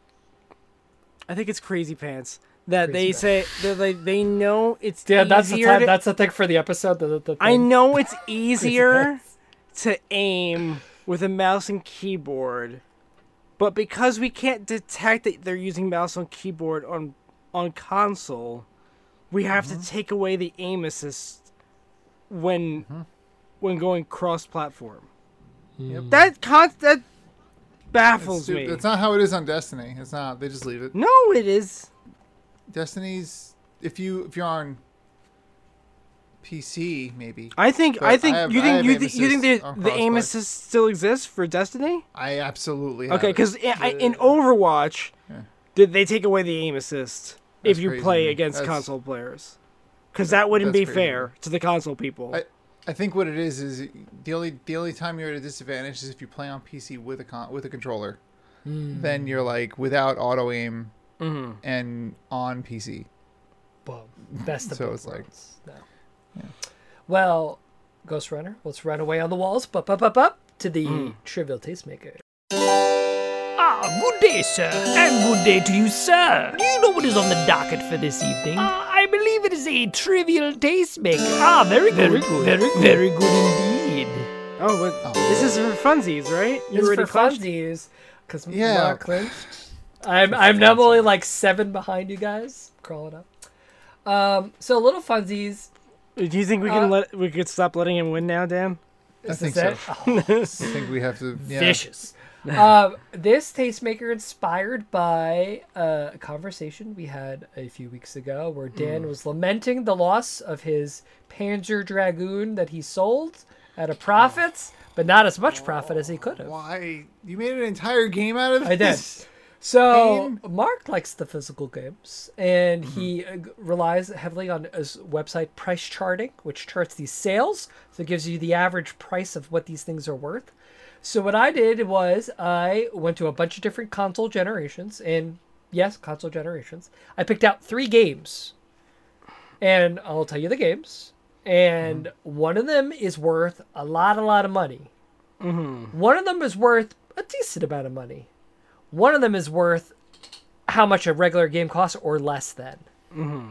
Speaker 3: i think it's crazy pants that they say that they, they know it's
Speaker 1: yeah,
Speaker 3: easier
Speaker 1: that's the time,
Speaker 3: to-
Speaker 1: that's the thing for the episode. The, the, the
Speaker 3: i
Speaker 1: thing.
Speaker 3: know it's easier to aim with a mouse and keyboard but because we can't detect that they're using mouse and keyboard on on console we have to take away the aim assist when when going cross platform that con- that baffles
Speaker 2: dude,
Speaker 3: me
Speaker 2: That's not how it is on Destiny. It's not. They just leave it.
Speaker 3: No, it is.
Speaker 2: Destiny's if you if you're on PC maybe.
Speaker 3: I think.
Speaker 2: But
Speaker 3: I think.
Speaker 2: I have-
Speaker 3: you
Speaker 2: I
Speaker 3: think.
Speaker 2: have
Speaker 3: you,
Speaker 2: aim
Speaker 3: thi- you think
Speaker 2: assist
Speaker 3: the,
Speaker 2: on
Speaker 3: the aim
Speaker 2: crossbow.
Speaker 3: assist still exists for Destiny?
Speaker 2: I absolutely have
Speaker 3: Okay,
Speaker 2: it.
Speaker 3: because in Overwatch, did they take away the aim assist
Speaker 2: That's
Speaker 3: if you
Speaker 2: crazy to
Speaker 3: play
Speaker 2: me.
Speaker 3: against
Speaker 2: That's-
Speaker 3: console players? Because that wouldn't
Speaker 2: that's
Speaker 3: be
Speaker 2: crazy to
Speaker 3: fair to the console people.
Speaker 2: I, I think what it is is the only the only time you're at a disadvantage is if you play on PC with a con- with a controller.
Speaker 1: Hmm.
Speaker 2: Then you're like without auto aim and on PC.
Speaker 1: Well, best of
Speaker 2: So
Speaker 1: both
Speaker 2: it's like-
Speaker 1: worlds. no. Well, Ghost Runner,
Speaker 5: Mm.
Speaker 1: let's run away on the walls. Bup, bup, bup, bup to the Trivial Tastemaker. Ah,
Speaker 5: good day, sir.
Speaker 6: And good day to you, sir.
Speaker 5: Do you know what is on the docket for this evening?
Speaker 1: Ah,
Speaker 6: Uh, I believe it is a trivial tastemaker.
Speaker 5: ah, very good.
Speaker 6: Very good.
Speaker 5: Very, very good indeed.
Speaker 3: Oh, what? This is for funsies, right? You
Speaker 1: It's
Speaker 3: already
Speaker 1: for
Speaker 3: clutched?
Speaker 1: funsies. Because
Speaker 2: Yeah.
Speaker 1: Mark Lynch. I'm I'm now only like seven behind you guys. Crawling up. Um, so little funsies.
Speaker 3: Do you think we can let we could stop letting him win now, Dan?
Speaker 2: I
Speaker 1: Is
Speaker 2: think
Speaker 1: this
Speaker 2: so.
Speaker 1: it? [laughs]
Speaker 2: I think we have to. Yeah.
Speaker 1: vicious. um, this tastemaker inspired by uh, a conversation we had a few weeks ago where Dan was lamenting the loss of his Panzer Dragoon that he sold at a profit, but not as much profit as he could have.
Speaker 2: Why you made an entire game out of
Speaker 1: I did.
Speaker 2: [laughs] this?
Speaker 1: So
Speaker 2: Game.
Speaker 1: Mark likes the physical games, and he uh, g- relies heavily on his website price charting, which charts these sales, so it gives you the average price of what these things are worth. So what I did was I went to a bunch of different console generations, and yes, console generations. I picked out three games, and I'll tell you the games. And one of them is worth a lot, a lot of money. One of them is worth a decent amount of money one of them is worth how much a regular game costs or less than.
Speaker 2: Mm-hmm.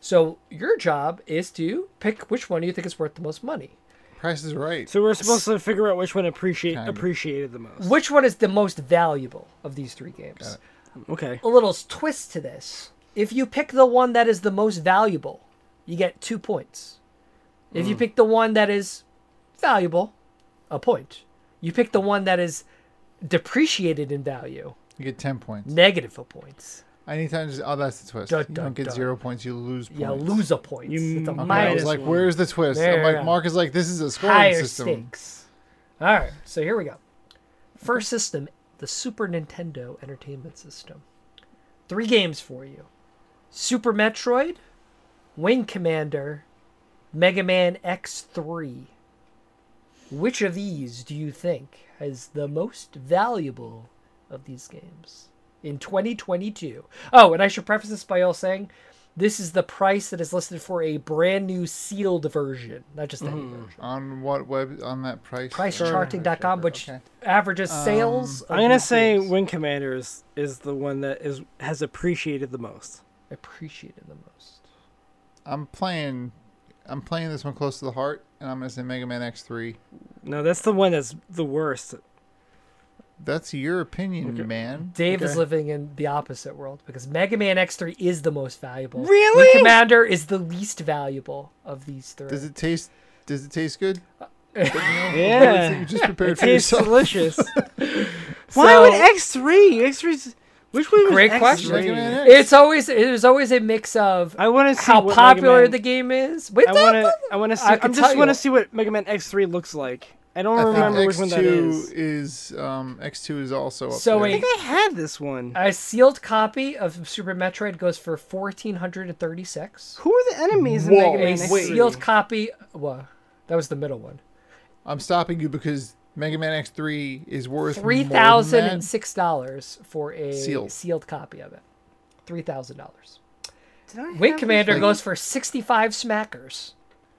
Speaker 1: So your job is to pick which one you think is worth the most money.
Speaker 2: Price is right.
Speaker 3: So we're supposed to figure out which one appreciate
Speaker 2: Kinda.
Speaker 3: appreciated the most.
Speaker 1: Which one is the most valuable of these three games?
Speaker 3: Okay.
Speaker 1: A little twist to this. If you pick the one that is the most valuable, you get two points. If
Speaker 2: Mm.
Speaker 1: you pick the one that is valuable, a point. You pick the one that is depreciated in value,
Speaker 2: You get ten points.
Speaker 1: negative a point.
Speaker 2: Anytime, just, oh, that's the twist.
Speaker 1: Dun,
Speaker 2: you
Speaker 1: dun,
Speaker 2: don't get
Speaker 1: dun.
Speaker 2: zero points. You lose points.
Speaker 1: You lose a point.
Speaker 3: You
Speaker 1: it's a
Speaker 2: Mm,
Speaker 3: might
Speaker 2: Okay, I was
Speaker 1: minus
Speaker 2: like,
Speaker 3: one.
Speaker 2: "Where's the twist?"
Speaker 1: There,
Speaker 2: I'm like,
Speaker 1: yeah.
Speaker 2: Mark is like, "This is a scoring
Speaker 1: higher
Speaker 2: system."
Speaker 1: stakes. All right, so here we go. First system, the Super Nintendo Entertainment System. Three games for you: Super Metroid, Wing Commander, Mega Man X3. Which of these do you think has the most valuable of these games in 2022? Oh, and I should preface this by all saying this is the price that is listed for a brand new sealed version, not just
Speaker 2: Mm-hmm.
Speaker 1: any version
Speaker 2: On what web? On that price?
Speaker 1: pricecharting.com, which
Speaker 2: Okay.
Speaker 1: averages sales. of
Speaker 3: Um, I'm gonna
Speaker 1: these
Speaker 3: say
Speaker 1: things.
Speaker 3: Wing Commander is, is the one that is has appreciated the most.
Speaker 1: appreciated the most.
Speaker 2: I'm playing. I'm playing this one close to the heart, and I'm gonna say Mega Man X3.
Speaker 3: No, that's the one that's
Speaker 2: [laughs]
Speaker 3: the worst.
Speaker 2: That's your opinion, man.
Speaker 1: Dave is living in the opposite world because Mega Man X3 is the most valuable.
Speaker 3: Really?
Speaker 1: Wing Commander is the least valuable of these three.
Speaker 2: Does it taste? Does it taste good?
Speaker 3: Yeah.
Speaker 2: You [laughs] just prepared for
Speaker 3: Tastes
Speaker 1: [laughs]
Speaker 2: yourself.
Speaker 3: delicious. Why would
Speaker 1: So-
Speaker 3: X three? X three's which way was
Speaker 1: Great
Speaker 3: X3?
Speaker 1: question.
Speaker 2: Mega Man X.
Speaker 1: It's always there's always a mix of
Speaker 3: I want to see
Speaker 1: how
Speaker 3: what Mega
Speaker 1: popular
Speaker 3: Man-
Speaker 1: the game is. Wait,
Speaker 3: I
Speaker 1: that-
Speaker 3: want to. I want to see. I
Speaker 1: can
Speaker 3: am
Speaker 1: tell
Speaker 3: just
Speaker 1: you
Speaker 3: want to
Speaker 1: what-
Speaker 3: see what Mega Man X3 looks like. I don't
Speaker 2: I
Speaker 3: remember
Speaker 2: think
Speaker 3: which one that is.
Speaker 2: X2 is. um, X2 is also up
Speaker 1: So
Speaker 2: there.
Speaker 3: I think I had this one.
Speaker 1: a sealed copy of Super Metroid goes for fourteen hundred and thirty six.
Speaker 3: Who are the enemies in
Speaker 2: Whoa,
Speaker 3: Mega Man
Speaker 1: A
Speaker 2: wait.
Speaker 1: sealed
Speaker 3: X3?
Speaker 1: copy. Well, that was the middle one.
Speaker 2: I'm stopping you because Mega Man X3 is worth more
Speaker 1: three
Speaker 2: than
Speaker 1: thousand
Speaker 2: that.
Speaker 1: and six dollars for a sealed.
Speaker 2: Sealed.
Speaker 1: copy of it. Three thousand dollars.
Speaker 3: Did I
Speaker 1: Wing
Speaker 3: have
Speaker 1: Commander
Speaker 2: thing?
Speaker 1: goes for sixty-five smackers.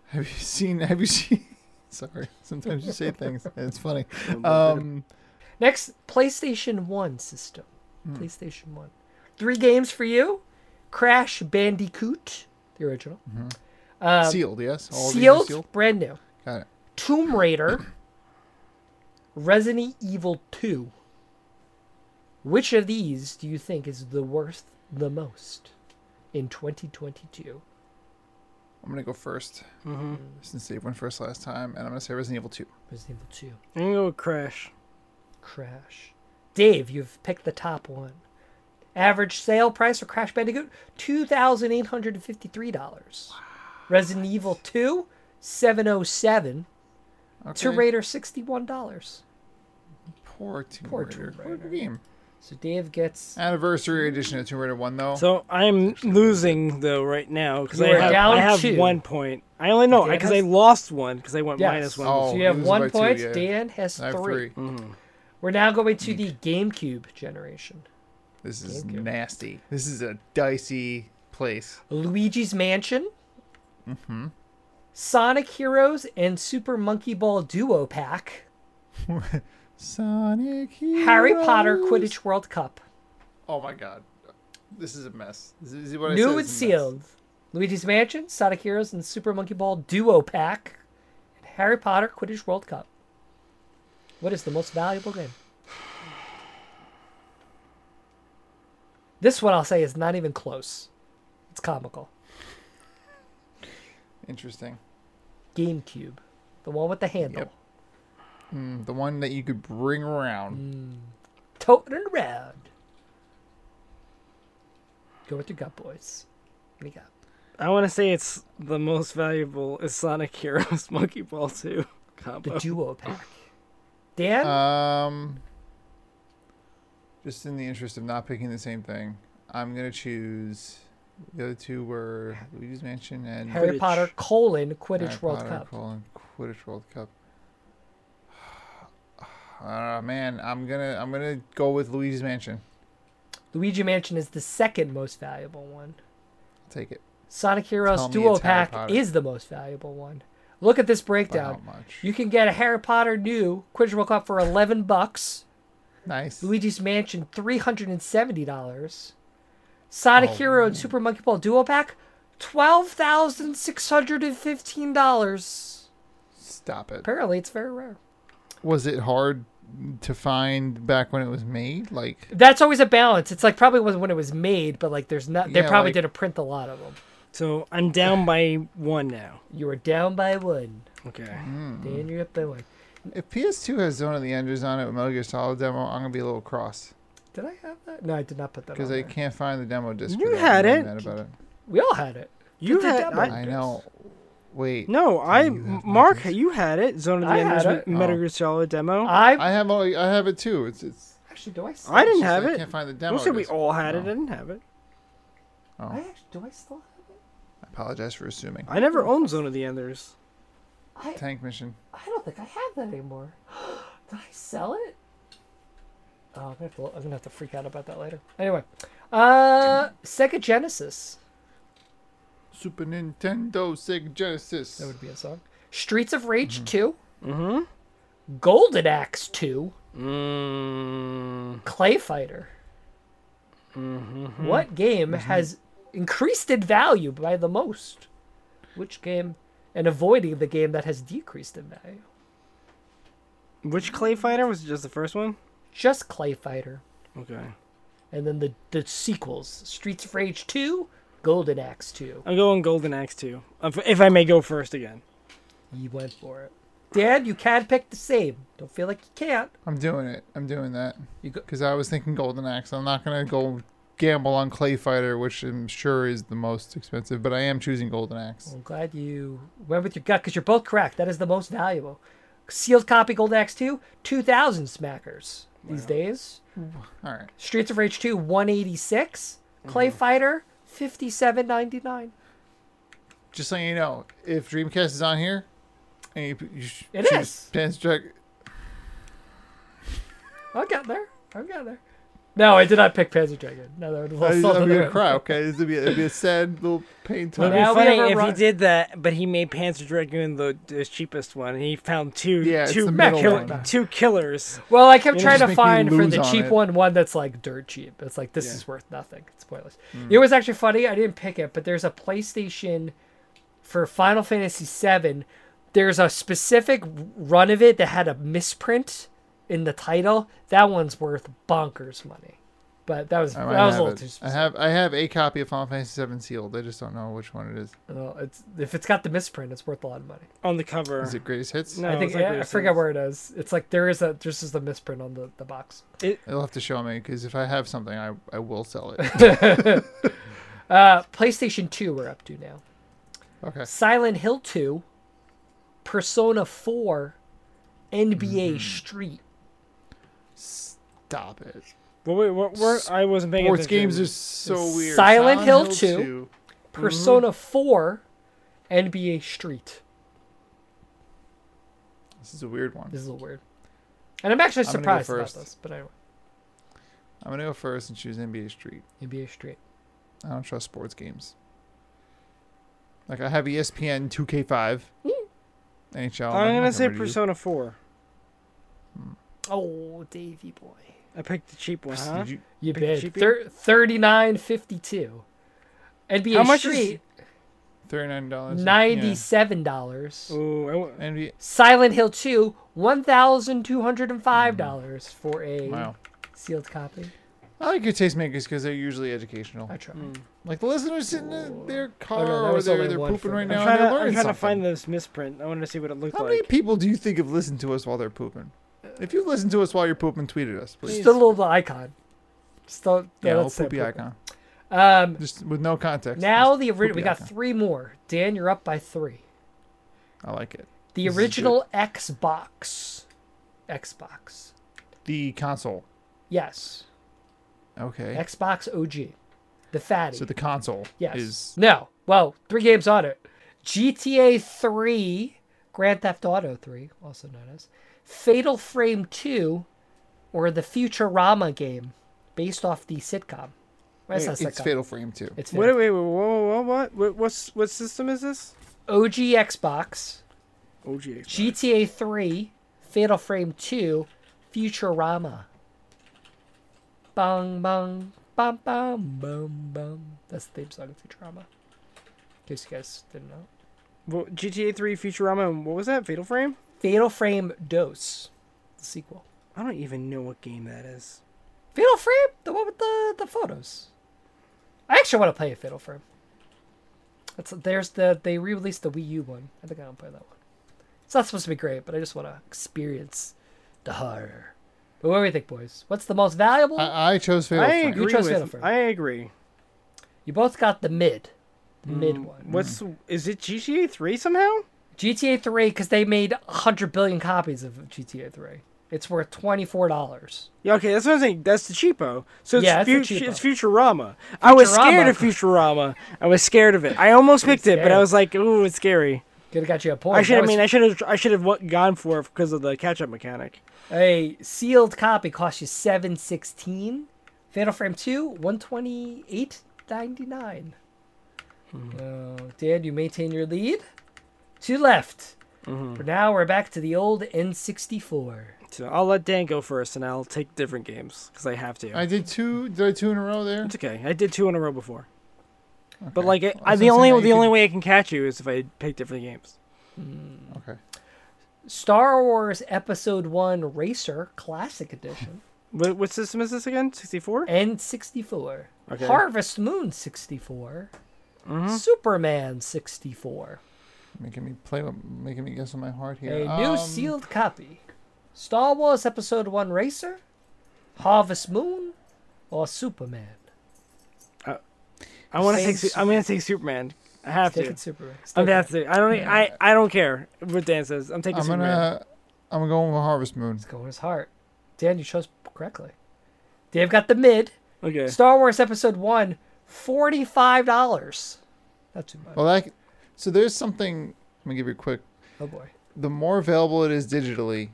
Speaker 2: Have you seen? Have you [laughs] seen? Sorry, sometimes you say things [laughs] and it's funny. Um,
Speaker 1: Next, PlayStation One system. PlayStation One. Three games for you: Crash Bandicoot, the original,
Speaker 2: sealed, yes. All these are
Speaker 1: sealed, brand new,
Speaker 2: Got it.
Speaker 1: Tomb Raider, Resident Evil Two. Which of these do you think is the worst, the most, in 2022?
Speaker 2: I'm gonna go 1st Since Dave went first last time, and I'm gonna say Resident Evil 2.
Speaker 1: Resident Evil Two.
Speaker 3: I'm gonna go with Crash.
Speaker 1: Crash. Dave, you've picked the top one. Average sale price for Crash Bandicoot two thousand eight hundred and fifty-three dollars. Resident Evil Two seven oh seven.
Speaker 2: Okay.
Speaker 1: Tomb Raider sixty-one dollars.
Speaker 2: Poor Tomb
Speaker 1: Poor
Speaker 2: Raider.
Speaker 1: Tomb
Speaker 2: What a
Speaker 1: Raider.
Speaker 2: game.
Speaker 1: So Dave gets.
Speaker 2: Anniversary edition of Tomb Raider 1, though.
Speaker 3: So I'm losing though right now because I
Speaker 1: You are
Speaker 3: have,
Speaker 1: down
Speaker 3: I have
Speaker 1: two.
Speaker 3: one point. I only know
Speaker 1: Dan
Speaker 3: because I
Speaker 1: has-
Speaker 3: lost one because I went
Speaker 1: Yes.
Speaker 3: minus one.
Speaker 2: Oh.
Speaker 1: so you have
Speaker 2: losing by
Speaker 1: one
Speaker 2: two,
Speaker 1: point.
Speaker 2: yeah.
Speaker 1: Dan has
Speaker 2: I have
Speaker 1: 3
Speaker 2: three. Mm.
Speaker 1: We're now going to the GameCube generation.
Speaker 2: This is nasty. This is a dicey place.
Speaker 1: Luigi's Mansion.
Speaker 2: Mm-hmm.
Speaker 1: Sonic Heroes and Super Monkey Ball Duo Pack.
Speaker 2: Sonic
Speaker 1: Harry Potter
Speaker 2: Heroes.
Speaker 1: Quidditch World Cup.
Speaker 2: Oh my god. This is a mess. This is what I said,
Speaker 1: New and
Speaker 2: it's a mess.
Speaker 1: sealed. Luigi's Mansion, Sonic Heroes, and Super Monkey Ball Duo Pack. And Harry Potter Quidditch World Cup. What is the most valuable game? This one I'll say is not even close. It's comical.
Speaker 2: Interesting.
Speaker 1: GameCube. The one with the handle.
Speaker 2: Yep. Mm, The one that you could bring around.
Speaker 1: Toting it around. Go with your gut, boys. What do you got?
Speaker 3: I want to say it's the most valuable is Sonic Heroes [laughs] Monkey Ball 2
Speaker 1: The
Speaker 2: [laughs]
Speaker 3: combo.
Speaker 1: Duo Pack. Dan?
Speaker 2: Um just in the interest of not picking the same thing, I'm going to choose the other two were Luigi's Mansion and
Speaker 1: Harry
Speaker 3: Quidditch.
Speaker 1: Potter colon Quidditch
Speaker 2: Harry
Speaker 1: World
Speaker 2: Potter
Speaker 1: Cup.
Speaker 2: colon Quidditch World Cup. [sighs] Uh, man, I'm gonna I'm gonna go with Luigi's Mansion.
Speaker 1: Luigi Mansion is the second most valuable one.
Speaker 2: I'll take it.
Speaker 1: Sonic Heroes
Speaker 2: Tell me
Speaker 1: Duo
Speaker 2: it's Harry
Speaker 1: Pack
Speaker 2: Potter.
Speaker 1: is the most valuable one. Look at this
Speaker 2: By how
Speaker 1: breakdown.
Speaker 2: much?
Speaker 1: You can get a Harry Potter new Quidditch World Cup for eleven bucks.
Speaker 2: nice.
Speaker 1: Luigi's Mansion three hundred and seventy dollars. Sonic
Speaker 2: Oh,
Speaker 1: Hero and Super Monkey Ball Duo Pack twelve thousand six hundred and fifteen dollars.
Speaker 2: Stop it.
Speaker 1: Apparently, it's very rare.
Speaker 2: Was it hard to find back when it was made? Like
Speaker 1: That's always a balance. It's like probably wasn't when it was made, but like there's not. They
Speaker 2: Yeah,
Speaker 1: probably
Speaker 2: like-
Speaker 1: didn't print a lot of them.
Speaker 3: So I'm down by one now.
Speaker 1: You are down by one.
Speaker 3: Okay.
Speaker 1: Dan, you're up by one.
Speaker 2: if PS2 has Zone of the Enders on it with Metal Gear Solid demo, I'm gonna be a little cross
Speaker 1: Did I have that? No, I did not put that on.
Speaker 2: because I
Speaker 1: there.
Speaker 2: can't find the demo disc. for
Speaker 3: You
Speaker 2: that.
Speaker 3: had
Speaker 2: I'm
Speaker 3: it.
Speaker 2: Mad about it.
Speaker 1: We all had it.
Speaker 3: You
Speaker 1: Did the
Speaker 3: had
Speaker 1: demo.
Speaker 3: I,
Speaker 2: I know. Wait.
Speaker 3: no, I
Speaker 2: you have
Speaker 3: Mark,
Speaker 2: Metal
Speaker 3: you had it. Zone of the
Speaker 1: I
Speaker 3: Enders
Speaker 1: had
Speaker 3: with
Speaker 1: it.
Speaker 2: Oh.
Speaker 3: Metal Gear Solid demo. I,
Speaker 1: I
Speaker 2: I have all, I have it too. It's it's.
Speaker 1: actually do I. Still,
Speaker 3: I didn't
Speaker 2: it's just
Speaker 3: have
Speaker 2: I
Speaker 3: it.
Speaker 2: Can't find the demo.
Speaker 3: Don't say we
Speaker 2: disc.
Speaker 3: all had it.
Speaker 2: No.
Speaker 3: I didn't have it.
Speaker 1: I actually, do I still have
Speaker 2: I apologize for assuming.
Speaker 3: I never owned Zone of the Enders.
Speaker 1: it? I
Speaker 2: Tank mission.
Speaker 1: I don't think I have that anymore. [gasps] did I sell it? Oh, I'm gonna, have to, I'm gonna have to freak out about that later. Anyway, uh, Sega Genesis.
Speaker 2: Super Nintendo, Sega Genesis.
Speaker 1: That would be a song. Streets of Rage 2. Mm-hmm. Golden Axe 2.
Speaker 3: Mm,
Speaker 1: Clay Fighter. What game has increased in value by the most? Which game? And avoiding the game that has decreased in value.
Speaker 3: which Clay Fighter was it just the first one?
Speaker 1: Just Clay Fighter.
Speaker 3: Okay.
Speaker 1: And then the, the sequels Streets of Rage 2, Golden Axe 2.
Speaker 3: I'm going Golden Axe 2. If, if I may go first again.
Speaker 1: You went for it. Dad, you can pick the same. Don't feel like you can't.
Speaker 2: I'm doing it. I'm doing that.
Speaker 1: You go-
Speaker 2: Because I was thinking Golden Axe. I'm not gonna go gamble on Clay Fighter, which I'm sure is the most expensive, but I am choosing Golden Axe.
Speaker 1: I'm glad you went with your gut because you're both correct. That is the most valuable. Sealed copy Golden Axe 2, 2,000 smackers these days.
Speaker 2: All right.
Speaker 1: Streets of Rage 2, 186. Clay
Speaker 2: Mm-hmm.
Speaker 1: Fighter, 57.99.
Speaker 2: Just so you know, if Dreamcast is on here, and you, you sh-
Speaker 1: It
Speaker 2: choose
Speaker 1: is.
Speaker 2: Dance Track.
Speaker 1: I'll get there. I'll get there. No, I did not pick Panzer Dragon. No, that would have
Speaker 2: I,
Speaker 1: lost
Speaker 2: am
Speaker 1: all the
Speaker 2: gonna
Speaker 1: room.
Speaker 2: cry. Okay, this would be it'd be a sad little pain
Speaker 3: It'd be
Speaker 2: time.
Speaker 1: Now we
Speaker 3: funny
Speaker 1: have a
Speaker 3: if
Speaker 1: ri-
Speaker 3: he did that, but he made Panzer Dragoon the, the cheapest one, and he found two
Speaker 2: Yeah, it's
Speaker 3: two,
Speaker 2: the middle
Speaker 3: kill-
Speaker 2: one.
Speaker 3: two killers.
Speaker 1: Well, I kept
Speaker 2: It'll
Speaker 1: trying
Speaker 2: just
Speaker 1: to
Speaker 2: make me
Speaker 1: find for the
Speaker 2: lose on
Speaker 1: cheap
Speaker 2: it.
Speaker 1: one one that's like dirt cheap. It's like this
Speaker 2: Yeah. Hmm.
Speaker 1: is worth nothing. It's pointless. You know what's actually funny? I didn't pick it, but there's a PlayStation for Final Fantasy VII. There's a specific run of it that had a misprint in the title. That one's worth bonkers money. But that was
Speaker 2: I,
Speaker 1: that
Speaker 2: might
Speaker 1: was a
Speaker 2: have
Speaker 1: little
Speaker 2: it.
Speaker 1: too
Speaker 2: I
Speaker 1: specific.
Speaker 2: have I have a copy of Final Fantasy VII sealed. I just don't know which one it is.
Speaker 1: Well, it's if it's got the misprint, it's worth a lot of money.
Speaker 3: on the cover.
Speaker 2: Is it Greatest Hits?
Speaker 3: No,
Speaker 1: I think
Speaker 3: Oh, it's not
Speaker 1: yeah, I
Speaker 3: Greatest
Speaker 1: forget
Speaker 3: Hits.
Speaker 1: where it is. It's like there is a there's just a misprint on the, the box.
Speaker 2: You'll have to show me because if I have something, I, I will sell it.
Speaker 1: [laughs] Uh, PlayStation Two, we're up to now.
Speaker 2: Okay.
Speaker 1: Silent Hill 2, Persona 4, NBA Street.
Speaker 2: Stop it.
Speaker 3: Well, wait, what, where, I wasn't paying
Speaker 2: Sports
Speaker 3: attention.
Speaker 2: games are so weird.
Speaker 1: Silent Hill 2. Persona 4, NBA Street.
Speaker 2: This is a weird one.
Speaker 1: This is a little weird. And I'm actually
Speaker 2: I'm gonna go
Speaker 1: surprised about
Speaker 2: first.
Speaker 1: this, but anyway.
Speaker 2: I'm gonna go first and choose NBA Street.
Speaker 1: NBA Street.
Speaker 2: I don't trust sports games. Like I have E ESPN 2K5, NHL.
Speaker 3: Hmm. I'm
Speaker 2: not
Speaker 3: gonna say
Speaker 2: ready to-
Speaker 3: Persona 4.
Speaker 1: Oh, Davy boy.
Speaker 3: I picked the cheap one. Huh?
Speaker 2: Did you-
Speaker 1: You
Speaker 3: Big
Speaker 1: bid.
Speaker 3: cheapie?
Speaker 1: Thir- 39.52. NBA
Speaker 3: How much is-
Speaker 1: Street
Speaker 2: Thirty-nine dollars.
Speaker 1: $97.
Speaker 3: Ooh, I w-
Speaker 2: Yeah. NBA.
Speaker 1: Silent Hill 2 $1,205 for a
Speaker 2: Wow.
Speaker 1: sealed copy.
Speaker 2: I like your tastemakers because they're usually educational.
Speaker 1: I
Speaker 3: Hmm.
Speaker 1: tried.
Speaker 2: Like the listeners sitting
Speaker 3: Oh.
Speaker 2: in their car
Speaker 1: that
Speaker 2: or
Speaker 1: was
Speaker 2: they're,
Speaker 1: only
Speaker 2: they're
Speaker 1: one
Speaker 2: pooping
Speaker 1: for
Speaker 2: right
Speaker 1: me.
Speaker 2: now and
Speaker 3: I'm
Speaker 2: they're
Speaker 3: trying, to,
Speaker 2: learning
Speaker 3: I'm trying to
Speaker 2: something.
Speaker 3: find this misprint. I want to see what it looked
Speaker 2: How
Speaker 3: like.
Speaker 2: many people do you think have listened to us while they're pooping? If you've listened to us while you're pooping, tweet at us, please.
Speaker 1: Just a little icon. Still,
Speaker 2: yeah,
Speaker 1: no,
Speaker 2: little
Speaker 1: that's it.
Speaker 2: poopy icon.
Speaker 1: Um,
Speaker 2: Just with no context.
Speaker 1: now
Speaker 2: Just
Speaker 1: the original. We
Speaker 2: poopy
Speaker 1: got
Speaker 2: icon.
Speaker 1: three more. Dan, you're up by three.
Speaker 2: I like it.
Speaker 1: The
Speaker 2: This is good.
Speaker 1: original Xbox. Xbox.
Speaker 2: The console.
Speaker 1: Yes.
Speaker 2: Okay.
Speaker 1: Xbox OG. The fatty.
Speaker 2: so the console
Speaker 1: yes.
Speaker 2: is
Speaker 1: No. Well, three games on it. GTA 3, Grand Theft Auto 3, also known as Fatal Frame 2, or the Futurama game, based off the sitcom. Well,
Speaker 2: Wait,
Speaker 1: not
Speaker 2: it's Fatal Frame 2.
Speaker 1: It's
Speaker 3: Wait,
Speaker 1: Fatal.
Speaker 3: wait, wait, whoa, whoa, whoa, what? What, what's, what system is this?
Speaker 1: OG Xbox,
Speaker 3: OG. Xbox.
Speaker 1: GTA 3, Fatal Frame 2, Futurama. Bong, bong, bum, bum, bum, bum. That's the theme song of Futurama. In case you guys didn't know.
Speaker 3: Well, GTA 3, Futurama, and what was that? Fatal Frame?
Speaker 1: Fatal Frame Dose, the sequel.
Speaker 3: I don't even know what game that is.
Speaker 1: Fatal Frame, the one with the, the photos. I actually want to play a Fatal Frame. That's there's the they re-released the Wii U one. I think I want to play that one. It's not supposed to be great, but I just want to experience the horror. But what do we think, boys? What's the most valuable?
Speaker 3: Uh,
Speaker 2: I, I chose Fatal
Speaker 3: I
Speaker 2: Frame.
Speaker 3: agree
Speaker 1: chose Fatal
Speaker 3: with.
Speaker 1: Frame.
Speaker 3: I agree.
Speaker 1: you both got the mid, the
Speaker 3: mm.
Speaker 1: mid one.
Speaker 3: What's is it GTA 3 somehow?
Speaker 1: GTA Three because they made hundred billion copies of GTA Three. It's worth twenty four dollars.
Speaker 3: Yeah, okay, that's what I'm saying. That's the cheapo. So it's,
Speaker 1: Yeah,
Speaker 3: yeah,
Speaker 1: it's the cheapo.
Speaker 3: it's Futurama. I was scared
Speaker 1: Futurama.
Speaker 3: of Futurama. I was scared of it. I almost picked it, but I
Speaker 1: scared.
Speaker 3: was like, "Ooh, it's scary."
Speaker 1: Could have got you a point.
Speaker 3: I should.
Speaker 1: That
Speaker 3: I
Speaker 1: was-
Speaker 3: mean, I should have. I should have gone for it because of the catch-up mechanic.
Speaker 1: A sealed copy costs you seven sixteen. Fatal Frame two one twenty eight ninety nine. Uh, Dan, you maintain your lead. Two left. For now, we're back to the old N sixty four.
Speaker 3: So I'll let Dan go first, and I'll take different games because I have to.
Speaker 2: I did two. Did I two in a row there?
Speaker 3: it's okay. I did two in a row before. But like, I,
Speaker 2: I was
Speaker 3: the
Speaker 2: gonna say
Speaker 3: only
Speaker 2: now
Speaker 3: the
Speaker 2: you could-
Speaker 3: only way I can catch you is if I pick different games.
Speaker 2: Okay.
Speaker 1: Star Wars Episode one Racer Classic Edition
Speaker 3: What, what system is this again? 64.
Speaker 1: N sixty four.
Speaker 3: Okay.
Speaker 1: Harvest Moon sixty Superman sixty four.
Speaker 2: Making me play. with- Making me guess on my heart here.
Speaker 1: A new
Speaker 2: Um,
Speaker 1: sealed copy. Star Wars Episode 1 Racer, Harvest Moon, or Superman?
Speaker 3: I want to
Speaker 1: Same
Speaker 3: take. Su- I'm gonna take Superman. I have
Speaker 1: Take
Speaker 3: to.
Speaker 1: it, Superman. Let's
Speaker 3: I'm
Speaker 1: take
Speaker 3: gonna
Speaker 1: it.
Speaker 3: have to. I don't. e, I. I don't care what Dan says. I'm taking
Speaker 2: I'm
Speaker 3: Superman.
Speaker 2: gonna. I'm going with Harvest Moon.
Speaker 1: Go with his heart. Dan, you chose correctly. Dave got the mid.
Speaker 3: Okay.
Speaker 1: Star Wars Episode 1, $45. Not too much.
Speaker 2: Well, that. So there's something. Let me give you a quick.
Speaker 1: Oh boy.
Speaker 2: The more available it is digitally,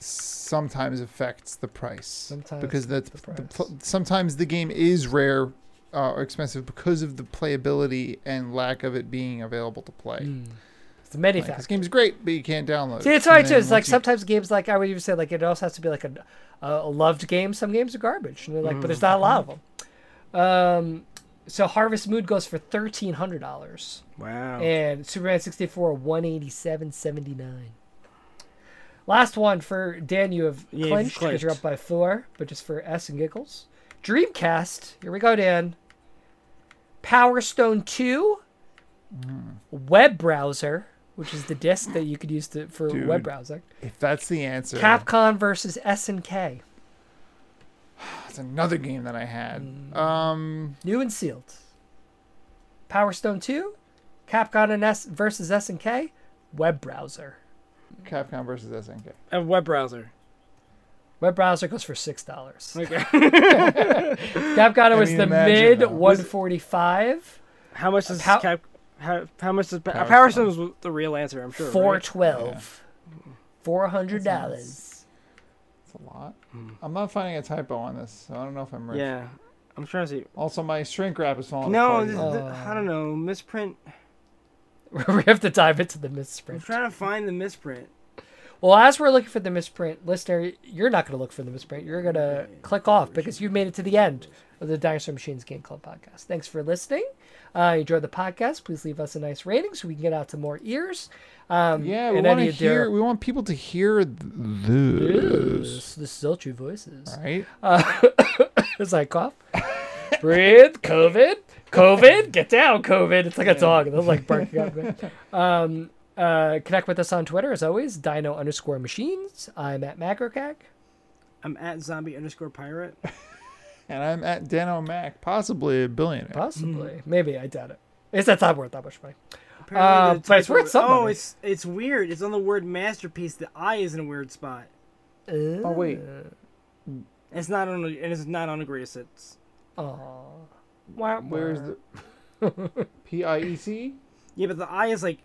Speaker 2: sometimes affects the price.
Speaker 1: Sometimes
Speaker 2: because the,
Speaker 1: the
Speaker 2: the
Speaker 1: price.
Speaker 2: pl- sometimes the game is rare uh, or expensive because of the playability and lack of it being available to play.
Speaker 1: It's many
Speaker 2: Like, this
Speaker 1: factors.
Speaker 2: game's great, but you can't download.
Speaker 1: Hmm.
Speaker 2: it.
Speaker 1: See, it's
Speaker 2: And
Speaker 1: alright too.
Speaker 2: then
Speaker 1: It's like
Speaker 2: once you-
Speaker 1: sometimes games, like I would even say, like it also has to be like a, a loved game. Some games are garbage, and they're like, but there's
Speaker 2: Mm-hmm.
Speaker 1: not a lot of them. Um, so Harvest Moon goes for thirteen hundred dollars.
Speaker 3: Wow.
Speaker 1: and Superman 64 187.79. Last one for Dan, you have
Speaker 3: Yeah, you've
Speaker 1: clinched because you're
Speaker 3: clinched.
Speaker 1: up by four, but just for S and giggles. Dreamcast, here we go, Dan. Power Stone 2, web browser, which is the disk that you could use to, for web
Speaker 2: Dude.
Speaker 1: browsing.
Speaker 2: if that's the answer,
Speaker 1: Capcom versus SNK,
Speaker 2: that's another game that I had.
Speaker 1: Hmm.
Speaker 2: Um,
Speaker 1: new and sealed. Power Stone 2, Capcom and S versus SNK, web browser.
Speaker 2: Capcom versus SNK.
Speaker 3: A web browser.
Speaker 1: Web browser goes for six dollars. [laughs]
Speaker 3: Okay.
Speaker 1: Capcom was
Speaker 2: mean,
Speaker 1: the
Speaker 2: imagine
Speaker 1: mid
Speaker 2: that.
Speaker 1: one forty five,
Speaker 3: How much does
Speaker 1: Pow-
Speaker 3: Cap? How, how much does Power,
Speaker 2: Power
Speaker 3: Power Stone is the real answer? I'm sure.
Speaker 1: four
Speaker 3: right?
Speaker 1: twelve. Four hundred dollars.
Speaker 2: It's a lot. I'm not finding a typo on this, so I don't know if I'm right.
Speaker 3: Yeah. I'm trying to see.
Speaker 2: Also, my shrink wrap is falling
Speaker 3: No,
Speaker 2: apart.
Speaker 3: this,
Speaker 1: Uh.
Speaker 3: th- I don't know. Misprint.
Speaker 1: [laughs] we have to dive into the
Speaker 3: I'm
Speaker 1: misprint.
Speaker 3: trying to find the misprint.
Speaker 1: Well, as we're looking for the misprint, listener, you're not going to look for the misprint. You're going to click off because you've made it to the end of the Dinosaur Machines Game Club podcast. Thanks for listening. Uh, enjoy the podcast. Please leave us a nice rating so we can get out to more ears. Um,
Speaker 2: Yeah, we
Speaker 1: and
Speaker 2: want to
Speaker 1: any of their-
Speaker 2: hear. We want people to hear th- those,
Speaker 1: Yes, the sultry voices.
Speaker 2: right?
Speaker 1: As I cough, breathe, COVID, COVID, get down, COVID. It's like a dog. They're like barking up. Um, uh, connect with us on Twitter as always, Dino underscore machines. I'm at Macrocac.
Speaker 3: I'm at zombie underscore
Speaker 1: [laughs]
Speaker 3: pirate.
Speaker 2: and I'm at Dano Mac, possibly a billionaire.
Speaker 1: Possibly.
Speaker 2: Mm.
Speaker 1: Maybe. I doubt it. It's that's not worth that much money.
Speaker 3: Apparently the
Speaker 1: Uh, but it's
Speaker 3: typo-
Speaker 1: worth some
Speaker 3: Oh,
Speaker 1: money.
Speaker 3: it's it's weird. It's on the word masterpiece. The I is in a weird spot.
Speaker 1: Uh,
Speaker 2: Oh wait,
Speaker 3: It's not on. And it's not on the greatest hits.
Speaker 1: aw. Wah,
Speaker 2: where's
Speaker 1: wah.
Speaker 2: the [laughs] P I E C?
Speaker 3: Yeah, but the I is like,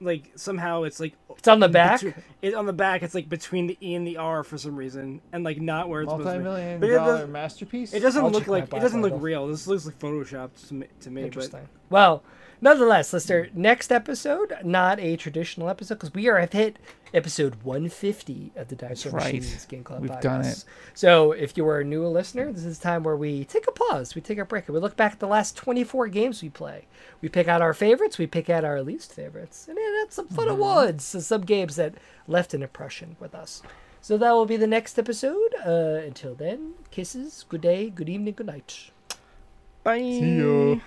Speaker 3: like somehow it's like
Speaker 1: It's on the back.
Speaker 3: betw- it on the back. It's like between the E and the R for some reason, and like not where it's supposed to be.
Speaker 2: Multi-million
Speaker 3: But it
Speaker 2: dollar
Speaker 3: does-
Speaker 2: masterpiece.
Speaker 3: It doesn't
Speaker 1: I'll check
Speaker 3: look
Speaker 1: my
Speaker 3: like it doesn't look
Speaker 1: Bible.
Speaker 3: real. This looks like photoshopped to me. To me but
Speaker 1: Interesting. Well, nonetheless, Lister, next episode, not a traditional episode, because we are have hit episode 150 of the Dinosaur
Speaker 2: Right.
Speaker 1: Machines Game Club
Speaker 2: We've
Speaker 1: podcast.
Speaker 2: done it.
Speaker 1: So if you are a new listener, this is the time where we take a pause, we take a break, and we look back at the last 24 games we play. We pick out our favorites, we pick out our least favorites, and then that's some fun
Speaker 2: Mm-hmm.
Speaker 1: awards, so some games that left an impression with us. So that will be the next episode. Uh, until then, kisses, good day, good evening, good night.
Speaker 3: Bye.
Speaker 2: Yo.